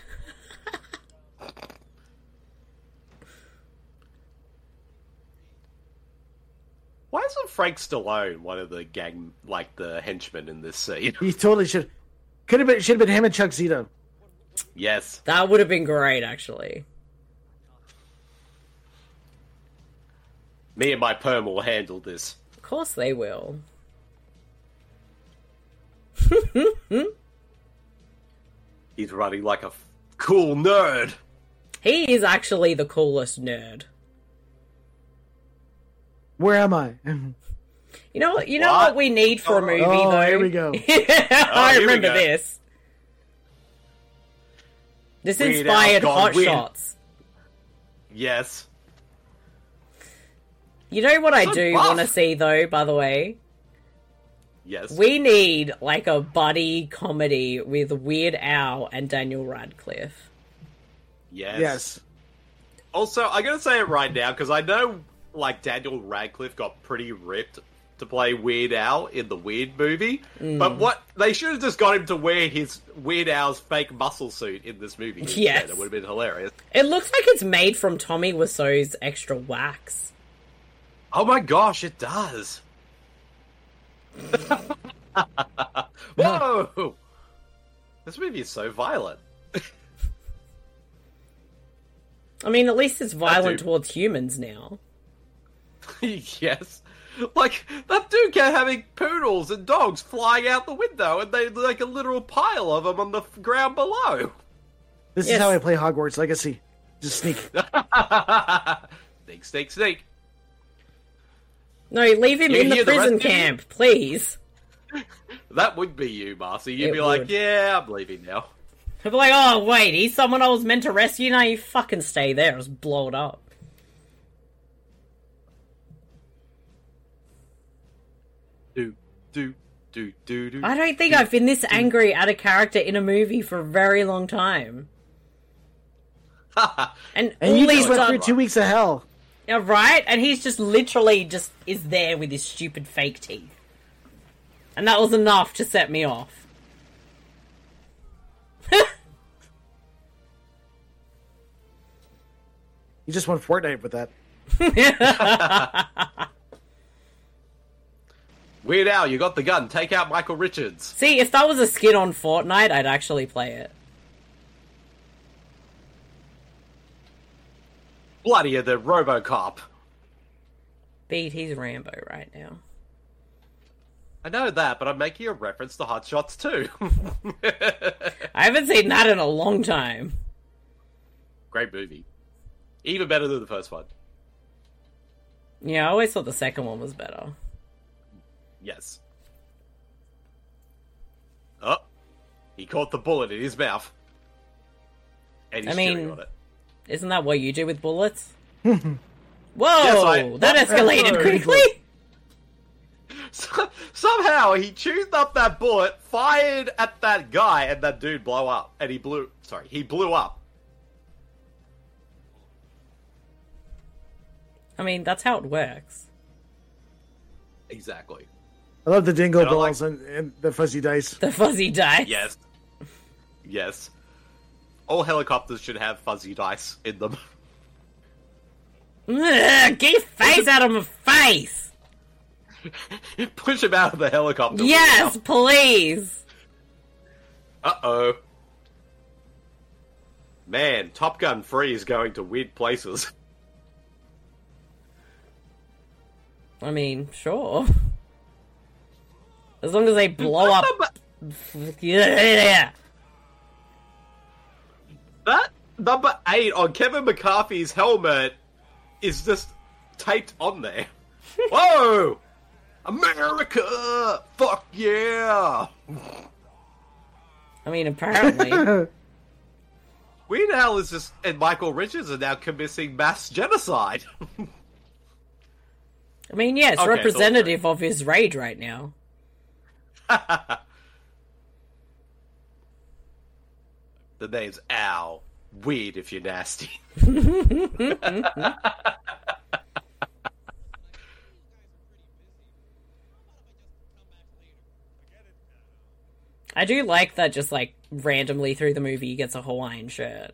[SPEAKER 1] why isn't Frank Stallone one of the gang, like the henchmen in this scene?
[SPEAKER 3] he totally should could have been should have been him and Chuck Zito.
[SPEAKER 1] yes.
[SPEAKER 2] That would have been great, actually.
[SPEAKER 1] Me and my perm will handle this.
[SPEAKER 2] Of course they will.
[SPEAKER 1] He's running like a f- cool nerd.
[SPEAKER 2] He is actually the coolest nerd.
[SPEAKER 3] Where am I?
[SPEAKER 2] You know what? You know
[SPEAKER 1] What?
[SPEAKER 2] what we need for a movie,
[SPEAKER 3] oh,
[SPEAKER 2] though.
[SPEAKER 3] here we go.
[SPEAKER 2] I
[SPEAKER 1] here we
[SPEAKER 2] remember
[SPEAKER 1] go.
[SPEAKER 2] this. This
[SPEAKER 1] Weird Al
[SPEAKER 2] inspired
[SPEAKER 1] gone
[SPEAKER 2] Hot
[SPEAKER 1] weird.
[SPEAKER 2] Shots.
[SPEAKER 1] Yes.
[SPEAKER 2] You know what I
[SPEAKER 1] Good
[SPEAKER 2] do
[SPEAKER 1] buff.
[SPEAKER 2] want to see, though. By the way,
[SPEAKER 1] Yes.
[SPEAKER 2] we need like a buddy comedy with Weird Al and Daniel Radcliffe.
[SPEAKER 1] yes.
[SPEAKER 3] yes.
[SPEAKER 1] Also, I'm gonna say it right now because I know, like Daniel Radcliffe got pretty ripped to play Weird Al in the Weird movie, but what they should have just got him to wear his Weird Al's fake muscle suit in this movie. instead.
[SPEAKER 2] Yes.
[SPEAKER 1] it would have been hilarious.
[SPEAKER 2] It looks like it's made from Tommy Wiseau's extra wax.
[SPEAKER 1] Oh my gosh, it does. Whoa! This movie is so violent.
[SPEAKER 2] I mean, at least it's violent
[SPEAKER 1] dude-
[SPEAKER 2] towards humans now.
[SPEAKER 1] yes. Like that dude kept having poodles and dogs flying out the window, and they like a literal pile of them on the f- ground below.
[SPEAKER 3] This
[SPEAKER 2] Yes.
[SPEAKER 3] is how I play Hogwarts Legacy. Just sneak.
[SPEAKER 1] snake, snake, snake.
[SPEAKER 2] No, leave him
[SPEAKER 1] You
[SPEAKER 2] in the
[SPEAKER 1] hear the
[SPEAKER 2] prison
[SPEAKER 1] rest of you?
[SPEAKER 2] camp, please.
[SPEAKER 1] That would be you, Marcy. You'd
[SPEAKER 2] It
[SPEAKER 1] be like,
[SPEAKER 2] would.
[SPEAKER 1] "Yeah, I'm leaving now."
[SPEAKER 2] People are like, oh wait, he's someone I was meant to rescue. Now you fucking stay there. Just blow it up.
[SPEAKER 1] Do do do do do.
[SPEAKER 2] I don't think I've been this angry at a character in a movie for a very long time. And,
[SPEAKER 3] And
[SPEAKER 2] all
[SPEAKER 3] you
[SPEAKER 2] these
[SPEAKER 3] just went
[SPEAKER 2] time-
[SPEAKER 3] through two weeks of hell.
[SPEAKER 2] Yeah, right? And he's just literally just is there with his stupid fake teeth. And that was enough to set me off.
[SPEAKER 3] You just won Fortnite with that.
[SPEAKER 1] Weird Al, you got the gun. Take out Michael Richards.
[SPEAKER 2] See, if that was a skin on Fortnite, I'd actually play it.
[SPEAKER 1] Bloodier than RoboCop.
[SPEAKER 2] Beat, he's Rambo right now.
[SPEAKER 1] I know that, but I'm making a reference to Hot Shots too.
[SPEAKER 2] I haven't seen that in a long time.
[SPEAKER 1] Great movie. Even better than the first one.
[SPEAKER 2] Yeah, I always thought the second one was better.
[SPEAKER 1] Yes. Oh, he caught the bullet in his mouth. And he's
[SPEAKER 2] I
[SPEAKER 1] chewing
[SPEAKER 2] mean,
[SPEAKER 1] on it.
[SPEAKER 2] Isn't that what you do with bullets?
[SPEAKER 1] Yes,
[SPEAKER 2] Whoa!
[SPEAKER 1] I-
[SPEAKER 2] that escalated quickly!
[SPEAKER 1] So- somehow he tuned up that bullet, fired at that guy, and that dude blow up. And he blew. Sorry, he blew up.
[SPEAKER 2] I mean, that's how it works.
[SPEAKER 1] Exactly.
[SPEAKER 3] I love the dingo
[SPEAKER 1] I don't
[SPEAKER 3] balls and, and the fuzzy dice.
[SPEAKER 2] The fuzzy dice.
[SPEAKER 1] Yes. Yes. All helicopters should have fuzzy dice in them.
[SPEAKER 2] Ugh, get your face out of my face!
[SPEAKER 1] Push him out of the helicopter.
[SPEAKER 2] Yes, please!
[SPEAKER 1] Uh oh. Man, Top Gun 3 is going to weird places.
[SPEAKER 2] I mean, sure. As long as they blow up. Yeah.
[SPEAKER 1] That number 8 on Kevin McCarthy's helmet is just taped on there. Whoa! America! Fuck yeah!
[SPEAKER 2] I mean, apparently.
[SPEAKER 1] Weird Al is just, and Michael Richards are now committing mass genocide.
[SPEAKER 2] I mean, yeah,
[SPEAKER 1] Okay, it's
[SPEAKER 2] it's
[SPEAKER 1] all
[SPEAKER 2] representative of his raid right now.
[SPEAKER 1] the name's Al. Weird if you're nasty.
[SPEAKER 2] I do like that just like randomly through the movie he gets a Hawaiian shirt.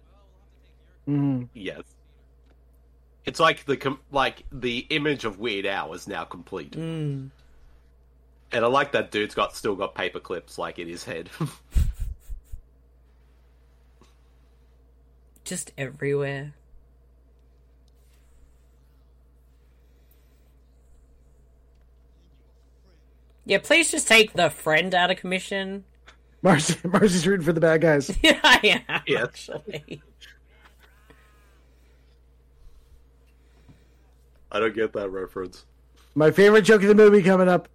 [SPEAKER 1] Yes. It's like the com- like the image of Weird Al is now complete,
[SPEAKER 2] Mm.
[SPEAKER 1] and I like that dude's got still got paper clips like in his head.
[SPEAKER 2] Just everywhere. Yeah, please just take the friend out of commission.
[SPEAKER 3] Marcy, Marcy's rooting for the bad guys.
[SPEAKER 2] Yeah, I am,
[SPEAKER 1] Yes.
[SPEAKER 2] actually.
[SPEAKER 1] I don't get that reference.
[SPEAKER 3] My favorite joke of the movie coming up.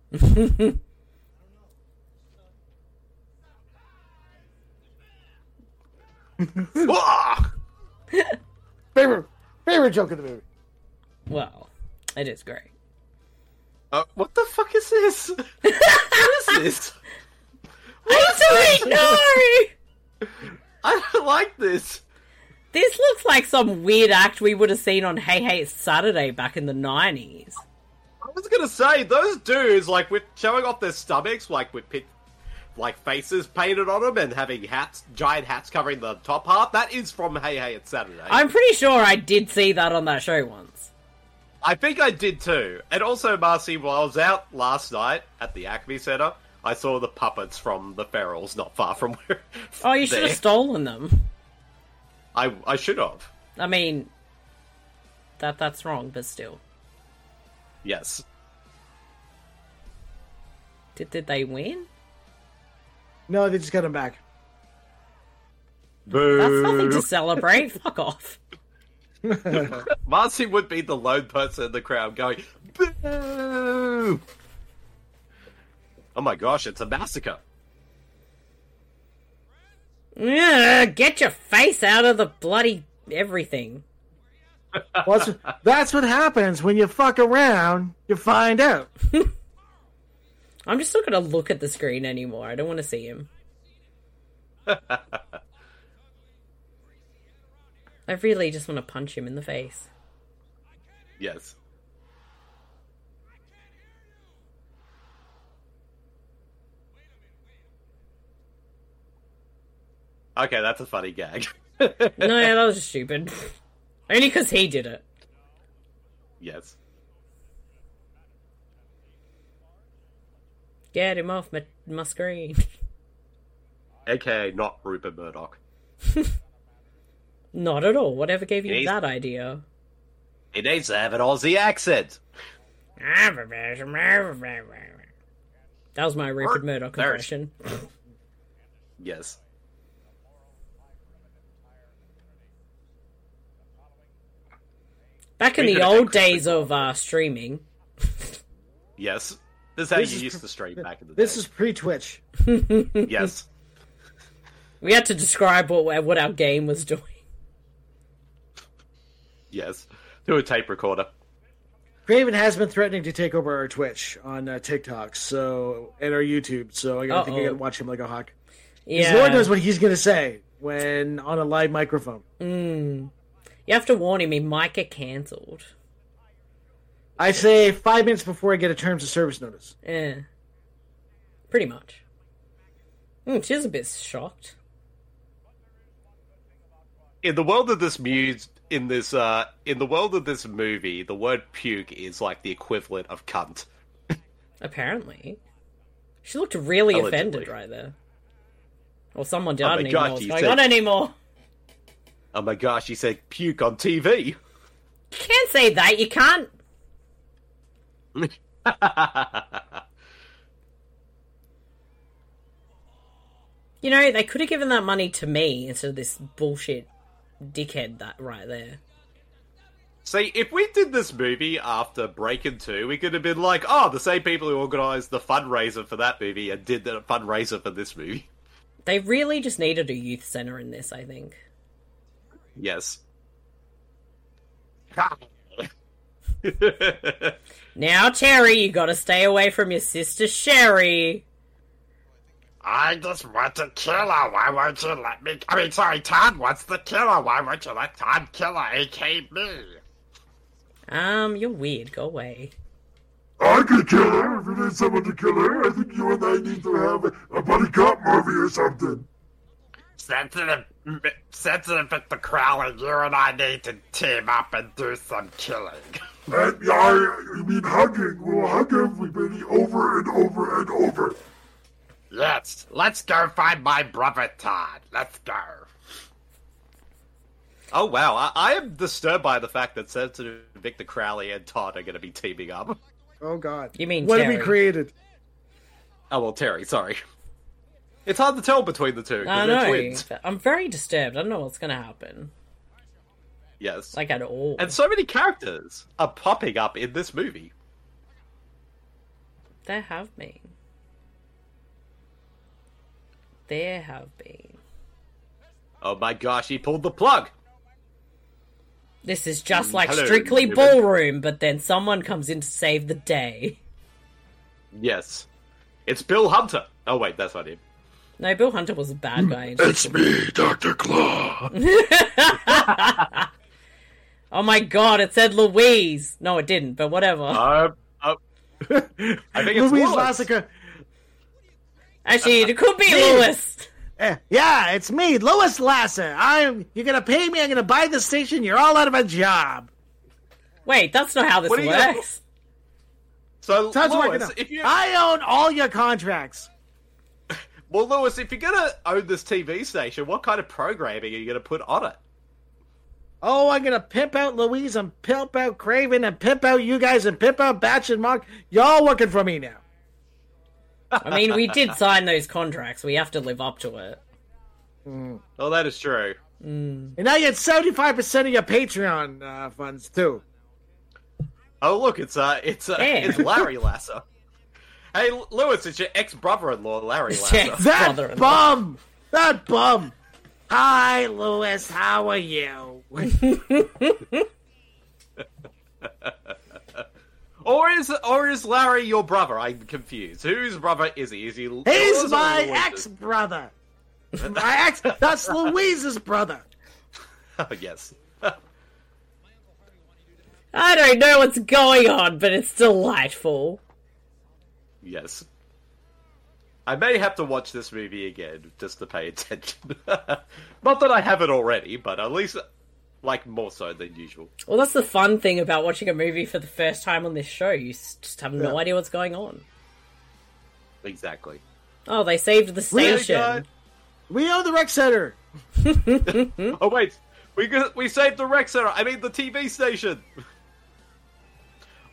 [SPEAKER 1] Ah!
[SPEAKER 3] Favorite favorite joke of the movie.
[SPEAKER 2] Well, it is great.
[SPEAKER 1] Uh, what the fuck is this? what is this?
[SPEAKER 2] I don't know!
[SPEAKER 1] I don't like this.
[SPEAKER 2] This looks like some weird act we would have seen on Hey Hey It's Saturday back in the 90s.
[SPEAKER 1] I was gonna say those dudes like with showing off their stomachs, like with pit, like faces painted on them, and having hats, giant hats covering the top half. That is from Hey Hey It's Saturday.
[SPEAKER 2] I'm pretty sure I did see that on that show once.
[SPEAKER 1] I think I did too. And also, Marcy, while I was out last night at the Acme Center, I saw the puppets from the Ferals not far from where.
[SPEAKER 2] Oh, you should
[SPEAKER 1] there.
[SPEAKER 2] have stolen them.
[SPEAKER 1] I I should have.
[SPEAKER 2] I mean, that that's wrong, but still.
[SPEAKER 1] Yes.
[SPEAKER 2] Did, did they win?
[SPEAKER 3] No, they just got him back.
[SPEAKER 2] That's nothing
[SPEAKER 1] Boo.
[SPEAKER 2] to celebrate. Fuck off.
[SPEAKER 1] Marcy would be the lone person in the crowd going boo. Oh my gosh! It's a massacre.
[SPEAKER 2] Ugh, get your face out of the bloody everything.
[SPEAKER 3] Well, that's, that's what happens when you fuck around. You find out.
[SPEAKER 2] I'm just not going to look at the screen anymore. I don't want to see him. I really just want to punch him in the face.
[SPEAKER 1] Yes. Okay, that's a funny gag. no,
[SPEAKER 2] yeah, that was stupid. Only because he did it.
[SPEAKER 1] Yes.
[SPEAKER 2] Get him off my, my screen.
[SPEAKER 1] AKA not Rupert Murdoch.
[SPEAKER 2] Not at all. Whatever gave you
[SPEAKER 1] He's-
[SPEAKER 2] that idea?
[SPEAKER 1] He needs to have an Aussie accent.
[SPEAKER 2] That was my Rupert Murdoch
[SPEAKER 1] There it
[SPEAKER 2] impression.
[SPEAKER 1] Yes.
[SPEAKER 2] Back in
[SPEAKER 1] We
[SPEAKER 2] the
[SPEAKER 1] could've
[SPEAKER 2] old
[SPEAKER 1] had Chris
[SPEAKER 2] days of uh, streaming.
[SPEAKER 1] Yes. This is how
[SPEAKER 3] This
[SPEAKER 1] you
[SPEAKER 3] is
[SPEAKER 1] used to stream back in the
[SPEAKER 3] This is pre Twitch.
[SPEAKER 1] day. Yes.
[SPEAKER 2] We had to describe what what our game was doing.
[SPEAKER 1] Yes. Through a tape recorder.
[SPEAKER 3] Craven has been threatening to take over our Twitch on uh, TikTok, so and our YouTube. So I gotta think I
[SPEAKER 2] Uh-oh.
[SPEAKER 3] gotta watch him like a hawk.
[SPEAKER 2] Yeah.
[SPEAKER 3] Because Lord knows what he's gonna say when on a live microphone.
[SPEAKER 2] Mm. You have to warn him. He might get cancelled.
[SPEAKER 3] I say five minutes before I get a terms of service notice.
[SPEAKER 2] Yeah. Eh. Pretty much. Mm, she's a bit shocked.
[SPEAKER 1] In the world of this muse in this uh in the world of this movie, the word puke is like the equivalent of cunt.
[SPEAKER 2] Apparently, she looked really
[SPEAKER 1] Allegedly.
[SPEAKER 2] offended right there. Or someone did.
[SPEAKER 1] Oh my
[SPEAKER 2] I don't even
[SPEAKER 1] God,
[SPEAKER 2] know what's
[SPEAKER 1] you
[SPEAKER 2] going
[SPEAKER 1] said-
[SPEAKER 2] on anymore.
[SPEAKER 1] Oh my gosh, he said puke on TV.
[SPEAKER 2] Can't say that. You can't. You know, they could have given that money to me instead of this bullshit dickhead that right there.
[SPEAKER 1] See, if we did this movie after Breaking 2, we could have been like, oh, the same people who organized the fundraiser for that movie and did the fundraiser for this movie.
[SPEAKER 2] They really just needed a youth center in this, I think.
[SPEAKER 1] Yes.
[SPEAKER 2] Now, Terry, you gotta stay away from your sister Sherry.
[SPEAKER 11] I just want to kill her. Why won't you let me? I mean, sorry, Todd wants to kill her. Why won't you let Todd kill her, aka me?
[SPEAKER 2] Um, you're weird. Go away.
[SPEAKER 10] I could kill her if you need someone to kill her. I think you and I need to have a, a buddy cop movie or something.
[SPEAKER 11] Sensitive, m- sensitive Mr. Crowley, you and I need to team up and do some killing.
[SPEAKER 10] And yeah, I, I mean hugging. We'll hug everybody over and over and over.
[SPEAKER 11] Yes, let's go find my brother Todd. Let's go.
[SPEAKER 1] Oh, wow. I-, I am disturbed by the fact that sensitive Victor Crowley and Todd are going to be teaming up.
[SPEAKER 3] Oh God!
[SPEAKER 2] You mean
[SPEAKER 3] what have
[SPEAKER 2] Terry.
[SPEAKER 3] we created?
[SPEAKER 1] Oh, well, Terry, sorry. It's hard to tell between the two. 'cause
[SPEAKER 2] I
[SPEAKER 1] they're
[SPEAKER 2] know.
[SPEAKER 1] twins.
[SPEAKER 2] I'm very disturbed. I don't know what's gonna happen.
[SPEAKER 1] Yes.
[SPEAKER 2] Like, at all.
[SPEAKER 1] And so many characters are popping up in this movie.
[SPEAKER 2] There have been. There have been.
[SPEAKER 1] Oh my gosh, he pulled the plug.
[SPEAKER 2] This is just like
[SPEAKER 1] Mm, Hello,
[SPEAKER 2] strictly
[SPEAKER 1] human.
[SPEAKER 2] ballroom, but then someone comes in to save the day.
[SPEAKER 1] Yes. It's Bill Hunter. Oh, wait, that's not him.
[SPEAKER 2] No, Bill Hunter was a
[SPEAKER 1] Mm.
[SPEAKER 2] bad guy.
[SPEAKER 10] It's me, Dr. Claw.
[SPEAKER 2] Oh my god, it said Louise. No, it didn't, but whatever.
[SPEAKER 3] Uh,
[SPEAKER 1] Um, I think it's
[SPEAKER 3] Louise
[SPEAKER 1] Wallace.
[SPEAKER 3] Lassica.
[SPEAKER 2] Actually, it could be Lewis.
[SPEAKER 3] Eh, Yeah, it's me, Lois Lasser. I'm. You're gonna pay me. I'm gonna buy the station. You're all out of a job.
[SPEAKER 2] Wait, that's not how this
[SPEAKER 3] What are you gonna-
[SPEAKER 2] works.
[SPEAKER 1] So,
[SPEAKER 3] Todd's
[SPEAKER 1] Lois,
[SPEAKER 3] working up.
[SPEAKER 1] if you-
[SPEAKER 3] I own all your contracts.
[SPEAKER 1] Well, Lewis, if you're going to own this TV station, what kind of programming are you going to put on it?
[SPEAKER 3] Oh, I'm gonna pimp out Louise and pimp out Craven and pimp out you guys and pimp out Batch and Mark. Y'all working for me now.
[SPEAKER 2] I mean, we did sign those contracts. We have to live up to it.
[SPEAKER 1] Oh, that is true.
[SPEAKER 3] And now you get seventy five percent of your Patreon uh, funds too.
[SPEAKER 1] Oh, look, it's uh, it's uh,
[SPEAKER 3] Damn.
[SPEAKER 1] it's Larry Lasser. Hey, L- Lewis, it's your ex brother-in-law, Larry Lasser.
[SPEAKER 3] That bum. That bum. Hi, Lewis. How are you?
[SPEAKER 1] or is or is Larry your brother? I'm confused. Whose brother is he? Is he? Lewis
[SPEAKER 3] He's
[SPEAKER 1] or
[SPEAKER 3] my
[SPEAKER 1] Lewis's?
[SPEAKER 3] ex brother. My ex. That's Louise's brother.
[SPEAKER 1] yes.
[SPEAKER 2] I don't know what's going on, but it's delightful.
[SPEAKER 1] Yes. I may have to watch this movie again just to pay attention. Not that I haven't already, but at least like more so than usual.
[SPEAKER 2] Well, that's the fun thing about watching a movie for the first time on this show. You s- just have no
[SPEAKER 1] Yeah.
[SPEAKER 2] idea what's going on.
[SPEAKER 1] Exactly.
[SPEAKER 2] Oh, they saved the station.
[SPEAKER 3] We own the rec center.
[SPEAKER 1] oh wait, we got- we saved the rec center. I mean the TV station.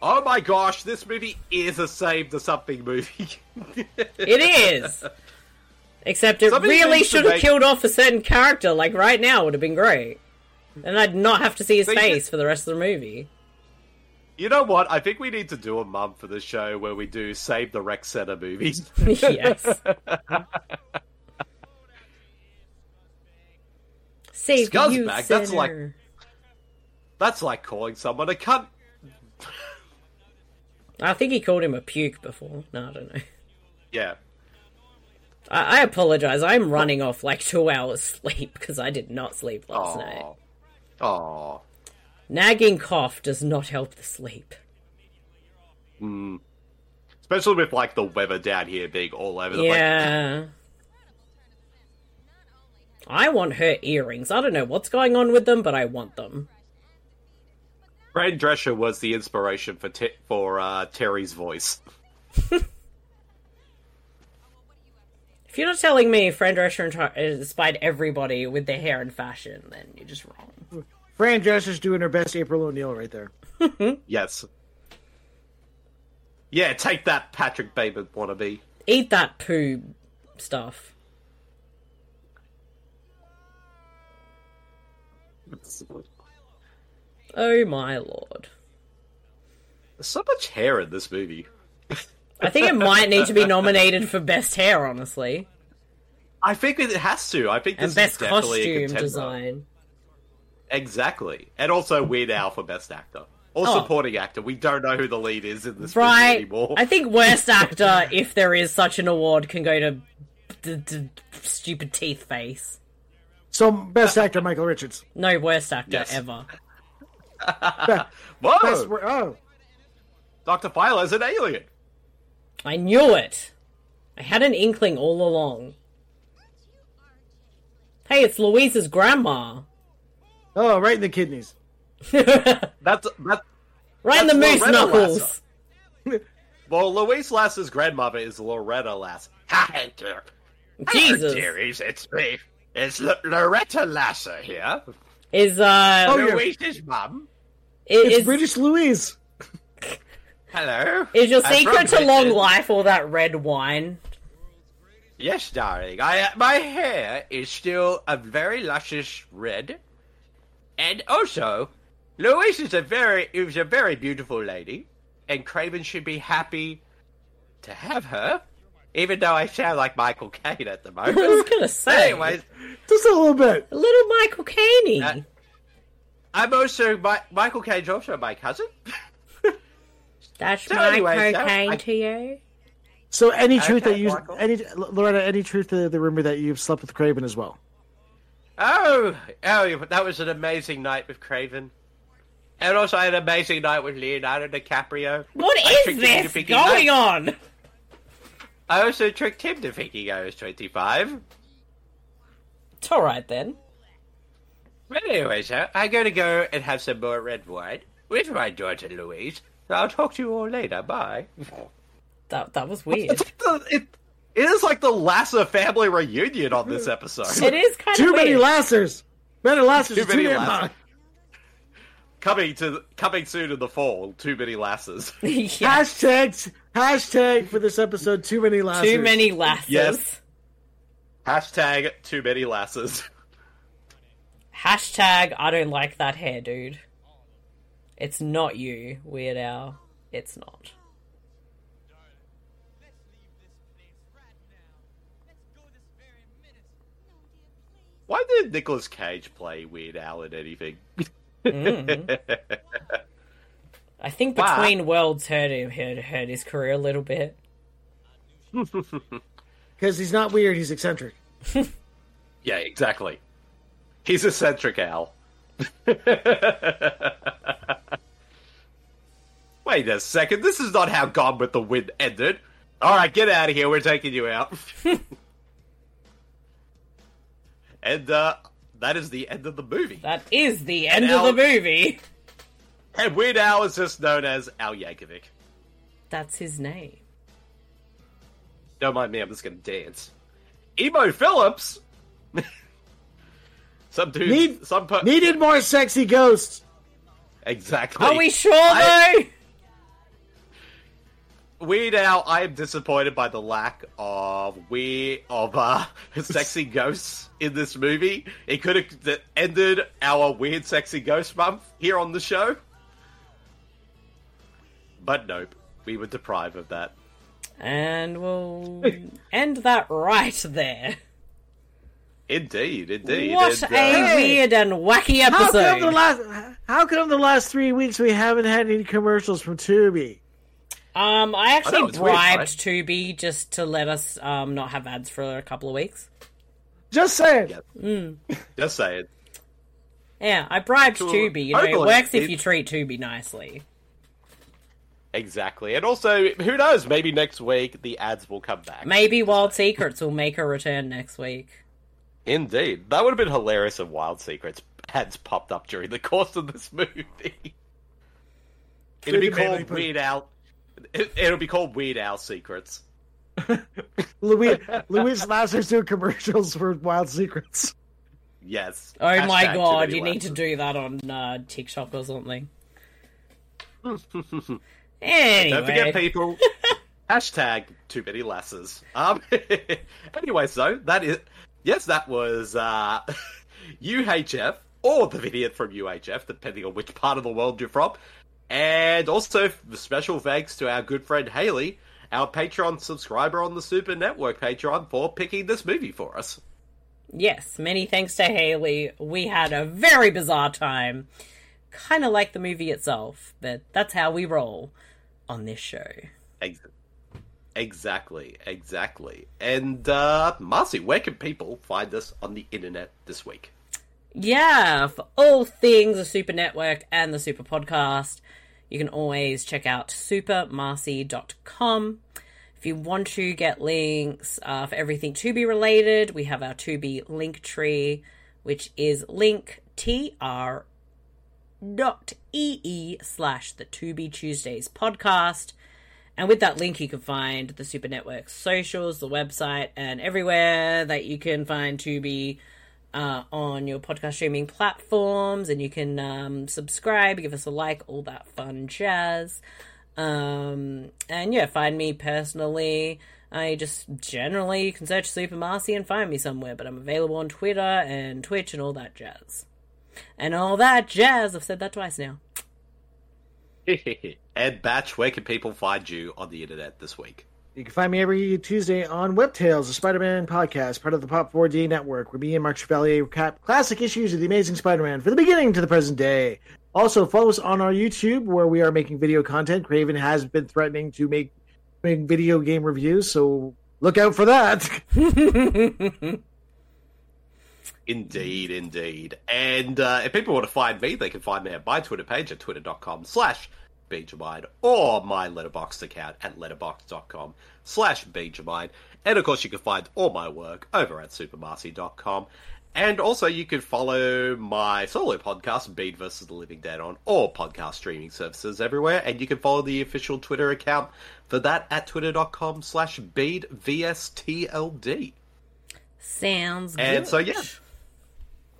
[SPEAKER 1] Oh my gosh, this movie is a save the something movie.
[SPEAKER 2] It is. Except it
[SPEAKER 1] Somebody
[SPEAKER 2] really
[SPEAKER 1] needs to
[SPEAKER 2] should have
[SPEAKER 1] make-
[SPEAKER 2] killed off a certain character. Like right now would have been great, and I'd not have to see his
[SPEAKER 1] They
[SPEAKER 2] face for the rest of the movie.
[SPEAKER 1] You know what? I think we need to do a month for the show where we do save the rec center movies.
[SPEAKER 2] yes. Save the youth
[SPEAKER 1] Scuzzbag, that's like
[SPEAKER 2] center.
[SPEAKER 1] that's like calling someone a cunt.
[SPEAKER 2] I think he called him a puke before. No, I don't know.
[SPEAKER 1] Yeah.
[SPEAKER 2] I, I apologize. I'm running off like two hours sleep because I did not sleep last night.
[SPEAKER 1] Oh.
[SPEAKER 2] Nagging cough does not help the sleep.
[SPEAKER 1] Mm. Especially with like the weather down here being all over the
[SPEAKER 2] Yeah. I want her earrings. I don't know what's going on with them, but I want them.
[SPEAKER 1] place. Fran Drescher was the inspiration for te- for uh, Terry's voice.
[SPEAKER 2] If you're not telling me Fran Drescher and Tar- inspired everybody with their hair and fashion, then you're just wrong.
[SPEAKER 3] Fran Dresser's doing her best April O'Neil right there.
[SPEAKER 1] Yes. Yeah, take that, Patrick Bateman wannabe.
[SPEAKER 2] Eat that poo stuff. Oh my lord.
[SPEAKER 1] There's so much hair in this movie.
[SPEAKER 2] I think it might need to be nominated for best hair, honestly.
[SPEAKER 1] I think it has to. I think this
[SPEAKER 2] And best
[SPEAKER 1] is definitely a
[SPEAKER 2] costume
[SPEAKER 1] contender.
[SPEAKER 2] design.
[SPEAKER 1] Exactly, and also Weird Al for best actor or
[SPEAKER 2] Oh.
[SPEAKER 1] supporting actor. We don't know who the lead is in this movie
[SPEAKER 2] Right.
[SPEAKER 1] anymore.
[SPEAKER 2] I think worst actor, if there is such an award, can go to d- d- stupid teeth face.
[SPEAKER 3] So best actor Michael Richards.
[SPEAKER 2] No worst actor
[SPEAKER 3] Yes.
[SPEAKER 2] ever.
[SPEAKER 1] Whoa!
[SPEAKER 3] Best, oh,
[SPEAKER 1] Doctor Philo's an alien.
[SPEAKER 2] I knew it. I had an inkling all along. Hey, it's Louise's grandma.
[SPEAKER 3] oh, right in the kidneys.
[SPEAKER 1] That's that,
[SPEAKER 2] Right in
[SPEAKER 1] That's
[SPEAKER 2] the moose
[SPEAKER 1] Loretta
[SPEAKER 2] knuckles.
[SPEAKER 1] Lasser. Well, Louise Lasser's grandmother is Loretta Lasser.
[SPEAKER 11] Hi, dear.
[SPEAKER 2] Jesus.
[SPEAKER 11] Hi, dearies, it's me. It's L- Loretta Lasser here.
[SPEAKER 2] Is uh
[SPEAKER 3] Oh, yeah.
[SPEAKER 11] Louise's mum.
[SPEAKER 2] is,
[SPEAKER 3] It's
[SPEAKER 2] is,
[SPEAKER 3] British Louise.
[SPEAKER 1] Hello.
[SPEAKER 2] is your
[SPEAKER 11] I'm
[SPEAKER 2] secret
[SPEAKER 11] from
[SPEAKER 2] to long
[SPEAKER 11] Britain.
[SPEAKER 2] life all that red wine?
[SPEAKER 11] Yes, darling.
[SPEAKER 1] I, uh, my hair is still a very luscious red, and also, Louise is a very is a very beautiful lady, and Craven should be happy to have her, even though I sound like Michael Caine at the
[SPEAKER 2] I was
[SPEAKER 1] moment.
[SPEAKER 2] gonna say
[SPEAKER 1] Anyways,
[SPEAKER 3] Just a little bit.
[SPEAKER 2] Little Michael Caney.
[SPEAKER 1] Uh, I'm also my, Michael Caine's also my cousin.
[SPEAKER 2] That's
[SPEAKER 1] so
[SPEAKER 2] my
[SPEAKER 1] anyway, so
[SPEAKER 2] cocaine
[SPEAKER 1] I-
[SPEAKER 2] to you.
[SPEAKER 3] So any truth
[SPEAKER 1] Okay,
[SPEAKER 3] that you
[SPEAKER 1] Michael.
[SPEAKER 3] any Loretta, any truth to the rumor that you've slept with Craven as well?
[SPEAKER 1] Oh, oh, that was an amazing night with Craven. And also an amazing night with Leonardo DiCaprio.
[SPEAKER 2] What
[SPEAKER 1] I
[SPEAKER 2] is
[SPEAKER 1] tricked him into
[SPEAKER 2] this
[SPEAKER 1] thinking
[SPEAKER 2] going
[SPEAKER 1] I-
[SPEAKER 2] on?
[SPEAKER 1] I also tricked him to thinking I was 25.
[SPEAKER 2] It's all right then.
[SPEAKER 1] But anyway, so I'm going to go and have some more red wine with my daughter Louise. I'll talk to you all later. Bye.
[SPEAKER 2] That that was weird.
[SPEAKER 1] It's like the, it, it is like the Lasser family reunion on this episode.
[SPEAKER 2] it is kind
[SPEAKER 3] Too
[SPEAKER 2] of
[SPEAKER 3] many
[SPEAKER 2] weird.
[SPEAKER 3] Lassers. Better Lassers.
[SPEAKER 1] Too
[SPEAKER 3] Too
[SPEAKER 1] many
[SPEAKER 3] damn
[SPEAKER 1] Lassers.
[SPEAKER 3] high.
[SPEAKER 1] coming to coming soon in the fall. Too many Lassers.
[SPEAKER 2] yeah,
[SPEAKER 3] Hashtags. Hashtag for this episode. Too many Lassers.
[SPEAKER 2] too many lasses.
[SPEAKER 1] Yes. Hashtag too many Lassers.
[SPEAKER 2] Hashtag I don't like that hair, dude. It's not you, Weird Al. It's not.
[SPEAKER 1] Why did Nicolas Cage play Weird Al in anything?
[SPEAKER 2] I think
[SPEAKER 1] But-
[SPEAKER 2] Between Worlds hurt him hurt, hurt his career a little bit.
[SPEAKER 3] Because he's not weird. He's eccentric.
[SPEAKER 1] yeah, exactly. He's eccentric Al. wait a second, this is not how Gone with the Wind ended. Alright, get out of here, we're taking you out. and uh, that is the end of the movie.
[SPEAKER 2] That is the end of the movie.
[SPEAKER 1] And Weird Al is just known as Al Yankovic.
[SPEAKER 2] That's his name.
[SPEAKER 1] Don't mind me, I'm just gonna dance. Emo Phillips? some dude.
[SPEAKER 3] Need-
[SPEAKER 1] some per-
[SPEAKER 3] Needed more sexy ghosts.
[SPEAKER 1] Exactly.
[SPEAKER 2] Are we sure
[SPEAKER 1] I-
[SPEAKER 2] though?
[SPEAKER 1] Weird Al, I am disappointed by the lack of we of uh, sexy ghosts in this movie. It could have ended our weird sexy ghost month here on the show, but nope, we were deprived of that.
[SPEAKER 2] And we'll end that right there.
[SPEAKER 1] Indeed, indeed.
[SPEAKER 2] What
[SPEAKER 1] and,
[SPEAKER 2] a
[SPEAKER 1] uh,
[SPEAKER 2] weird and wacky
[SPEAKER 3] How
[SPEAKER 2] episode.
[SPEAKER 3] come the last? How come the last three weeks we haven't had any commercials from Tubi?
[SPEAKER 2] Um, I
[SPEAKER 3] I
[SPEAKER 2] actually
[SPEAKER 3] know, it's weird,
[SPEAKER 2] bribed Tubi just to let us um not have ads for a couple of weeks.
[SPEAKER 3] Just saying.
[SPEAKER 2] Mm.
[SPEAKER 1] Just saying.
[SPEAKER 2] Yeah, I bribed
[SPEAKER 1] Sure.
[SPEAKER 2] Tubi. You know, it
[SPEAKER 1] Hopefully
[SPEAKER 2] works if
[SPEAKER 1] it-
[SPEAKER 2] you treat Tubi nicely.
[SPEAKER 1] Exactly. And also, who knows? Maybe next week the ads will come back.
[SPEAKER 2] Maybe Wild Secrets will make a return next week.
[SPEAKER 1] Indeed. That would have been hilarious if Wild Secrets ads popped up during the course of this movie. It'll be
[SPEAKER 3] Maybe
[SPEAKER 1] called
[SPEAKER 3] put-
[SPEAKER 1] Weird Al. It, it'll be called Weird Al Secrets.
[SPEAKER 3] Louis Louis Lasser's doing commercials for Wild Secrets.
[SPEAKER 1] Yes.
[SPEAKER 2] Oh my
[SPEAKER 1] Hashtag too
[SPEAKER 2] god,
[SPEAKER 1] many
[SPEAKER 2] you need to
[SPEAKER 1] lapses.
[SPEAKER 2] do that on uh, TikTok or something.
[SPEAKER 1] And Don't forget,
[SPEAKER 2] Anyway.
[SPEAKER 1] people. hashtag too many lasses. Um. anyway, so that is yes, that was uh, UHF or the video from UHF, depending on which part of the world you're from. And also, special thanks to our good friend Haley, our Patreon subscriber on the Super Network Patreon, for picking this movie for us.
[SPEAKER 2] Yes, many thanks to Haley. We had a very bizarre time. Kind of like the movie itself, but that's how we roll on this show.
[SPEAKER 1] Ex- Exactly, exactly. And uh, Marcy, where can people find us on the internet this week?
[SPEAKER 2] Yeah, for all things the Super Network and the Super Podcast, you can always check out supermarcy.com. If you want to get links uh, for everything to be related, we have our to be link tree, which is linktr dot ee slash the to be Tuesdays podcast. And with that link, you can find the Super Network's socials, the website, and everywhere that you can find to be uh, on your podcast streaming platforms, and you can um, subscribe, give us a like, all that fun jazz. Um, and yeah, find me personally. I just generally you can search Super Marcy and find me somewhere, but I'm available on Twitter and Twitch and all that jazz. And all that jazz. I've said that twice now.
[SPEAKER 1] Ed Batch, where can people find you on the internet this week?
[SPEAKER 3] You can find me every Tuesday on Web Tales, the Spider-Man podcast, part of the Pop 4D network, where me and Mark Chevalier recap classic issues of the Amazing Spider-Man from the beginning to the present day. Also, follow us on our YouTube, where we are making video content. Craven has been threatening to make, make video game reviews, so look out for that.
[SPEAKER 1] Indeed, indeed. And uh, if people want to find me, they can find me at my Twitter page at twitter.com slash Benjamine or my letterbox account at letterbox.com slash Benjamine. And of course, you can find all my work over at supermarcy.com. And also, you can follow my solo podcast, Bead vs. the Living Dead, on all podcast streaming services everywhere. And you can follow the official Twitter account for that at twitter.com slash Bead VSTLD.
[SPEAKER 2] Sounds good.
[SPEAKER 1] And so, yeah.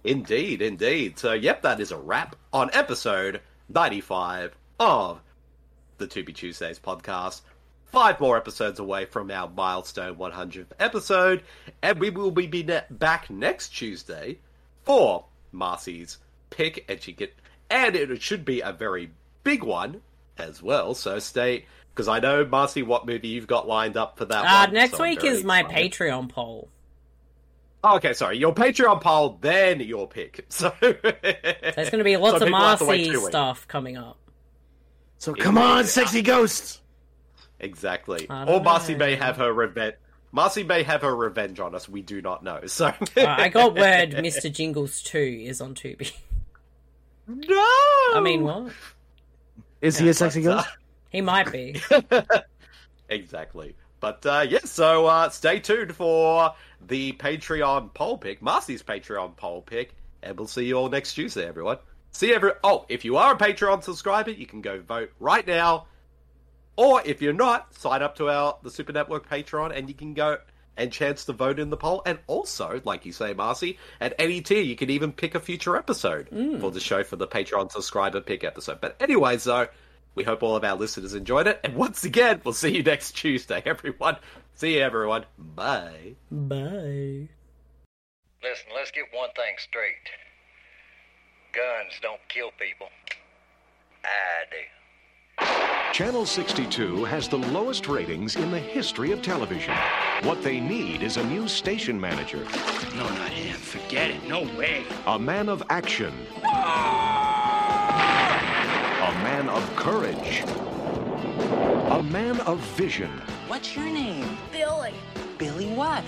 [SPEAKER 1] Indeed, indeed. So, yep, that is a wrap on episode 95 of the To Be Tuesdays podcast. Five more episodes away from our milestone 100th episode, and we will be be ne- back next Tuesday for Marcy's pick, and she get, and it should be a very big one as well. So stay, because I know Marcy, what movie you've got lined up for that
[SPEAKER 2] Uh,
[SPEAKER 1] one,
[SPEAKER 2] next
[SPEAKER 1] so I'm
[SPEAKER 2] week
[SPEAKER 1] very
[SPEAKER 2] is my
[SPEAKER 1] excited.
[SPEAKER 2] Patreon poll.
[SPEAKER 1] Oh, Okay, sorry. Your Patreon poll, then your pick. So
[SPEAKER 2] There's going to be lots
[SPEAKER 1] So
[SPEAKER 2] of
[SPEAKER 1] people have to wait
[SPEAKER 2] Marcy
[SPEAKER 1] two weeks.
[SPEAKER 2] stuff coming up.
[SPEAKER 3] so come on, sexy ghosts.
[SPEAKER 1] Exactly.
[SPEAKER 2] I
[SPEAKER 1] Or
[SPEAKER 2] don't
[SPEAKER 1] Marcy
[SPEAKER 2] know.
[SPEAKER 1] may have her revenge. Marcy may have her revenge on us. We do not know. So
[SPEAKER 2] Uh, I got word Mr. Jingles 2 is on Tubi.
[SPEAKER 1] No.
[SPEAKER 2] I mean, what?
[SPEAKER 3] Is he a sexy ghost?
[SPEAKER 2] He might be.
[SPEAKER 1] Exactly. But uh, yes, so uh, stay tuned for the Patreon poll pick, Marcy's Patreon poll pick, and we'll see you all next Tuesday, everyone. See every. Oh, if you are a Patreon subscriber, you can go vote right now, or if you're not, sign up to our the Super Network Patreon, and you can go and chance to vote in the poll. And also, like you say, Marcy, at any tier, you can even pick a future episode
[SPEAKER 2] Mm.
[SPEAKER 1] for the show for the Patreon subscriber pick episode. But anyways, though. We hope all of our listeners enjoyed it. And once again, we'll see you next Tuesday, everyone. See you, everyone. Bye.
[SPEAKER 2] Bye.
[SPEAKER 12] Listen, let's get one thing straight. Guns don't kill people. I do.
[SPEAKER 13] Channel 62 has the lowest ratings in the history of television. What they need is a new station manager,
[SPEAKER 9] No, not him. Forget it. No way.
[SPEAKER 13] a man of action, a man of courage, a man of vision.
[SPEAKER 14] What's your name? Billy. Billy what?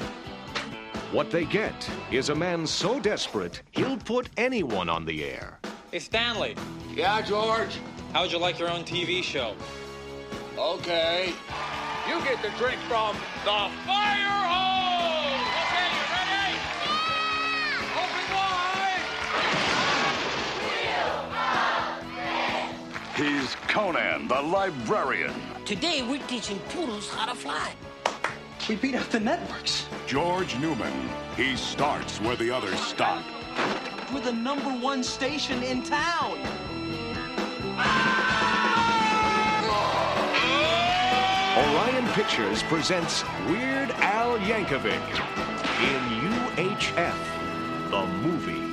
[SPEAKER 13] What they get is a man so desperate, he'll put anyone on the air.
[SPEAKER 15] Hey, Stanley. Yeah, George. How would you like your own TV show? Okay.
[SPEAKER 9] You get the drink from the fire hose! Okay, you ready? Open wide!
[SPEAKER 16] He's Conan the Librarian.
[SPEAKER 14] Today we're teaching poodles how to fly.
[SPEAKER 16] We beat out the networks. George Newman. He starts where the others stop.
[SPEAKER 14] We're the number one station in town.
[SPEAKER 13] Orion Pictures presents Weird Al Yankovic in UHF, the movie.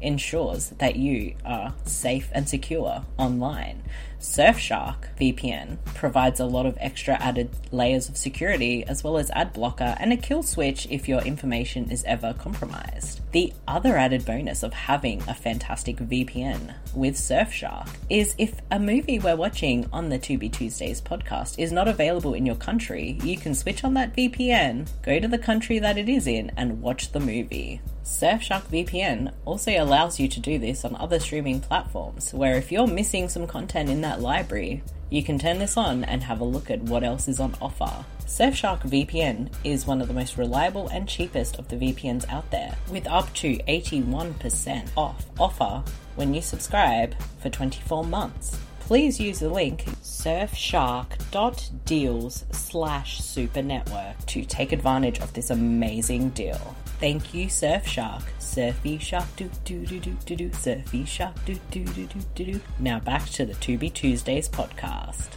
[SPEAKER 2] ensures that you are safe and secure online. Surfshark VPN provides a lot of extra added layers of security, as well as ad blocker and a kill switch if your information is ever compromised. The other added bonus of having a fantastic VPN with Surfshark is if a movie we're watching on the To Be Tuesdays podcast is not available in your country, you can switch on that VPN, go to the country that it is in, and watch the movie. Surfshark VPN also allows you to do this on other streaming platforms, where if you're missing some content in that library, you can turn this on and have a look at what else is on offer. Surfshark VPN is one of the most reliable and cheapest of the VPNs out there, with up to 81% off offer when you subscribe for 24 months. Please use the link surfshark.deals slash supernetwork to take advantage of this amazing deal. Thank you, Surfshark. Surfy shark doo doo doo doo doo doo. Surfy shark doo doo doo doo doo doo. Now back to the To Be Tuesdays podcast.